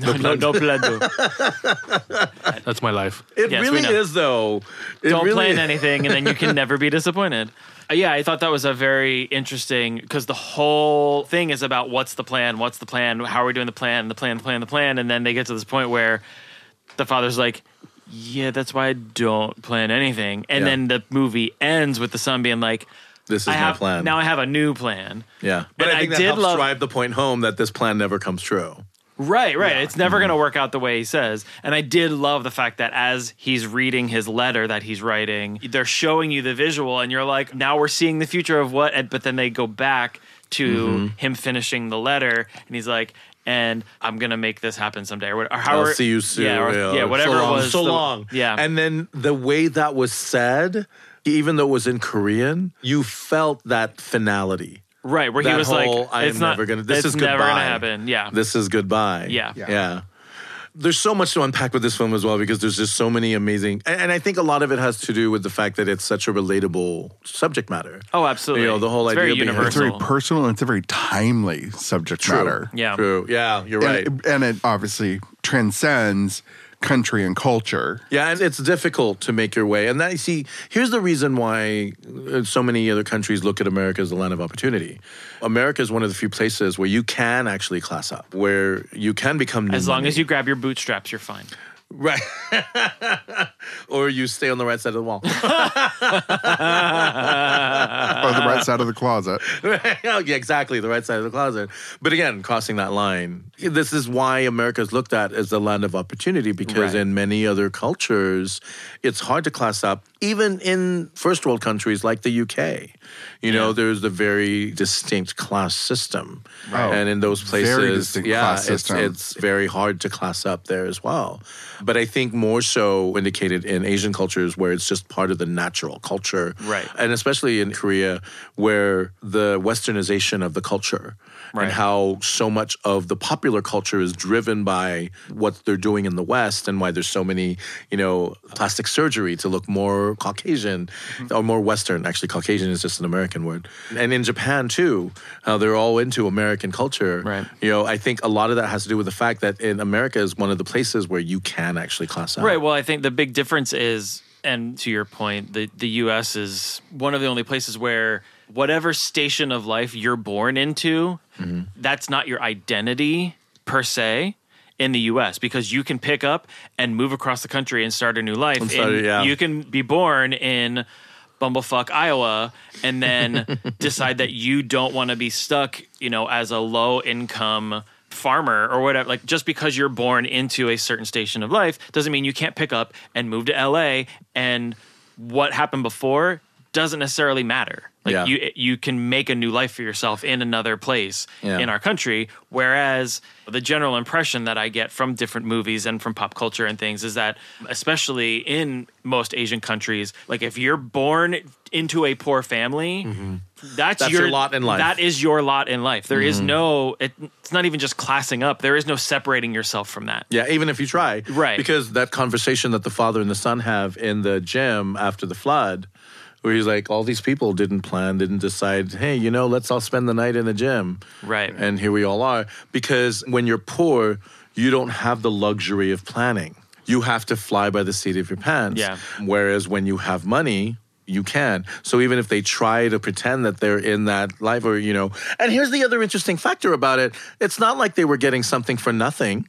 Speaker 4: No, no, no plan. [laughs] to-
Speaker 5: That's my life.
Speaker 2: It
Speaker 4: Yes, we
Speaker 2: really
Speaker 4: know.
Speaker 2: is, though. It
Speaker 4: Don't
Speaker 2: really
Speaker 4: plan anything, and then you can never be disappointed. Uh, [laughs] Yeah, I thought that was a very interesting because the whole thing is about what's the plan, what's the plan, how are we doing the plan, the plan, the plan, the plan, and then they get to this point where the father's like, "Yeah, that's why I don't plan anything," and
Speaker 2: Yeah.
Speaker 4: then the movie ends with the son being like,
Speaker 2: This is
Speaker 4: I
Speaker 2: my
Speaker 4: have,
Speaker 2: plan.
Speaker 4: Now I have a new plan.
Speaker 2: yeah, but
Speaker 4: And
Speaker 2: I think
Speaker 4: I
Speaker 2: that
Speaker 4: did
Speaker 2: helps
Speaker 4: love-
Speaker 2: drive the point home that this plan never comes true.
Speaker 4: Right, right. It's never going to work out the way he says. And I did love the fact that as he's reading his letter that he's writing, they're showing you the visual and you're like, now we're seeing the future of what? and- But then they go back to
Speaker 2: Mm-hmm.
Speaker 4: him finishing the letter and he's like, and I'm going to make this happen someday. Or, what- or how
Speaker 2: I'll see you soon.
Speaker 4: Yeah, or-
Speaker 2: yeah,
Speaker 4: yeah,
Speaker 2: so
Speaker 4: whatever
Speaker 2: long,
Speaker 4: it was.
Speaker 2: So
Speaker 4: the-
Speaker 2: long.
Speaker 4: Yeah.
Speaker 2: And then the way that was said, even though it was in Korean, you felt that finality.
Speaker 4: right, where he
Speaker 2: that
Speaker 4: was
Speaker 2: whole,
Speaker 4: like,
Speaker 2: I
Speaker 4: it's
Speaker 2: am
Speaker 4: not,
Speaker 2: never gonna. This
Speaker 4: it's
Speaker 2: is
Speaker 4: never
Speaker 2: goodbye.
Speaker 4: to happen. Yeah.
Speaker 2: This is goodbye.
Speaker 4: Yeah.
Speaker 2: yeah.
Speaker 4: Yeah.
Speaker 2: There's so much to unpack with this film as well because there's just so many amazing, and and I think a lot of it has to do with the fact that it's such a relatable subject matter.
Speaker 4: oh, absolutely.
Speaker 2: You know, the whole
Speaker 4: it's
Speaker 2: idea
Speaker 4: Very
Speaker 2: being-
Speaker 3: It's very
Speaker 4: universal.
Speaker 3: personal and it's a very timely subject matter.
Speaker 4: Yeah.
Speaker 2: True. Yeah, you're right.
Speaker 3: And, and it obviously transcends country and culture.
Speaker 2: Yeah, and it's difficult to make your way. And that, you see, here's the reason why uh, so many other countries look at America as a land of opportunity. America is one of the few places where you can actually class up, where you can become new
Speaker 4: As long
Speaker 2: money.
Speaker 4: as
Speaker 2: [laughs]
Speaker 4: you grab your bootstraps, you're fine.
Speaker 2: right, [laughs] or you stay on the right side of the wall.
Speaker 3: or
Speaker 4: Ah.
Speaker 3: the right side of the closet.
Speaker 2: [laughs] Oh, yeah, exactly, the right side of the closet. But again, crossing that line, this is why America is looked at as the land of opportunity because
Speaker 4: Right.
Speaker 2: in many other cultures, it's hard to class up, even in first world countries like the UK. You know, there's a very distinct class system.
Speaker 3: Right.
Speaker 2: And in those
Speaker 3: Oh, Very
Speaker 2: places,
Speaker 3: distinct
Speaker 2: yeah,
Speaker 3: class
Speaker 2: it's-
Speaker 3: system.
Speaker 2: it's it's very hard to class up there as well. But I think more so indicated in Asian cultures where it's just part of the natural culture.
Speaker 4: Right.
Speaker 2: And especially in Korea where the westernization of the culture and
Speaker 4: Right.
Speaker 2: how so much of the popular culture is driven by what they're doing in the West and why there's so many, you know, plastic surgery to look more Caucasian
Speaker 4: Mm-hmm.
Speaker 2: or more Western. Actually, Caucasian is just an American word. And in Japan too, how they're all into American culture.
Speaker 4: Right.
Speaker 2: You know, I think a lot of that has to do with the fact that in America is one of the places where you can actually class out.
Speaker 4: Right. Well, I think the big difference is, and to your point, the, the US is one of the only places where whatever station of life you're born into,
Speaker 2: Mm-hmm.
Speaker 4: that's not your identity per se in the US because you can pick up and move across the country and start a new life.
Speaker 2: start
Speaker 4: and
Speaker 2: it, yeah.
Speaker 4: You can be born in bumblefuck Iowa and then decide that you don't want to be stuck, you know, as a low income farmer or whatever. Like just because you're born into a certain station of life doesn't mean you can't pick up and move to LA and what happened before doesn't necessarily matter. Like
Speaker 2: Yeah.
Speaker 4: you you can make a new life for yourself in another place
Speaker 2: Yeah.
Speaker 4: in our country whereas the general impression that I get from different movies and from pop culture and things is that especially in most Asian countries like if you're born into a poor family that's,
Speaker 2: That's your lot in life.
Speaker 4: That is your lot in life. There is no it, it's not even just classing up. There is no separating yourself from that.
Speaker 2: Yeah, even if you try.
Speaker 4: Right.
Speaker 2: Because that conversation that the father and the son have in the gym after the flood, where he's like, all these people didn't plan, didn't decide, hey, you know, let's all spend the night in the gym.
Speaker 4: Right.
Speaker 2: And here we all are. Because when you're poor, you don't have the luxury of planning. You have to fly by the seat of your pants.
Speaker 4: Yeah.
Speaker 2: Whereas when you have money, you can. So even if they try to pretend that they're in that life or, you know, and here's the other interesting factor about it it's not like they were getting something for nothing.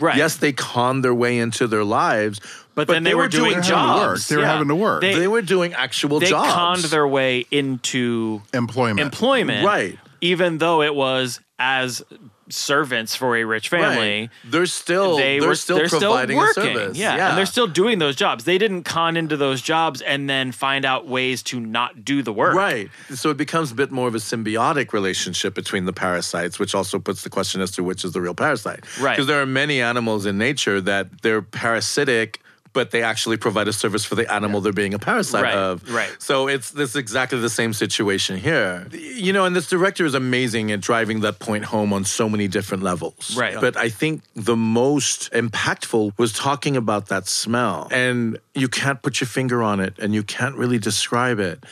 Speaker 4: Right.
Speaker 2: Yes, they conned their way into their lives,
Speaker 4: But then they were doing
Speaker 3: They're having to work.
Speaker 4: jobs.
Speaker 3: They were
Speaker 4: Yeah.
Speaker 3: having to work.
Speaker 4: They-
Speaker 2: They were doing actual
Speaker 4: they
Speaker 2: jobs.
Speaker 4: conned their way into
Speaker 3: Employment.
Speaker 4: employment.
Speaker 2: Right.
Speaker 4: Even though it was as servants for a rich family.
Speaker 2: Right. They're still
Speaker 4: They
Speaker 2: they
Speaker 4: were
Speaker 2: are still
Speaker 4: they're
Speaker 2: providing
Speaker 4: still working.
Speaker 2: a service.
Speaker 4: Yeah. and they're still doing those jobs. They didn't con into those jobs and then find out ways to not do the work.
Speaker 2: Right. So it becomes a bit more of a symbiotic relationship between the parasites, which also puts the question as to which is the real parasite.
Speaker 4: Right.
Speaker 2: Because there are many animals in nature that they're parasitic. But they actually provide a service for the animal they're being a parasite
Speaker 4: Right,
Speaker 2: of.
Speaker 4: right.
Speaker 2: So it's this is exactly the same situation here. You know, and this director is amazing at driving that point home on so many different levels.
Speaker 4: Right.
Speaker 2: But I think the most impactful was talking about that smell. And you can't put your finger on it and you can't really describe it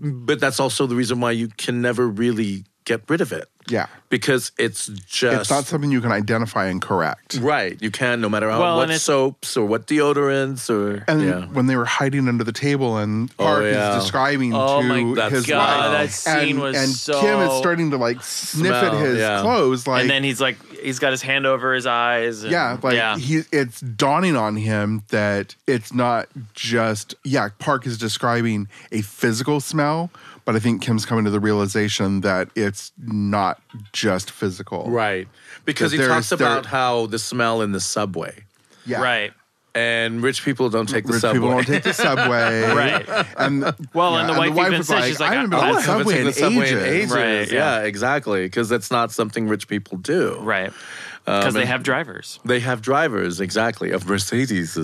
Speaker 2: but that's also the reason why you can never really get rid of it.
Speaker 3: Yeah.
Speaker 2: Because it's just
Speaker 3: It's not something you can identify and correct.
Speaker 2: right. You can no matter how
Speaker 4: Well,
Speaker 2: what
Speaker 4: and it's-
Speaker 2: soaps or what deodorants or
Speaker 3: And
Speaker 2: yeah. Oh,
Speaker 3: when they were hiding under the table and Park
Speaker 2: yeah.
Speaker 3: is describing
Speaker 4: Oh
Speaker 3: to
Speaker 4: my
Speaker 2: that's
Speaker 3: his
Speaker 2: God,
Speaker 3: wife,
Speaker 4: that scene
Speaker 3: and,
Speaker 4: was
Speaker 3: and
Speaker 4: so-
Speaker 3: Kim is starting to like sniff
Speaker 2: Smell,
Speaker 3: at his
Speaker 2: yeah.
Speaker 3: clothes, like
Speaker 4: and then he's like, he's got his hand over his eyes. and-
Speaker 3: yeah, like
Speaker 4: yeah.
Speaker 3: he, it's dawning on him that it's not just yeah. Park is describing a physical smell, but I think Kim's coming to the realization that it's not just physical,
Speaker 2: right. Because he
Speaker 3: There
Speaker 2: talks
Speaker 3: is- there-
Speaker 2: about how the smell in the subway.
Speaker 3: Yeah,
Speaker 4: Right.
Speaker 2: And rich people don't take the
Speaker 3: Rich
Speaker 2: subway.
Speaker 3: people don't
Speaker 2: [laughs]
Speaker 3: take the subway,
Speaker 4: Right.
Speaker 3: And
Speaker 4: Well, and the wife even
Speaker 3: was
Speaker 4: says, she's like,
Speaker 3: I haven't been
Speaker 4: "I
Speaker 3: on the
Speaker 2: haven't
Speaker 3: subway
Speaker 2: taken
Speaker 3: in
Speaker 2: the subway in ages.
Speaker 3: ages."
Speaker 4: Right,
Speaker 2: yeah.
Speaker 4: yeah.
Speaker 2: exactly. Because that's not something rich people do.
Speaker 4: Right.
Speaker 2: Um,
Speaker 4: Because they have drivers.
Speaker 2: They have drivers, exactly, of Mercedes.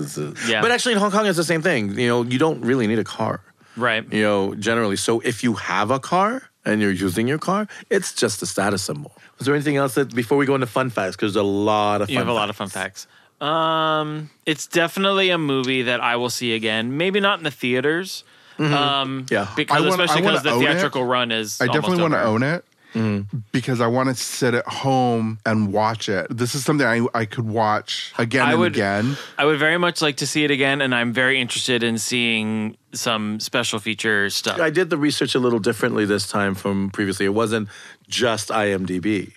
Speaker 4: Yeah.
Speaker 2: But actually, in Hong Kong, it's the same thing. You know, you don't really need a car.
Speaker 4: Right.
Speaker 2: you know, generally. So if you have a car and you're using your car, it's just a status symbol. Is there anything else that before we go into fun facts? Because there's a lot of fun
Speaker 4: You have a lot of fun facts. Um, it's definitely a movie that I will see again. Maybe not in the theaters.
Speaker 2: Mm-hmm.
Speaker 4: Um,
Speaker 2: Yeah.
Speaker 4: because
Speaker 3: I wanna-
Speaker 4: especially
Speaker 3: I wanna
Speaker 4: because the
Speaker 3: own it.
Speaker 4: theatrical run is.
Speaker 3: I definitely
Speaker 4: want
Speaker 3: want to own it
Speaker 4: Mm.
Speaker 3: because I want to sit at home and watch it. This is something I, I could watch again
Speaker 4: I
Speaker 3: and
Speaker 4: would-
Speaker 3: again.
Speaker 4: I would very much like to see it again, and I'm very interested in seeing some special feature stuff.
Speaker 2: I did the research a little differently this time from previously. It wasn't just IMDb.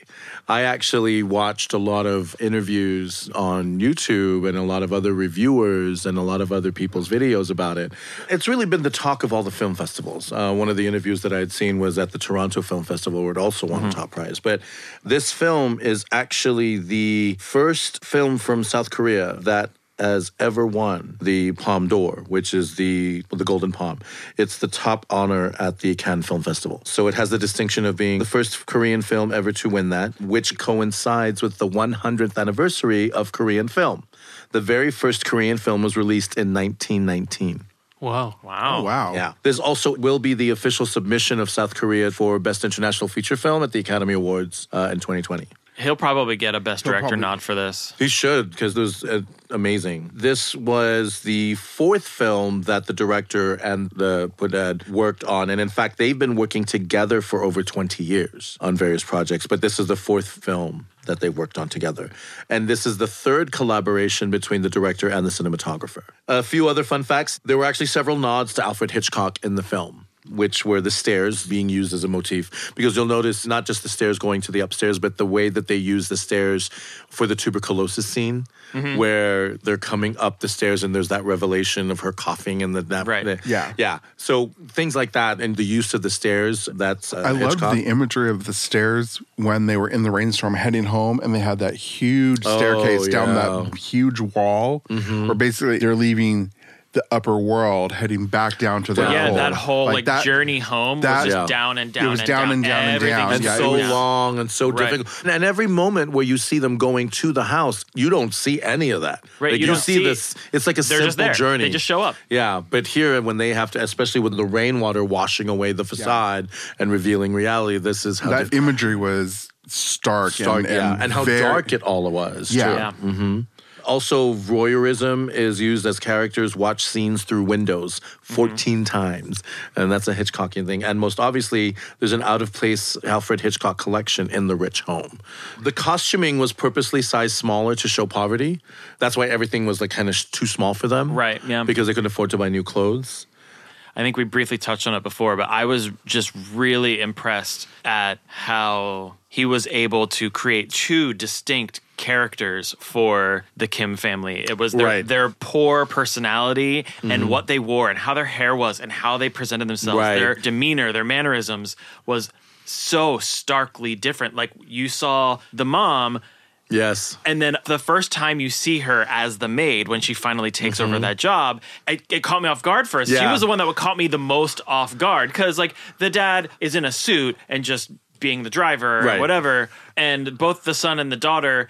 Speaker 2: I actually watched a lot of interviews on YouTube and a lot of other reviewers and a lot of other people's videos about it. It's really been the talk of all the film festivals. Uh, one of the interviews that I had seen was at the Toronto Film Festival, where it also won a top prize. But this film is actually the first film from South Korea that has ever won the Palme d'Or, which is the the Golden Palm. It's the top honor at the Cannes Film Festival. So it has the distinction of being the first Korean film ever to win that, which coincides with the 100th anniversary of Korean film. The very first Korean film was released in 1919.
Speaker 5: Wow.
Speaker 4: Wow.
Speaker 3: Oh, Wow.
Speaker 2: Yeah. This also will be the official submission of South Korea for Best International Feature Film at the Academy Awards uh, in 2020.
Speaker 4: He'll probably get a best director
Speaker 3: probably-
Speaker 4: nod for this.
Speaker 2: He should, because it was uh, amazing. This was the fourth film that the director and the Podad worked on. And in fact, they've been working together for over 20 years on various projects. But this is the fourth film that they worked on together. And this is the third collaboration between the director and the cinematographer. A few other fun facts there were actually several nods to Alfred Hitchcock in the film which were the stairs being used as a motif because you'll notice not just the stairs going to the upstairs but the way that they use the stairs for the tuberculosis scene where they're coming up the stairs and there's that revelation of her coughing and the, that
Speaker 4: Right.
Speaker 2: the-
Speaker 3: Yeah.
Speaker 2: yeah so things like that and the use of the stairs that's uh,
Speaker 3: I loved
Speaker 2: Hitchcock.
Speaker 3: the imagery of the stairs when they were in the rainstorm heading home and they had that huge
Speaker 4: Oh,
Speaker 3: staircase down
Speaker 2: yeah.
Speaker 3: that huge wall
Speaker 4: Mm-hmm.
Speaker 3: where basically they're leaving the upper world heading back down to the
Speaker 4: Yeah,
Speaker 3: hole.
Speaker 4: that whole like,
Speaker 3: Oh, that-
Speaker 4: journey home
Speaker 3: that-
Speaker 4: was just
Speaker 2: Yeah.
Speaker 4: down and down.
Speaker 3: was
Speaker 4: and
Speaker 3: down
Speaker 4: down
Speaker 3: and down and
Speaker 4: Everything
Speaker 3: down.
Speaker 4: was
Speaker 2: and
Speaker 3: Yeah, it
Speaker 2: so
Speaker 4: going down.
Speaker 2: long and so
Speaker 4: Right.
Speaker 2: difficult. And every moment where you see them going to the house, you don't see any of that.
Speaker 4: Right,
Speaker 2: Like, you,
Speaker 4: you don't
Speaker 2: see,
Speaker 4: see-
Speaker 2: this. It's like a
Speaker 4: They're
Speaker 2: simple
Speaker 4: just there.
Speaker 2: journey.
Speaker 4: They just show up.
Speaker 2: Yeah, but here when they have to, especially with the rainwater washing away the facade and revealing reality, this is how
Speaker 3: that
Speaker 2: diff-
Speaker 3: imagery was stark,
Speaker 2: dark,
Speaker 3: and,
Speaker 2: yeah, and how
Speaker 3: very-
Speaker 2: dark it all was.
Speaker 3: Yeah.
Speaker 2: too.
Speaker 4: Yeah.
Speaker 2: Also, voyeurism is used as characters watch scenes through windows
Speaker 4: Mm-hmm.
Speaker 2: 14 times, and that's a Hitchcockian thing. And most obviously, there's an out of place Alfred Hitchcock collection in the rich home. The costuming was purposely sized smaller to show poverty. That's why everything was like kind of too small for them,
Speaker 4: Right, yeah.
Speaker 2: because they couldn't afford to buy new clothes.
Speaker 4: I think we briefly touched on it before, but I was just really impressed at how he was able to create two distinct characters for the Kim family. It was their,
Speaker 2: Right. Mm-hmm.
Speaker 4: their poor personality and what they wore and how their hair was and how they presented themselves.
Speaker 2: Right.
Speaker 4: Their demeanor, their mannerisms was so starkly different. Like you saw the mom
Speaker 2: Yes.
Speaker 4: and then the first time you see her as the maid when she finally takes over that job, it, it caught me off guard first. She
Speaker 2: Mm-hmm. Yeah.
Speaker 4: was the one that would caught me the most off guard because like the dad is in a suit and just being the driver or
Speaker 2: Right.
Speaker 4: whatever, and both the son and the daughter.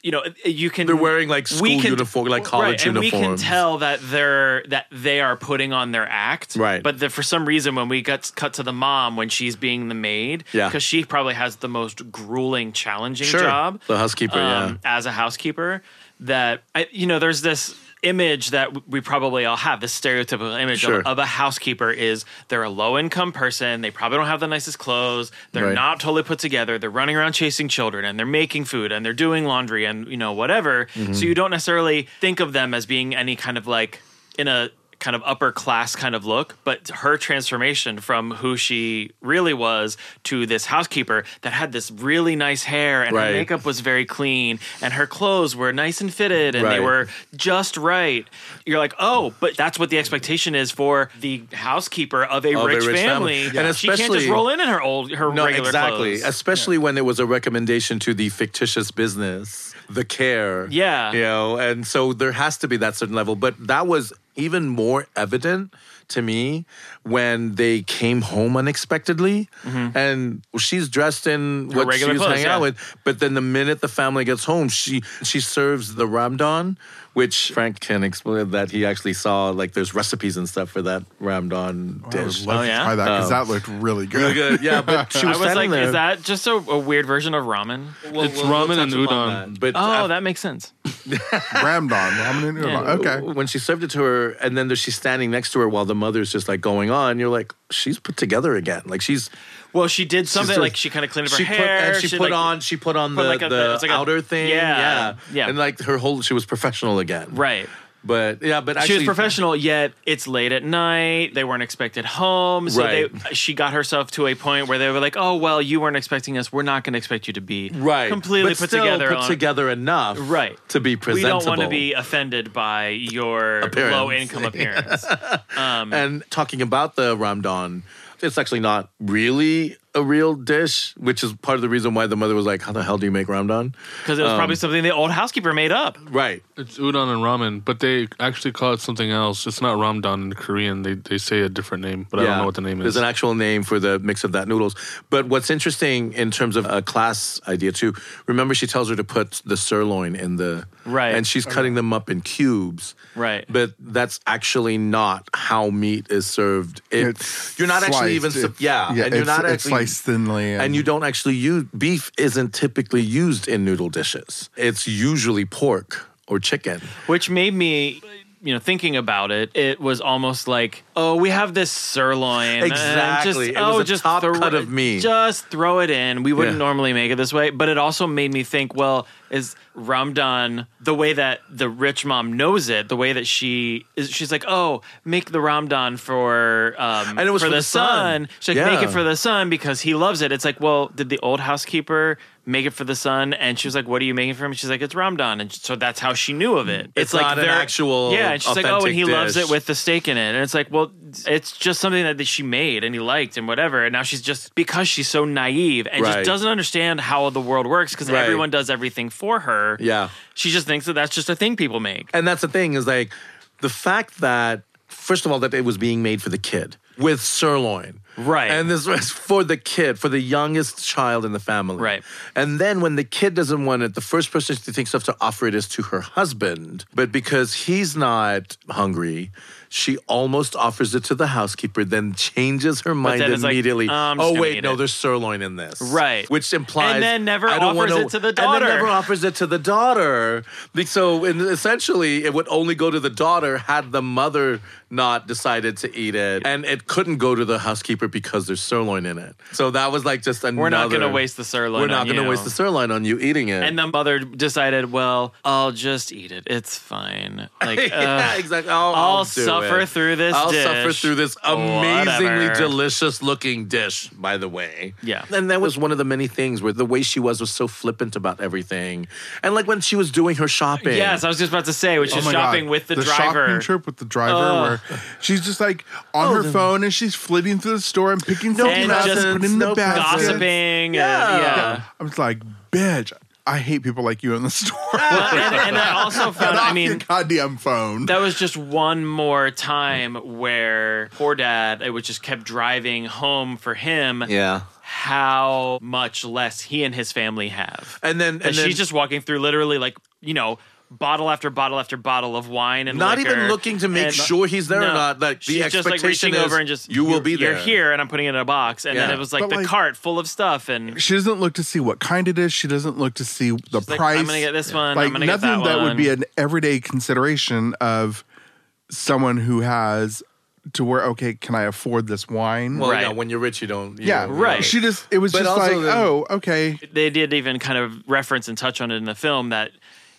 Speaker 4: You know, you can.
Speaker 2: They're wearing, like, school uniform- like, college
Speaker 4: and We can
Speaker 2: uniforms.
Speaker 4: tell that they're that they are putting on their act,
Speaker 2: Right.
Speaker 4: But the, for some reason, when we got cut to the mom when she's being the maid,
Speaker 2: Yeah.
Speaker 4: because she probably has the most grueling, challenging
Speaker 2: Sure.
Speaker 4: job, um,
Speaker 2: The housekeeper, yeah.
Speaker 4: as a housekeeper that I, you know there's this image that w- we probably all have this stereotypical image
Speaker 2: Sure.
Speaker 4: of, of a housekeeper is they're a low income person they probably don't have the nicest clothes they're
Speaker 2: Right.
Speaker 4: not totally put together they're running around chasing children and they're making food and they're doing laundry and you know whatever
Speaker 2: Mm-hmm.
Speaker 4: so you don't necessarily think of them as being any kind of like in a kind of upper class kind of look but her transformation from who she really was to this housekeeper that had this really nice hair and her
Speaker 2: Right.
Speaker 4: makeup was very clean and her clothes were nice and fitted and they
Speaker 2: Right.
Speaker 4: were just right. You're like, oh, but that's what the expectation is for the housekeeper of a,
Speaker 2: Of a
Speaker 4: rich,
Speaker 2: rich
Speaker 4: family.
Speaker 2: family. And
Speaker 4: she can't just
Speaker 2: especially-
Speaker 4: roll in in her old her
Speaker 2: No,
Speaker 4: regular
Speaker 2: exactly.
Speaker 4: clothes.
Speaker 2: Especially when it was a recommendation to the fictitious business, the care.
Speaker 4: Yeah.
Speaker 2: You know, and so there has to be that certain level. But that was even more evident to me when they came home unexpectedly and she's dressed in what
Speaker 4: Mm-hmm.
Speaker 2: she
Speaker 4: regular
Speaker 2: was
Speaker 4: clothes,
Speaker 2: hanging
Speaker 4: yeah.
Speaker 2: out with. But then the minute the family gets home, she she serves the ramdan, which Frank can explain that he actually saw like there's recipes and stuff for that ramdan
Speaker 3: I would
Speaker 2: dish.
Speaker 3: love
Speaker 4: Oh, yeah?
Speaker 3: to try that because that looked really good.
Speaker 2: Really good. Yeah,
Speaker 4: [laughs]
Speaker 2: but she
Speaker 4: I
Speaker 2: was,
Speaker 4: was like,
Speaker 2: standing there.
Speaker 4: is that just a, a weird version of ramen?
Speaker 5: It's ramen and udon.
Speaker 2: Um, But
Speaker 4: Oh,
Speaker 2: af-
Speaker 4: that makes sense.
Speaker 3: Ramdon. Ramen and udon. Okay.
Speaker 2: when she served it to her, and then there- she's standing next to her while the mother's just like going on, you're like, she's put together again. Like she's
Speaker 4: Well, she did something
Speaker 2: just-
Speaker 4: like she kind of cleaned up her
Speaker 2: she put
Speaker 4: hair
Speaker 2: and she, put
Speaker 4: like-
Speaker 2: on she put on
Speaker 4: put
Speaker 2: the,
Speaker 4: like a-
Speaker 2: the
Speaker 4: it's like a-
Speaker 2: outer thing.
Speaker 4: yeah,
Speaker 2: yeah,
Speaker 4: yeah.
Speaker 2: and like her whole she was professional again.
Speaker 4: right.
Speaker 2: But yeah, but
Speaker 4: she
Speaker 2: actually,
Speaker 4: was professional, yet it's late at night. They weren't expected home, so
Speaker 2: Right.
Speaker 4: they, she got herself to a point where they were like, "Oh well, you weren't expecting us. We're not going to expect you to be
Speaker 2: Right,
Speaker 4: completely
Speaker 2: but
Speaker 4: put
Speaker 2: still
Speaker 4: together.
Speaker 2: put
Speaker 4: on-
Speaker 2: together enough,
Speaker 4: Right.
Speaker 2: to be
Speaker 4: we
Speaker 2: presentable.
Speaker 4: don't want to be offended by your
Speaker 2: Appearance.
Speaker 4: low
Speaker 2: [laughs]
Speaker 4: income appearance. Um,
Speaker 2: And talking about the ramdan, it's actually not really a real dish, which is part of the reason why the mother was like, "How the hell do you make ramdan?"
Speaker 4: Because it
Speaker 2: Um,
Speaker 4: was probably something the old housekeeper made up.
Speaker 2: Right.
Speaker 5: It's udon and ramen, but they actually call it something else. It's not ramdon in Korean. They they say a different name, but I don't know what the name
Speaker 2: There's
Speaker 5: is.
Speaker 2: an actual name for the mix of that noodles. But what's interesting in terms of a class idea too, remember she tells her to put the sirloin in the
Speaker 4: Right.
Speaker 2: and she's cutting them up in cubes.
Speaker 4: Right.
Speaker 2: But that's actually not how meat is served. It,
Speaker 3: It's
Speaker 2: you're not actually
Speaker 3: sliced.
Speaker 2: even sup-
Speaker 3: It's-
Speaker 2: yeah, and you're
Speaker 3: it's,
Speaker 2: not
Speaker 3: it's
Speaker 2: actually
Speaker 3: sliced thinly, and,
Speaker 2: and you don't actually use beef isn't typically used in noodle dishes. It's usually pork or chicken.
Speaker 4: which made me you know thinking about it it was almost like oh we have this sirloin and
Speaker 2: Exactly.
Speaker 4: just,
Speaker 2: It
Speaker 4: oh
Speaker 2: was a
Speaker 4: just
Speaker 2: top
Speaker 4: throw
Speaker 2: cut
Speaker 4: it-
Speaker 2: of meat.
Speaker 4: just throw it in we wouldn't
Speaker 2: Yeah.
Speaker 4: normally make it this way but it also made me think well is ramdan the way that the rich mom knows it the way that she is she's like oh make the ramdan for um
Speaker 2: And it was for
Speaker 4: the
Speaker 2: the son.
Speaker 4: she's like make
Speaker 2: Yeah.
Speaker 4: it for the son because he loves it it's like well did the old housekeeper make it for the son and she was like what are you making for him she's like it's ramdan and so that's how she knew of it
Speaker 2: It's not an
Speaker 4: they're-
Speaker 2: actual
Speaker 4: Yeah, and she's like, oh, and
Speaker 2: authentic
Speaker 4: he loves
Speaker 2: dish.
Speaker 4: it with the steak in it, and it's like, well, it's just something that she made and he liked and whatever, and now she's just because she's so naive and just
Speaker 2: Right.
Speaker 4: doesn't understand how the world works because
Speaker 2: Right.
Speaker 4: everyone does everything for her.
Speaker 2: Yeah.
Speaker 4: she just thinks that that's just a thing people make.
Speaker 2: And that's the thing is like the fact that first of all that it was being made for the kid with sirloin.
Speaker 4: Right.
Speaker 2: And this was for the kid, for the youngest child in the family.
Speaker 4: Right.
Speaker 2: And then when the kid doesn't want it, the first person she thinks of to offer it is to her husband. But because he's not hungry, she almost offers it to the housekeeper, then changes her mind
Speaker 4: then it's like,
Speaker 2: immediately.
Speaker 4: "Oh, I'm just
Speaker 2: oh
Speaker 4: gonna
Speaker 2: wait,
Speaker 4: eat
Speaker 2: no,
Speaker 4: it."
Speaker 2: there's sirloin in this.
Speaker 4: Right.
Speaker 2: Which implies
Speaker 4: And then never
Speaker 2: I don't
Speaker 4: offers
Speaker 2: wanna-
Speaker 4: it to the
Speaker 2: And
Speaker 4: daughter.
Speaker 2: then never offers it to the daughter. Be- So and essentially, it would only go to the daughter had the mother not decided to eat it, and it couldn't go to the housekeeper because there's sirloin in it. So that was like just another.
Speaker 4: We're not going to waste the sirloin.
Speaker 2: We're not
Speaker 4: going
Speaker 2: gonna waste the sirloin on you eating it.
Speaker 4: And [laughs] the mother decided, well, I'll just eat it. It's fine. Like,
Speaker 2: [laughs] [laughs] yeah,
Speaker 4: ugh.
Speaker 2: exactly. I'll,
Speaker 4: I'll
Speaker 2: I'll do
Speaker 4: suffer
Speaker 2: it.
Speaker 4: through this
Speaker 2: I'll
Speaker 4: dish.
Speaker 2: suffer through this amazingly
Speaker 4: Whatever.
Speaker 2: delicious looking dish, by the way.
Speaker 4: Yeah.
Speaker 2: And that was one of the many things where the way she was was so flippant about everything. And like when she was doing her shopping.
Speaker 4: yes, I was just about to say, which
Speaker 3: Oh
Speaker 4: is
Speaker 3: my
Speaker 4: shopping
Speaker 3: God.
Speaker 4: with the,
Speaker 3: shopping
Speaker 4: driver.
Speaker 3: trip with the driver,
Speaker 4: Oh.
Speaker 3: where she's just like on her phone and she's flitting through the store and picking something up
Speaker 4: just
Speaker 3: and putting it in the
Speaker 2: no
Speaker 3: basket.
Speaker 4: gossiping.
Speaker 2: Yeah.
Speaker 4: And, yeah.
Speaker 3: I'm just like, bitch, I hate people like you in the [laughs] store.
Speaker 4: Well, Uh, and, and I
Speaker 2: [laughs]
Speaker 4: also
Speaker 3: Get
Speaker 4: found, I
Speaker 3: off your
Speaker 4: mean,
Speaker 3: goddamn phone.
Speaker 4: that was just one more time where poor dad, it was just kept driving home for him
Speaker 2: Yeah.
Speaker 4: how much less he and his family have.
Speaker 2: And then, and,
Speaker 4: And,
Speaker 2: then
Speaker 4: she's just walking through literally like, you know, bottle after bottle after bottle of wine and
Speaker 2: not even
Speaker 4: liquor.
Speaker 2: looking to make
Speaker 4: And-
Speaker 2: sure he's there
Speaker 4: No.
Speaker 2: or not. Like the
Speaker 4: She's just
Speaker 2: expectation
Speaker 4: like reaching
Speaker 2: is
Speaker 4: over and just
Speaker 2: you will
Speaker 4: "You're-
Speaker 2: be there.
Speaker 4: You're here, and I'm putting it in a box. And then
Speaker 2: Yeah.
Speaker 4: it was like
Speaker 3: But,
Speaker 4: the
Speaker 3: like-
Speaker 4: cart full of stuff, and
Speaker 3: she doesn't look to see what kind it is. She doesn't look to see the
Speaker 4: it's like,
Speaker 3: price.
Speaker 4: I'm gonna get this one.
Speaker 3: like
Speaker 4: I'm gonna
Speaker 3: nothing
Speaker 4: get that,
Speaker 3: that
Speaker 4: one.
Speaker 3: would be an everyday consideration of someone who has to where okay, can I afford this wine?
Speaker 2: Well,
Speaker 4: Right.
Speaker 2: yeah, when you're rich, you don't. you
Speaker 3: yeah,
Speaker 2: don't-
Speaker 4: right.
Speaker 3: She just it was
Speaker 2: But
Speaker 3: just
Speaker 2: also
Speaker 3: like
Speaker 2: then-
Speaker 3: oh okay,
Speaker 4: they did even kind of reference and touch on it in the film that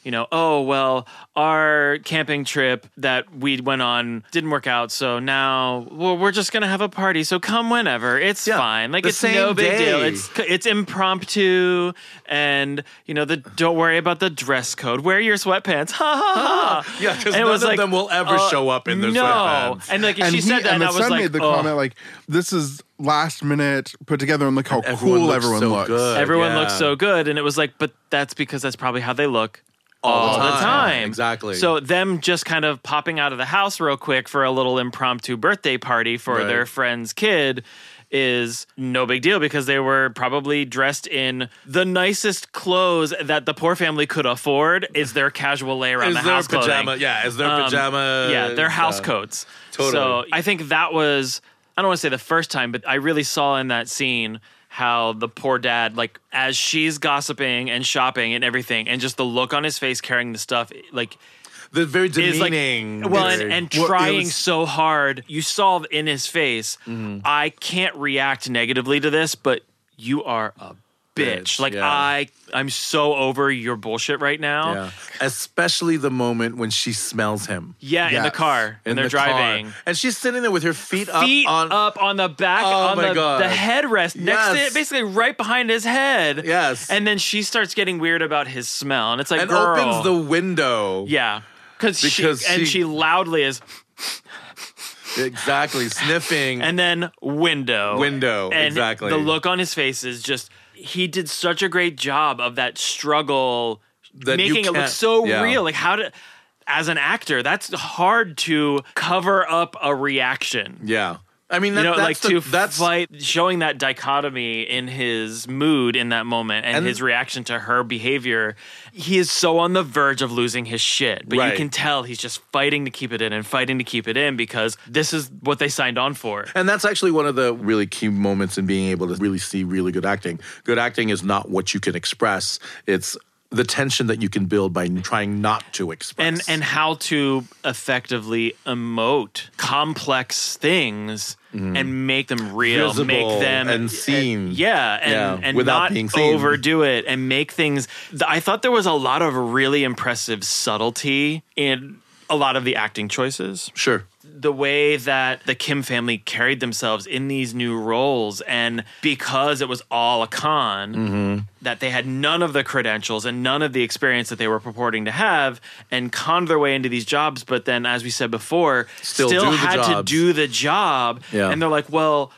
Speaker 4: you know oh well our camping trip that we went on didn't work out so now well we're just gonna have a party so come whenever it's
Speaker 2: Yeah,
Speaker 4: fine like
Speaker 2: the
Speaker 4: it's no
Speaker 2: same
Speaker 4: big
Speaker 2: day.
Speaker 4: deal it's it's impromptu and you know the don't worry about the dress code wear your sweatpants [laughs] ha ha ha
Speaker 2: Yeah, 'cause
Speaker 4: And it
Speaker 2: none
Speaker 4: was
Speaker 2: of them will ever
Speaker 4: uh,
Speaker 2: show up in their
Speaker 4: no
Speaker 2: sweatpants.
Speaker 4: and like
Speaker 3: and
Speaker 4: she
Speaker 3: he-
Speaker 4: said that
Speaker 3: and
Speaker 4: and
Speaker 3: the
Speaker 4: I was
Speaker 3: son
Speaker 4: like
Speaker 3: made the
Speaker 4: oh.
Speaker 3: comment like this is last minute put together and look how
Speaker 2: everyone
Speaker 3: cool
Speaker 2: looks
Speaker 3: everyone
Speaker 2: so
Speaker 3: looks.
Speaker 2: good.
Speaker 4: Everyone
Speaker 2: Yeah.
Speaker 4: looks so good. And it was like, but that's because that's probably how they look all, the, time.
Speaker 2: Exactly.
Speaker 4: So them just kind of popping out of the house real quick for a little impromptu birthday party for
Speaker 2: Right.
Speaker 4: their friend's kid is no big deal because they were probably dressed in the nicest clothes that the poor family could afford is their casual lay around
Speaker 2: is
Speaker 4: the
Speaker 2: their
Speaker 4: house clothing.
Speaker 2: pajama? Yeah, is their
Speaker 4: Um,
Speaker 2: pajama?
Speaker 4: Yeah, their house
Speaker 2: uh,
Speaker 4: coats.
Speaker 2: totally.
Speaker 4: So I think that was I don't want to say the first time, but I really saw in that scene how the poor dad, like as she's gossiping and shopping and everything, and just the look on his face carrying the stuff, like
Speaker 2: They're very
Speaker 4: is like
Speaker 2: demeaning.
Speaker 4: well, and,
Speaker 2: very-
Speaker 4: and
Speaker 3: Well, it
Speaker 4: trying
Speaker 3: was-
Speaker 4: so hard. You saw in his face,
Speaker 2: Mm-hmm.
Speaker 4: I can't react negatively to this, but you are a bitch.
Speaker 2: Bitch,
Speaker 4: like
Speaker 2: yeah.
Speaker 4: I, I'm so over your bullshit right now.
Speaker 2: Yeah. especially the moment when she smells him.
Speaker 4: Yeah, in the
Speaker 3: Yes.
Speaker 4: car, and
Speaker 2: in
Speaker 4: they're
Speaker 2: the car.
Speaker 4: driving.
Speaker 2: and she's sitting there with her feet,
Speaker 4: feet
Speaker 2: up on.
Speaker 4: the back
Speaker 2: Oh
Speaker 4: on
Speaker 2: my
Speaker 4: the,
Speaker 2: God.
Speaker 4: the headrest next to
Speaker 2: Yes.
Speaker 4: it, basically right behind his head.
Speaker 2: Yes.
Speaker 4: And then she starts getting weird about his smell. And it's like,
Speaker 2: and
Speaker 4: girl.
Speaker 2: opens the window.
Speaker 4: Yeah. Cause
Speaker 2: Because
Speaker 4: she, and
Speaker 2: she-
Speaker 4: she loudly is,
Speaker 2: exactly. Sniffing.
Speaker 4: and then window.
Speaker 2: Window,
Speaker 4: And
Speaker 2: exactly.
Speaker 4: The look on his face is just, he did such a great job of that struggle,
Speaker 2: That you
Speaker 4: making it look
Speaker 2: can't-
Speaker 4: so
Speaker 2: yeah.
Speaker 4: real. Like, how did. As an actor, that's hard to cover up a reaction.
Speaker 2: yeah, I mean, that,
Speaker 4: you know,
Speaker 2: that's
Speaker 4: like
Speaker 2: the,
Speaker 4: to
Speaker 2: that's
Speaker 4: fight, showing that dichotomy in his mood in that moment and,
Speaker 2: And-
Speaker 4: his reaction to her behavior. He is so on the verge of losing his shit, but you
Speaker 2: Right.
Speaker 4: can tell he's just fighting to keep it in and fighting to keep it in because this is what they signed on for.
Speaker 2: And that's actually one of the really key moments in being able to really see really good acting. Good acting is not what you can express, it's the tension that you can build by trying not to
Speaker 4: And
Speaker 2: express.
Speaker 4: and how to effectively emote complex things and make them real,
Speaker 2: Mm-hmm. Visible
Speaker 4: make them
Speaker 2: and seen.
Speaker 4: Yeah, and,
Speaker 2: Yeah,
Speaker 4: and
Speaker 2: without
Speaker 4: not
Speaker 2: being seen.
Speaker 4: overdo it and make things. th- I thought there was a lot of really impressive subtlety in a lot of the acting choices.
Speaker 2: sure.
Speaker 4: The way that the Kim family carried themselves in these new roles, and because it was all a con,
Speaker 2: Mm-hmm.
Speaker 4: that they had none of the credentials and none of the experience that they were purporting to have, and conned their way into these jobs. But then, as we said before,
Speaker 2: Still do the
Speaker 4: had to
Speaker 2: jobs.
Speaker 4: do the job.
Speaker 2: Yeah.
Speaker 4: And they're like, well,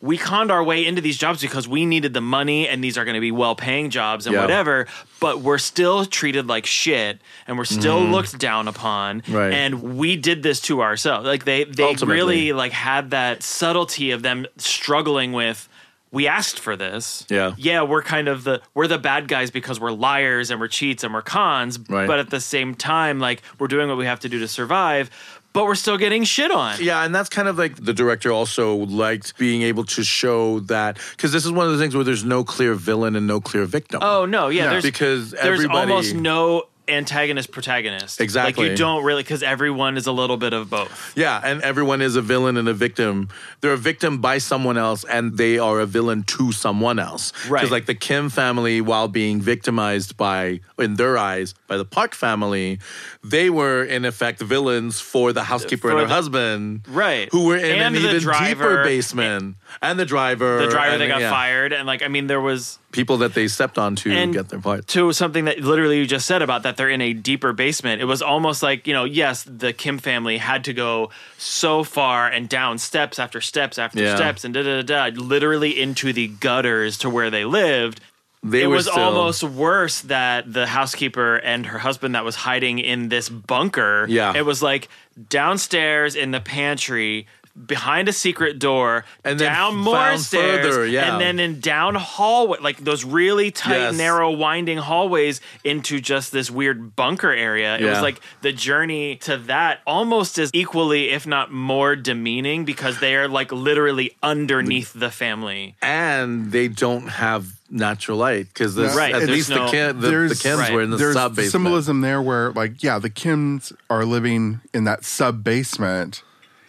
Speaker 4: we conned our way into these jobs because we needed the money and these are going to be well paying jobs and
Speaker 2: Yeah.
Speaker 4: whatever, but we're still treated like shit and we're still
Speaker 2: Mm-hmm.
Speaker 4: looked down upon.
Speaker 2: Right.
Speaker 4: And we did this to ourselves. Like they, they
Speaker 2: Ultimately.
Speaker 4: really like had that subtlety of them struggling with, we asked for this.
Speaker 2: Yeah.
Speaker 4: Yeah. We're kind of the, we're the bad guys because we're liars and we're cheats and we're cons.
Speaker 2: Right.
Speaker 4: But at the same time, like we're doing what we have to do to survive, but we're still getting shit on.
Speaker 2: Yeah, and that's kind of like the director also liked being able to show that because this is one of the things where there's no clear villain and no clear victim.
Speaker 4: Oh no, yeah,
Speaker 3: Yeah.
Speaker 4: there's
Speaker 2: Because
Speaker 4: there's
Speaker 2: everybody-
Speaker 4: almost no antagonist protagonist. Like you
Speaker 2: Exactly.
Speaker 4: don't really because everyone is a little bit of both.
Speaker 2: Yeah, and everyone is a villain and a victim. They're a victim by someone else, and they are a villain to someone else.
Speaker 4: Right.
Speaker 2: Because like the Kim family, while being victimized by, in their eyes, by the Park family, they were in effect villains for the housekeeper
Speaker 4: For
Speaker 2: and her
Speaker 4: the-
Speaker 2: husband,
Speaker 4: Right.
Speaker 2: Who were in
Speaker 4: And
Speaker 2: an
Speaker 4: the
Speaker 2: even
Speaker 4: driver-
Speaker 2: deeper basement, and the driver,
Speaker 4: The driver
Speaker 2: and-
Speaker 4: that got
Speaker 2: yeah.
Speaker 4: fired and like I mean there was
Speaker 2: people that they stepped on to get their part.
Speaker 4: to something that literally you just said about that they're in a deeper basement. It was almost like, you know, yes, the Kim family had to go so far and down steps after steps after
Speaker 2: Yeah.
Speaker 4: steps and da da da da, literally into the gutters to where they lived.
Speaker 2: They
Speaker 4: it
Speaker 2: were
Speaker 4: was
Speaker 2: still-
Speaker 4: almost worse that the housekeeper and her husband that was hiding in this bunker.
Speaker 2: Yeah.
Speaker 4: It was like downstairs in the pantry. Behind a secret door,
Speaker 2: And then
Speaker 4: down more
Speaker 2: found
Speaker 4: stairs,
Speaker 2: further, yeah.
Speaker 4: and then in down hallway, like those really tight,
Speaker 2: Yes.
Speaker 4: narrow, winding hallways into just this weird bunker area. It was
Speaker 2: Yeah.
Speaker 4: like the journey to that almost is equally, if not more, demeaning because they are like literally underneath the family.
Speaker 2: and they don't have natural light because
Speaker 4: Right,
Speaker 2: at
Speaker 4: there's
Speaker 2: least
Speaker 4: no-
Speaker 2: the, Kim, the, the
Speaker 3: There's-
Speaker 2: Kims
Speaker 4: Right.
Speaker 2: were in the
Speaker 3: There's
Speaker 2: sub basement.
Speaker 3: symbolism there where, like, yeah, the Kims are living in that sub basement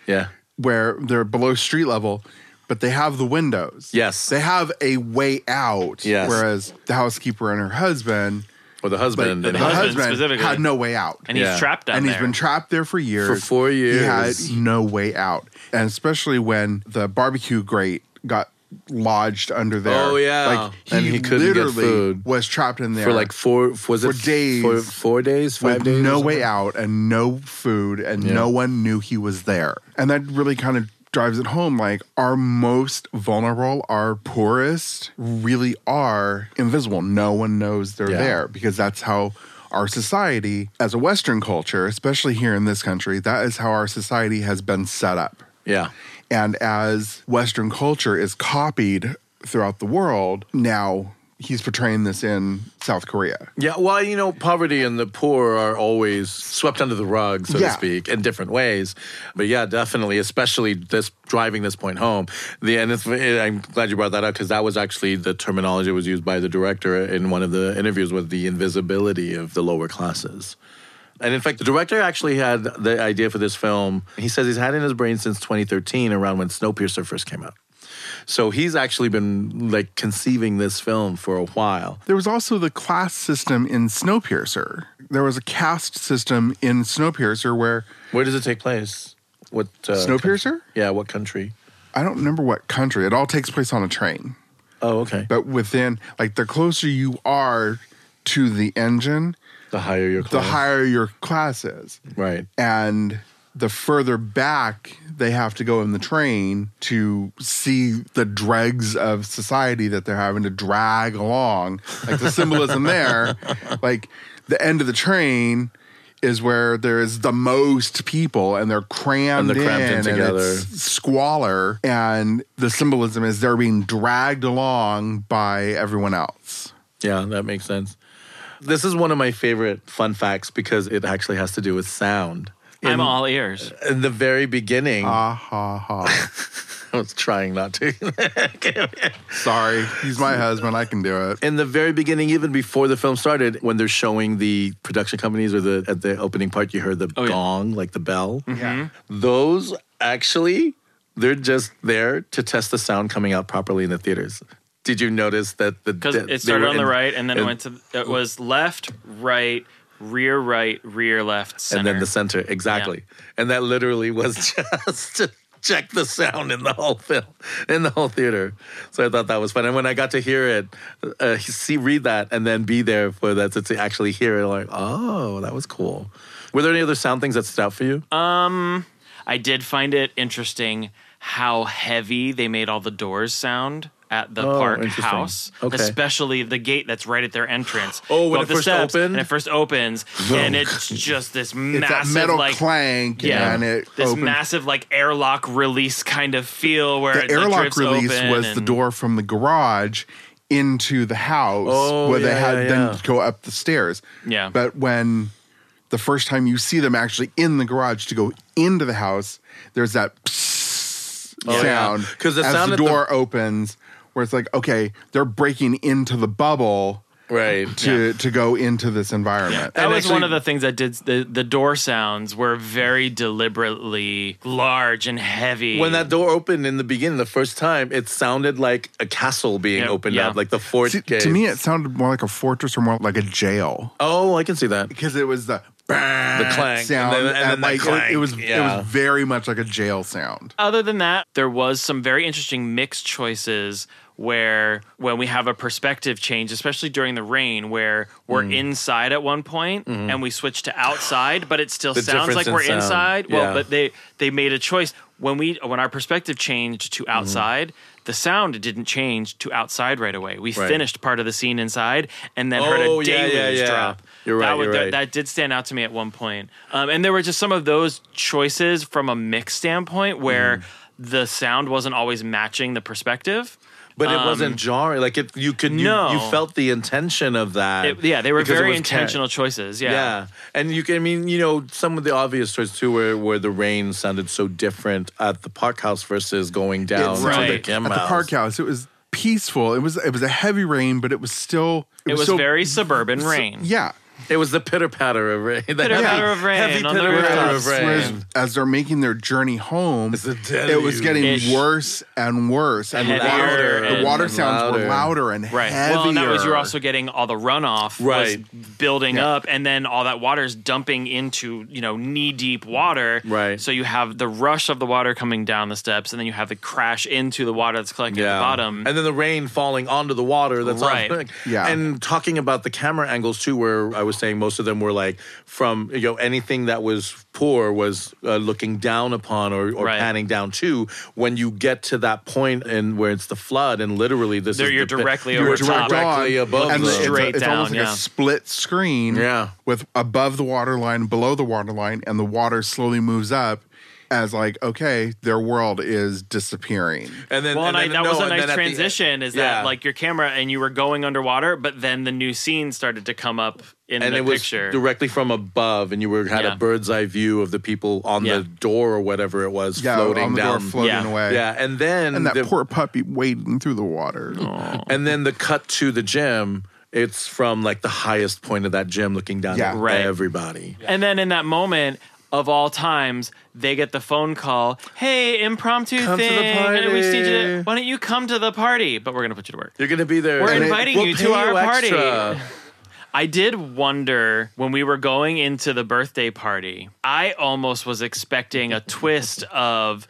Speaker 2: Yeah.
Speaker 3: where they're below street level, but they have the windows.
Speaker 2: Yes.
Speaker 3: They have a way out.
Speaker 2: Yes.
Speaker 3: Whereas the housekeeper and her husband,
Speaker 2: Or the husband.
Speaker 3: like,
Speaker 2: and
Speaker 3: the
Speaker 2: hus-
Speaker 4: husband
Speaker 3: husband,
Speaker 4: specifically.
Speaker 3: had no way out.
Speaker 4: And
Speaker 2: Yeah.
Speaker 4: he's trapped down
Speaker 3: and
Speaker 4: there.
Speaker 3: he's been trapped there for years.
Speaker 2: For four years.
Speaker 3: He had no way out. And especially when the barbecue grate got lodged under there.
Speaker 2: Oh, yeah.
Speaker 3: Like he,
Speaker 2: And he couldn't get
Speaker 3: literally
Speaker 2: food.
Speaker 3: was trapped in there
Speaker 2: for like four, was it
Speaker 3: For days.
Speaker 2: Four, four days, five
Speaker 3: with
Speaker 2: days? or
Speaker 3: no
Speaker 2: something?
Speaker 3: way out and no food and no one knew he was there. And that really kind of drives it home like our most vulnerable, our poorest really are invisible. No one knows they're
Speaker 2: Yeah.
Speaker 3: there because that's how our society as a western culture, especially here in this country, that is how our society has been set up.
Speaker 2: Yeah.
Speaker 3: And as Western culture is copied throughout the world, now he's portraying this in South Korea.
Speaker 2: Yeah, well, you know, poverty and the poor are always swept under the rug, so
Speaker 3: Yeah.
Speaker 2: to speak, in different ways. But yeah, definitely, especially this driving this point home. The and it's, I'm glad you brought that up because that was actually the terminology that was used by the director in one of the interviews was the invisibility of the lower classes. And in fact, the director actually had the idea for this film. He says he's had it in his brain since 2013, around when Snowpiercer first came out. So he's actually been like conceiving this film for a while.
Speaker 3: There was also the class system in Snowpiercer. There was a caste system in Snowpiercer where
Speaker 2: Where does it take place? What uh,
Speaker 3: Snowpiercer?
Speaker 2: Yeah, what country?
Speaker 3: I don't remember what country. It all takes place on a train.
Speaker 2: Oh, okay.
Speaker 3: But within like the closer you are to the engine,
Speaker 2: The higher your
Speaker 3: the
Speaker 2: class.
Speaker 3: higher your class is.
Speaker 2: Right.
Speaker 3: and the further back they have to go in the train to see the dregs of society that they're having to drag along like the
Speaker 2: [laughs]
Speaker 3: symbolism there like the end of the train is where there is the most people and they're crammed,
Speaker 2: And they're crammed in
Speaker 3: in, and
Speaker 2: together.
Speaker 3: it's squalor and the symbolism is they're being dragged along by everyone else
Speaker 2: Yeah, that makes sense. This is one of my favorite fun facts because it actually has to do with sound.
Speaker 4: I'm all ears.
Speaker 2: In the very beginning,
Speaker 3: ha Ah, ha ha
Speaker 2: [laughs] I was trying not to. [laughs]
Speaker 3: sorry he's my husband i can do it
Speaker 2: in the very beginning, even before the film started, when they're showing the production companies or the at the opening part, you heard the
Speaker 4: Oh, yeah.
Speaker 2: gong, like the bell.
Speaker 3: yeah
Speaker 2: Those actually, they're just there to test the sound coming out properly in the theaters. Did you notice that the
Speaker 4: Because
Speaker 2: that they
Speaker 4: it started
Speaker 2: were
Speaker 4: on the
Speaker 2: in-
Speaker 4: right and then it
Speaker 2: in-
Speaker 4: went to, it was left, right, rear, right, rear, left, center.
Speaker 2: and then the center exactly and that literally was [laughs] just to check the sound in the whole film in the whole theater so i thought that was fun and when i got to hear it uh, see read that and then be there for that to, to actually hear it like oh that was cool were there any other sound things that stood out for you
Speaker 4: Um, I did find it interesting how heavy they made all the doors sound at the
Speaker 2: Oh,
Speaker 4: park
Speaker 2: interesting.
Speaker 4: house,
Speaker 2: Okay.
Speaker 4: especially the gate that's right at their entrance.
Speaker 2: Oh, when
Speaker 4: Go
Speaker 2: it
Speaker 4: up the
Speaker 2: first
Speaker 4: steps,
Speaker 2: opened?
Speaker 4: and it first opens, and it's
Speaker 2: [laughs]
Speaker 4: just this
Speaker 3: it's
Speaker 4: massive
Speaker 3: that metal
Speaker 4: like
Speaker 3: clank
Speaker 4: yeah,
Speaker 3: and it
Speaker 4: this
Speaker 3: opens.
Speaker 4: massive like airlock release kind of feel where it,
Speaker 3: the
Speaker 4: like,
Speaker 3: airlock
Speaker 4: drifts
Speaker 3: release
Speaker 4: open
Speaker 3: was the
Speaker 4: and-
Speaker 3: door from the garage into the house
Speaker 2: Oh,
Speaker 3: where they
Speaker 2: yeah,
Speaker 3: had
Speaker 2: yeah,
Speaker 3: then
Speaker 2: yeah.
Speaker 3: go up the stairs.
Speaker 4: Yeah.
Speaker 3: But when the first time you see them actually in the garage to go into the house, there's that psst
Speaker 2: yeah.
Speaker 3: sound
Speaker 2: 'Cause the
Speaker 3: as
Speaker 2: sound
Speaker 3: the
Speaker 2: at the-
Speaker 3: door opens, where it's like, okay, they're breaking into the bubble
Speaker 2: right
Speaker 3: to to go into this environment.
Speaker 4: That
Speaker 2: And
Speaker 4: was
Speaker 2: actually-
Speaker 4: one of the things I did. The, the door sounds were very deliberately large and heavy.
Speaker 2: when that door opened in the beginning the first time it sounded like a castle being
Speaker 4: Yeah,
Speaker 2: opened
Speaker 4: yeah.
Speaker 2: up like the fort
Speaker 3: See,
Speaker 2: gate
Speaker 3: to me, it sounded more like a fortress or more like a jail
Speaker 2: oh i can see that
Speaker 3: because it was the
Speaker 2: the clang and
Speaker 3: sound.
Speaker 2: then, and
Speaker 3: and
Speaker 2: then that
Speaker 3: like, it-
Speaker 2: clang.
Speaker 3: It, was it
Speaker 2: Yeah.
Speaker 3: was very much like a jail sound.
Speaker 4: Other than that, there was some very interesting mixed choices where when we have a perspective change, especially during the rain, where we're
Speaker 2: Mm.
Speaker 4: inside at one point and we switch to outside, but it still
Speaker 2: Mm-hmm. The
Speaker 4: sounds
Speaker 2: difference
Speaker 4: like
Speaker 2: in
Speaker 4: we're
Speaker 2: sound.
Speaker 4: inside. Well,
Speaker 2: Yeah.
Speaker 4: but they they made a choice when we when our perspective changed to
Speaker 2: Mm-hmm.
Speaker 4: outside. The sound didn't change to outside right away. We
Speaker 2: Right.
Speaker 4: finished part of the scene inside, and then heard
Speaker 2: Oh,
Speaker 4: a
Speaker 2: yeah,
Speaker 4: deluge
Speaker 2: yeah, yeah.
Speaker 4: drop.
Speaker 2: You're right,
Speaker 4: That, was-
Speaker 2: you're
Speaker 4: that-
Speaker 2: right.
Speaker 4: that it did stand out to me at one point. Um, and there were just some of those choices from a mix standpoint
Speaker 2: Mm.
Speaker 4: where the sound wasn't always matching the perspective.
Speaker 2: But it wasn't jarring. Like it, you could you,
Speaker 4: Um, No.
Speaker 2: you felt the intention of that.
Speaker 4: It- yeah, they were
Speaker 2: because it
Speaker 4: very
Speaker 2: was ca-
Speaker 4: intentional choices. Yeah.
Speaker 2: Yeah. and you can. I mean, you know, some of the obvious choices too, where where the rain sounded so different at the park house versus going down
Speaker 3: sounded
Speaker 2: to the
Speaker 4: Right.
Speaker 2: Kim
Speaker 3: At the
Speaker 2: house.
Speaker 3: park house, it was peaceful. It was it was a heavy rain, but it was still
Speaker 4: It was
Speaker 3: so-
Speaker 4: very suburban rain.
Speaker 3: yeah.
Speaker 2: It was the pitter patter of rain. [laughs] Pitter
Speaker 4: Pitter-patter of rain
Speaker 2: Heavy
Speaker 4: on the
Speaker 2: pitter patter
Speaker 4: rooftops.
Speaker 2: of
Speaker 3: Whereas
Speaker 2: rain.
Speaker 3: as they're making their journey home,
Speaker 2: It's a
Speaker 3: it was getting
Speaker 4: deluge.
Speaker 3: worse and worse and
Speaker 4: Heavier
Speaker 3: louder. the
Speaker 4: and-
Speaker 3: water
Speaker 2: and
Speaker 3: sounds were
Speaker 2: louder.
Speaker 3: louder and
Speaker 4: Right.
Speaker 3: heavier.
Speaker 4: Well, and that was you're also getting all the runoff was
Speaker 2: Right.
Speaker 4: building up, and then all that water is dumping into you know knee deep water.
Speaker 2: Right.
Speaker 4: So you have the rush of the water coming down the steps, and then you have the crash into the water that's collecting at the bottom.
Speaker 2: And then the rain falling onto the water. That's all
Speaker 4: Right.
Speaker 2: thing.
Speaker 3: Yeah.
Speaker 2: And talking about the camera angles too, where I was saying most of them were like from you know anything that was poor was uh, looking down upon or, or
Speaker 4: Right.
Speaker 2: panning down to. When you get to that point and where it's the flood and literally this
Speaker 4: There
Speaker 2: is
Speaker 4: you're
Speaker 2: the, pi-
Speaker 4: directly
Speaker 2: you're
Speaker 4: over top.
Speaker 2: directly above
Speaker 3: and
Speaker 2: them.
Speaker 3: it's-
Speaker 4: Straight
Speaker 3: it's, almost
Speaker 4: down,
Speaker 3: like
Speaker 4: yeah.
Speaker 3: a split screen
Speaker 2: Yeah.
Speaker 3: with above the water line, below the water line, and the water slowly moves up as like, okay, their world is disappearing.
Speaker 2: And then
Speaker 4: Well, and,
Speaker 2: and
Speaker 4: I,
Speaker 2: then,
Speaker 4: that
Speaker 2: no,
Speaker 4: was a
Speaker 2: and then
Speaker 4: nice
Speaker 2: at the-
Speaker 4: transition. is
Speaker 2: Yeah.
Speaker 4: that like your camera and you were going underwater, but then the new scene started to come up in
Speaker 2: and
Speaker 4: the
Speaker 2: it was
Speaker 4: picture.
Speaker 2: directly from above, and you were had
Speaker 4: Yeah.
Speaker 2: a bird's eye view of the people on
Speaker 4: Yeah.
Speaker 2: the door or whatever it was
Speaker 3: Yeah,
Speaker 2: floating
Speaker 3: on the
Speaker 2: down.
Speaker 3: door floating
Speaker 4: Yeah.
Speaker 3: away.
Speaker 2: yeah, and then
Speaker 3: And that
Speaker 2: the,
Speaker 3: poor puppy wading through the water.
Speaker 2: and then the cut to the gym. It's from like the highest point of that gym, looking down
Speaker 3: Yeah.
Speaker 2: at
Speaker 4: Right.
Speaker 2: everybody.
Speaker 4: and then in that moment of all times, they get the phone call. Hey, impromptu
Speaker 2: Come to the
Speaker 4: thing. and we see you to-
Speaker 2: party."
Speaker 4: why don't you come to the party? But we're gonna put you to work.
Speaker 2: You're gonna be there.
Speaker 4: We're
Speaker 2: And it-
Speaker 4: inviting
Speaker 2: we'll
Speaker 4: you to
Speaker 2: pay
Speaker 4: our party.
Speaker 2: extra.
Speaker 4: I did wonder when we were going into the birthday party, I almost was expecting a twist of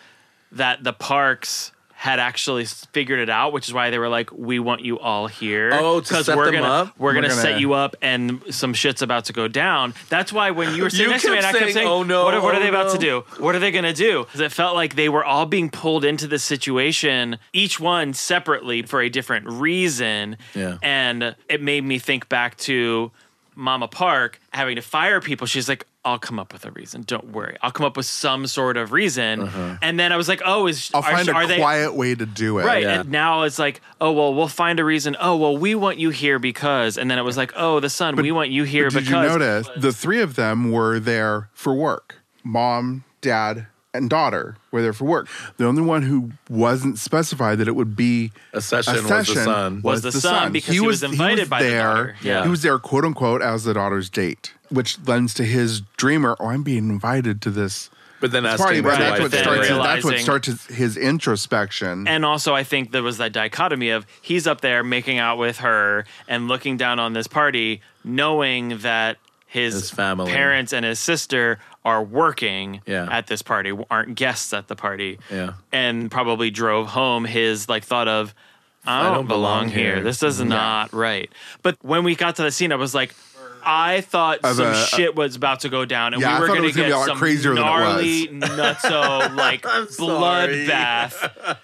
Speaker 4: that the parks had actually s- figured it out, which is why they were like, "We want you all here."
Speaker 2: Oh, to set
Speaker 4: we're
Speaker 2: them
Speaker 4: gonna
Speaker 2: up?
Speaker 4: we're, gonna,
Speaker 3: gonna-
Speaker 4: set you up, and some shit's about to go down. That's why when you were sitting
Speaker 2: You
Speaker 4: next to me, and
Speaker 2: kept
Speaker 4: I kept
Speaker 2: saying,
Speaker 4: saying,
Speaker 2: "Oh, no,
Speaker 4: what, are- what are
Speaker 2: oh,
Speaker 4: they about to
Speaker 2: no."
Speaker 4: do? What are they gonna do?" 'Cause it felt like they were all being pulled into this situation, each one separately for a different reason.
Speaker 2: Yeah.
Speaker 4: And it made me think back to Mama Park having to fire people. She's like, I'll come up with a reason. Don't worry. I'll come up with some sort of reason. And then I was like, oh, is
Speaker 3: Uh-huh. I'll
Speaker 4: are,
Speaker 3: find
Speaker 4: are
Speaker 3: a
Speaker 4: they
Speaker 3: quiet way to do it.
Speaker 4: right?
Speaker 2: yeah.
Speaker 4: And now it's like, oh well, we'll find a reason. Oh well, we want you here because. And then it was like, oh, the sun. we want you here
Speaker 3: Did
Speaker 4: because.
Speaker 3: you notice the three of them were there for work? Mom, dad, and daughter were there for work. The only one who wasn't specified that it would be
Speaker 2: A session was the son.
Speaker 4: Was the son, because he was invited by the daughter.
Speaker 3: there.
Speaker 4: Yeah.
Speaker 3: He was there, quote unquote, as the daughter's date, which lends to his dreamer. Oh, I'm being invited to this
Speaker 2: But then asking
Speaker 3: party.
Speaker 2: my
Speaker 3: But that's
Speaker 2: wife
Speaker 3: what
Speaker 4: then
Speaker 2: and-
Speaker 3: starts. His, that's what
Speaker 4: realizing-
Speaker 3: starts his, his introspection.
Speaker 2: Mm-hmm.
Speaker 4: And also, I think there was that dichotomy of he's up there making out with her and looking down on this party, knowing that his,
Speaker 2: His family.
Speaker 4: parents and his sister are working
Speaker 2: Yeah.
Speaker 4: at this party, aren't guests at the party,
Speaker 2: Yeah.
Speaker 4: and probably drove home his like thought of. I don't,
Speaker 2: don't belong
Speaker 4: belong, here.
Speaker 2: here. Mm-hmm.
Speaker 4: This is not right. But when we got to the scene, I was like, I thought
Speaker 3: Of
Speaker 4: some
Speaker 3: a- uh,
Speaker 4: shit was about to go down, and
Speaker 3: Yeah, I
Speaker 4: we were
Speaker 3: thought
Speaker 4: going
Speaker 3: it
Speaker 4: to
Speaker 3: was
Speaker 4: get
Speaker 3: gonna be a lot
Speaker 4: some
Speaker 3: crazier than it
Speaker 4: gnarly,
Speaker 3: [laughs]
Speaker 4: nutso,
Speaker 2: [laughs]
Speaker 4: like
Speaker 2: sorry.
Speaker 4: bloodbath.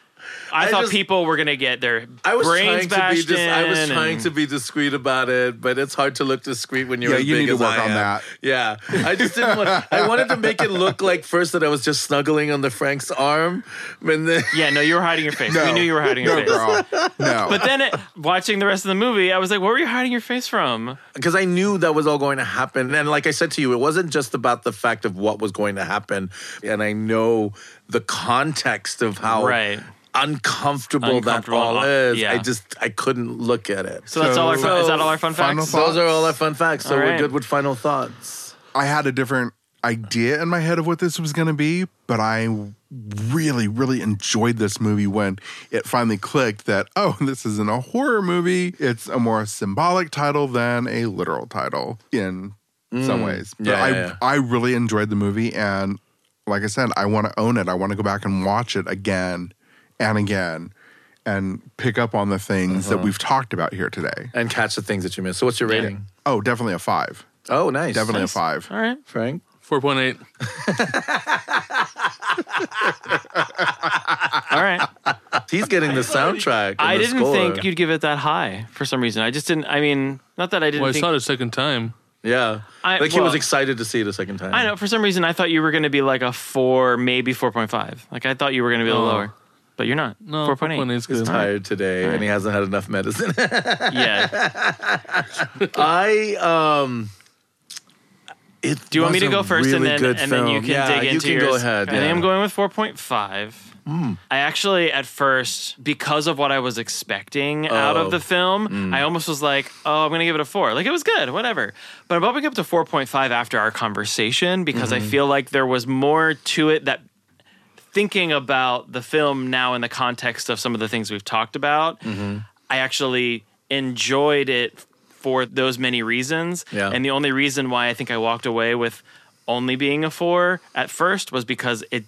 Speaker 4: I,
Speaker 2: I
Speaker 4: thought
Speaker 2: just-
Speaker 4: people were gonna get their
Speaker 2: I was
Speaker 4: brains
Speaker 2: trying to be
Speaker 4: bashed
Speaker 2: dis- I was
Speaker 4: in
Speaker 2: trying
Speaker 4: and-
Speaker 2: to be discreet about it, but it's hard to look discreet when you're
Speaker 3: Yeah,
Speaker 2: as
Speaker 3: you
Speaker 2: big
Speaker 3: need to
Speaker 2: as
Speaker 3: work
Speaker 2: I
Speaker 3: on
Speaker 2: am.
Speaker 3: that.
Speaker 2: Yeah, I just didn't want. I wanted to make it look like first that I was just snuggling under Frank's arm, and then
Speaker 4: Yeah, no, you were hiding your face. We knew you were hiding your
Speaker 3: no,
Speaker 4: face. [laughs]
Speaker 3: girl. No.
Speaker 4: But then it, watching the rest of the movie, I was like, "Where were you hiding your face from?"
Speaker 2: because I knew that was all going to happen. And like I said to you, it wasn't just about the fact of what was going to happen. And I know the context of how
Speaker 4: Right.
Speaker 2: uncomfortable,
Speaker 4: Uncomfortable, Uh,
Speaker 2: that all is.
Speaker 4: yeah.
Speaker 2: I just I couldn't look at it.
Speaker 4: So, that's all our. Fun,
Speaker 2: So-
Speaker 4: is that all our fun
Speaker 3: Final
Speaker 4: facts?
Speaker 3: thought?
Speaker 2: those are all our fun facts. So
Speaker 4: All
Speaker 2: we're
Speaker 4: right.
Speaker 2: good with final thoughts.
Speaker 3: I had a different idea in my head of what this was going to be, but I really, really enjoyed this movie when it finally clicked that, oh, this isn't a horror movie. It's a more symbolic title than a literal title in some ways. But
Speaker 2: Mm. Yeah,
Speaker 3: I
Speaker 2: yeah, yeah.
Speaker 3: I really enjoyed the movie and like I said, I want to own it. I want to go back and watch it again and again and pick up on the things
Speaker 2: Uh-huh.
Speaker 3: that we've talked about here today.
Speaker 2: and catch the things that you missed. So what's your rating?
Speaker 3: Oh, definitely a 5.
Speaker 2: Oh, nice.
Speaker 3: Definitely
Speaker 2: Nice.
Speaker 3: a 5.
Speaker 4: All right.
Speaker 2: Frank.
Speaker 5: 4.8.
Speaker 2: [laughs]
Speaker 4: All right.
Speaker 2: He's getting the soundtrack. and
Speaker 4: I
Speaker 2: the
Speaker 4: didn't
Speaker 2: score.
Speaker 4: think you'd give it that high for some reason. I just didn't. I mean, not that I didn't
Speaker 5: Well, I
Speaker 4: think.
Speaker 5: saw it a second time.
Speaker 2: Yeah,
Speaker 4: I-
Speaker 2: like he was
Speaker 4: well-
Speaker 2: excited to see it a second time.
Speaker 4: I know for some reason I thought you were going to be like a four, maybe four point five. Like I thought you were going to be a little lower, but you're not.
Speaker 5: No,
Speaker 4: four point eight.
Speaker 5: 4.8 is good.
Speaker 2: Tired today, and he hasn't had enough medicine. [laughs]
Speaker 4: Yeah.
Speaker 2: I um. It
Speaker 4: Do you want me
Speaker 2: was
Speaker 4: to
Speaker 2: a
Speaker 4: go first,
Speaker 2: really
Speaker 4: and then
Speaker 2: good
Speaker 4: and then you
Speaker 2: film.
Speaker 4: can
Speaker 2: yeah,
Speaker 4: dig
Speaker 2: you
Speaker 4: into
Speaker 2: can
Speaker 4: yours?
Speaker 2: go ahead.
Speaker 4: I think
Speaker 2: yeah. Mm.
Speaker 4: I'm going with four point five. I actually, at first, because of what I was expecting out
Speaker 2: Oh.
Speaker 4: of the film, I almost was like, "Oh, I'm going to give it a four. Like it was good, whatever." But I'm bumping up to four point five after our conversation because
Speaker 2: Mm-hmm.
Speaker 4: I feel like there was more to it that thinking about the film now in the context of some of the things we've talked about,
Speaker 2: Mm-hmm.
Speaker 4: I actually enjoyed it for those many reasons.
Speaker 2: Yeah.
Speaker 4: And the only reason why I think I walked away with only being a four at first was because it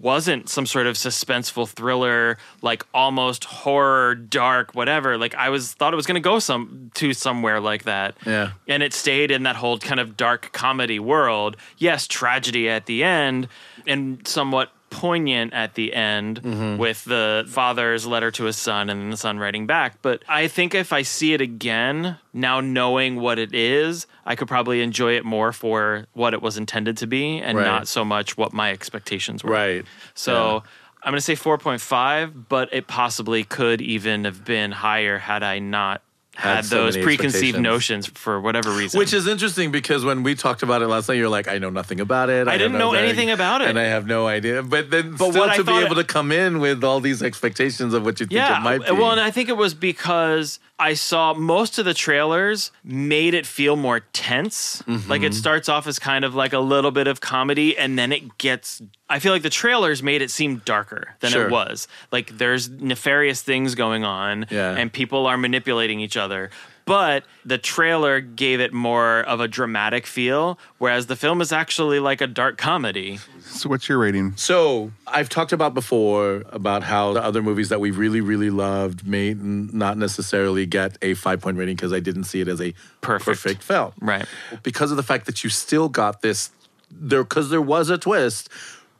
Speaker 4: wasn't some sort of suspenseful thriller, like almost horror, dark, whatever. Like I was thought it was going to go some to somewhere like that.
Speaker 2: Yeah.
Speaker 4: And it stayed in that whole kind of dark comedy world. Yes, tragedy at the end and somewhat poignant at the end
Speaker 2: Mm-hmm.
Speaker 4: with the father's letter to his son and the son writing back. But I think if I see it again, now knowing what it is, I could probably enjoy it more for what it was intended to be and
Speaker 2: Right.
Speaker 4: not so much what my expectations were.
Speaker 2: Right.
Speaker 4: So I'm going to say 4.5, but it possibly could even have been higher had I not had,
Speaker 2: Had so
Speaker 4: those
Speaker 2: many
Speaker 4: preconceived
Speaker 2: expectations.
Speaker 4: notions for whatever reason.
Speaker 2: Which is interesting because when we talked about it last night, you're like, I know nothing about it.
Speaker 4: I didn't
Speaker 2: don't
Speaker 4: know anything about it.
Speaker 2: and I have no idea. But then,
Speaker 4: But
Speaker 2: still
Speaker 4: what I
Speaker 2: to be
Speaker 4: thought-
Speaker 2: able to come in with all these expectations of what you think
Speaker 4: yeah,
Speaker 2: it might be.
Speaker 4: well, and I think it was because I saw most of the trailers made it feel more tense.
Speaker 2: Mm-hmm.
Speaker 4: Like it starts off as kind of like a little bit of comedy, and then it gets. I feel like the trailers made it seem darker than
Speaker 2: Sure.
Speaker 4: it was. Like there's nefarious things going on,
Speaker 2: Yeah.
Speaker 4: and people are manipulating each other. But the trailer gave it more of a dramatic feel, whereas the film is actually like a dark comedy.
Speaker 3: So what's your rating?
Speaker 2: So I've talked about before about how the other movies that we really, really loved may n- not necessarily get a five point rating because I didn't see it as a
Speaker 4: Perfect.
Speaker 2: perfect film.
Speaker 4: Right.
Speaker 2: Because of the fact that you still got this there because there was a twist.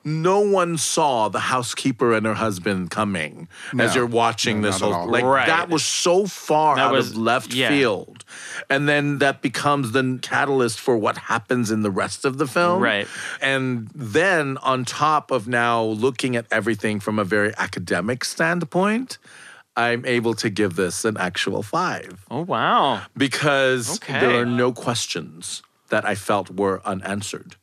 Speaker 2: No one saw the housekeeper and her husband coming as you're watching
Speaker 3: No,
Speaker 2: this
Speaker 3: not at
Speaker 2: whole
Speaker 3: all.
Speaker 2: like
Speaker 4: Right.
Speaker 2: that was so far
Speaker 4: That
Speaker 2: out
Speaker 4: was-
Speaker 2: of left
Speaker 4: yeah.
Speaker 2: field. And then that becomes the catalyst for what happens in the rest of the film.
Speaker 4: Right.
Speaker 2: And then on top of now looking at everything from a very academic standpoint, I'm able to give this an actual five
Speaker 4: Oh, wow.
Speaker 2: because
Speaker 4: Okay.
Speaker 2: there are no questions that I felt were unanswered.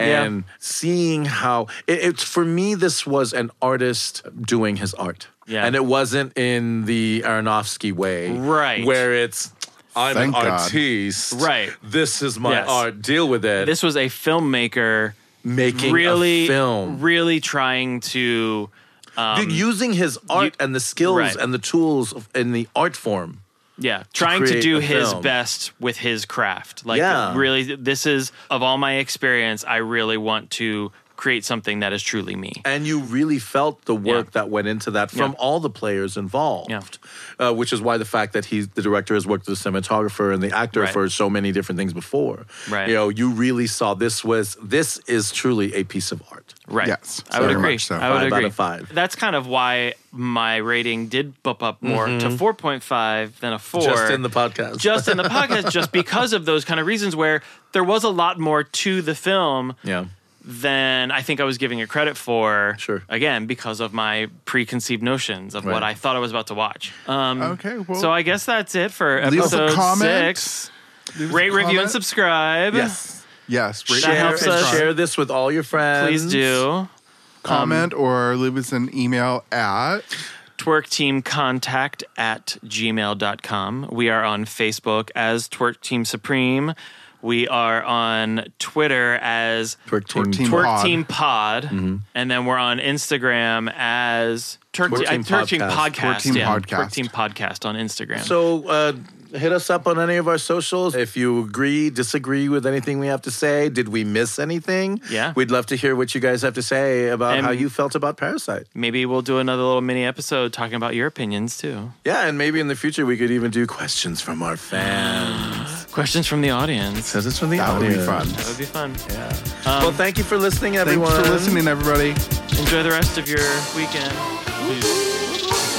Speaker 4: Yeah.
Speaker 2: And seeing how it, it's for me, this was an artist doing his art.
Speaker 4: Yeah.
Speaker 2: And it wasn't in the Aronofsky way.
Speaker 4: Right.
Speaker 2: Where it's, I'm
Speaker 3: Thank
Speaker 2: an
Speaker 3: God.
Speaker 2: artiste.
Speaker 4: Right.
Speaker 2: This is my
Speaker 4: Yes.
Speaker 2: art. Deal with it.
Speaker 4: This was a filmmaker
Speaker 2: Making a
Speaker 4: really
Speaker 2: film.
Speaker 4: really trying to
Speaker 2: Dude, using his art and the skills
Speaker 4: um, right.
Speaker 2: and the tools of, in the art form.
Speaker 4: yeah trying to,
Speaker 2: create
Speaker 4: do
Speaker 2: a
Speaker 4: his
Speaker 2: film.
Speaker 4: best with his craft like
Speaker 2: Yeah.
Speaker 4: really this is of all my experience i really want to create something that is truly me
Speaker 2: And you really felt the work
Speaker 4: Yeah.
Speaker 2: that went into that from
Speaker 4: Yeah.
Speaker 2: all the players involved, uh, which is why the fact that he's the director has worked with the cinematographer and the actor
Speaker 4: Right.
Speaker 2: for so many different things before.
Speaker 4: Right.
Speaker 2: You know, you really saw this was this is truly a piece of art.
Speaker 4: right
Speaker 3: Yes,
Speaker 4: i would
Speaker 3: very
Speaker 4: agree
Speaker 3: much so.
Speaker 4: i would
Speaker 2: Five out
Speaker 4: agree
Speaker 2: of five.
Speaker 4: that's kind of why my rating did bump up more to 4.5 than a 4
Speaker 2: Mm-hmm. Just in the podcast.
Speaker 4: just in the podcast
Speaker 2: [laughs]
Speaker 4: just because of those kind of reasons where there was a lot more to the film
Speaker 2: yeah.
Speaker 4: than I think I was giving it credit for.
Speaker 2: Sure.
Speaker 4: Again, because of my preconceived notions of what
Speaker 2: Right.
Speaker 4: I thought I was about to watch. Um,
Speaker 3: Okay, well-
Speaker 4: so I guess that's it for
Speaker 3: Leave us a
Speaker 4: episode
Speaker 3: comment.
Speaker 4: six.
Speaker 3: Leave us a
Speaker 4: Rate, review, and
Speaker 3: comment.
Speaker 4: subscribe.
Speaker 2: Yes.
Speaker 3: Yes, rate,
Speaker 4: That
Speaker 2: Share,
Speaker 4: helps
Speaker 2: and
Speaker 4: us.
Speaker 2: share this with all your friends.
Speaker 4: Please do.
Speaker 3: comment or leave us an email at
Speaker 4: Twerk Team Contact at gmail.com. We are on Facebook as Twerk Team Supreme. We are on Twitter as
Speaker 2: Twerk team.
Speaker 3: Twerk team.
Speaker 4: Twerk
Speaker 3: Pod.
Speaker 4: Team Pod, Mm-hmm. and then we're on Instagram as Twerk,
Speaker 2: Twerk Team
Speaker 4: Team, Twerk Team
Speaker 2: Podcast.
Speaker 4: Podcast.
Speaker 3: Twerk Team
Speaker 4: yeah.
Speaker 3: Podcast.
Speaker 4: Twerk Team Podcast on Instagram.
Speaker 2: So uh, hit us up on any of our socials. If you agree, disagree with anything we have to say, did we miss anything?
Speaker 4: Yeah.
Speaker 2: We'd love to hear what you guys have to say about
Speaker 4: And-
Speaker 2: how you felt about Parasite.
Speaker 4: Maybe we'll do another little mini episode talking about your opinions too.
Speaker 2: Yeah, and maybe in the future we could even do questions from our fans.
Speaker 4: Questions from the audience.
Speaker 2: Because it's from the
Speaker 3: That would be
Speaker 2: audience.
Speaker 3: fun.
Speaker 4: That would be fun.
Speaker 2: Yeah.
Speaker 4: Um,
Speaker 2: well, thank you for listening,
Speaker 3: Thanks
Speaker 2: everyone.
Speaker 3: for listening, everybody.
Speaker 4: Enjoy the rest of your weekend.
Speaker 5: Peace.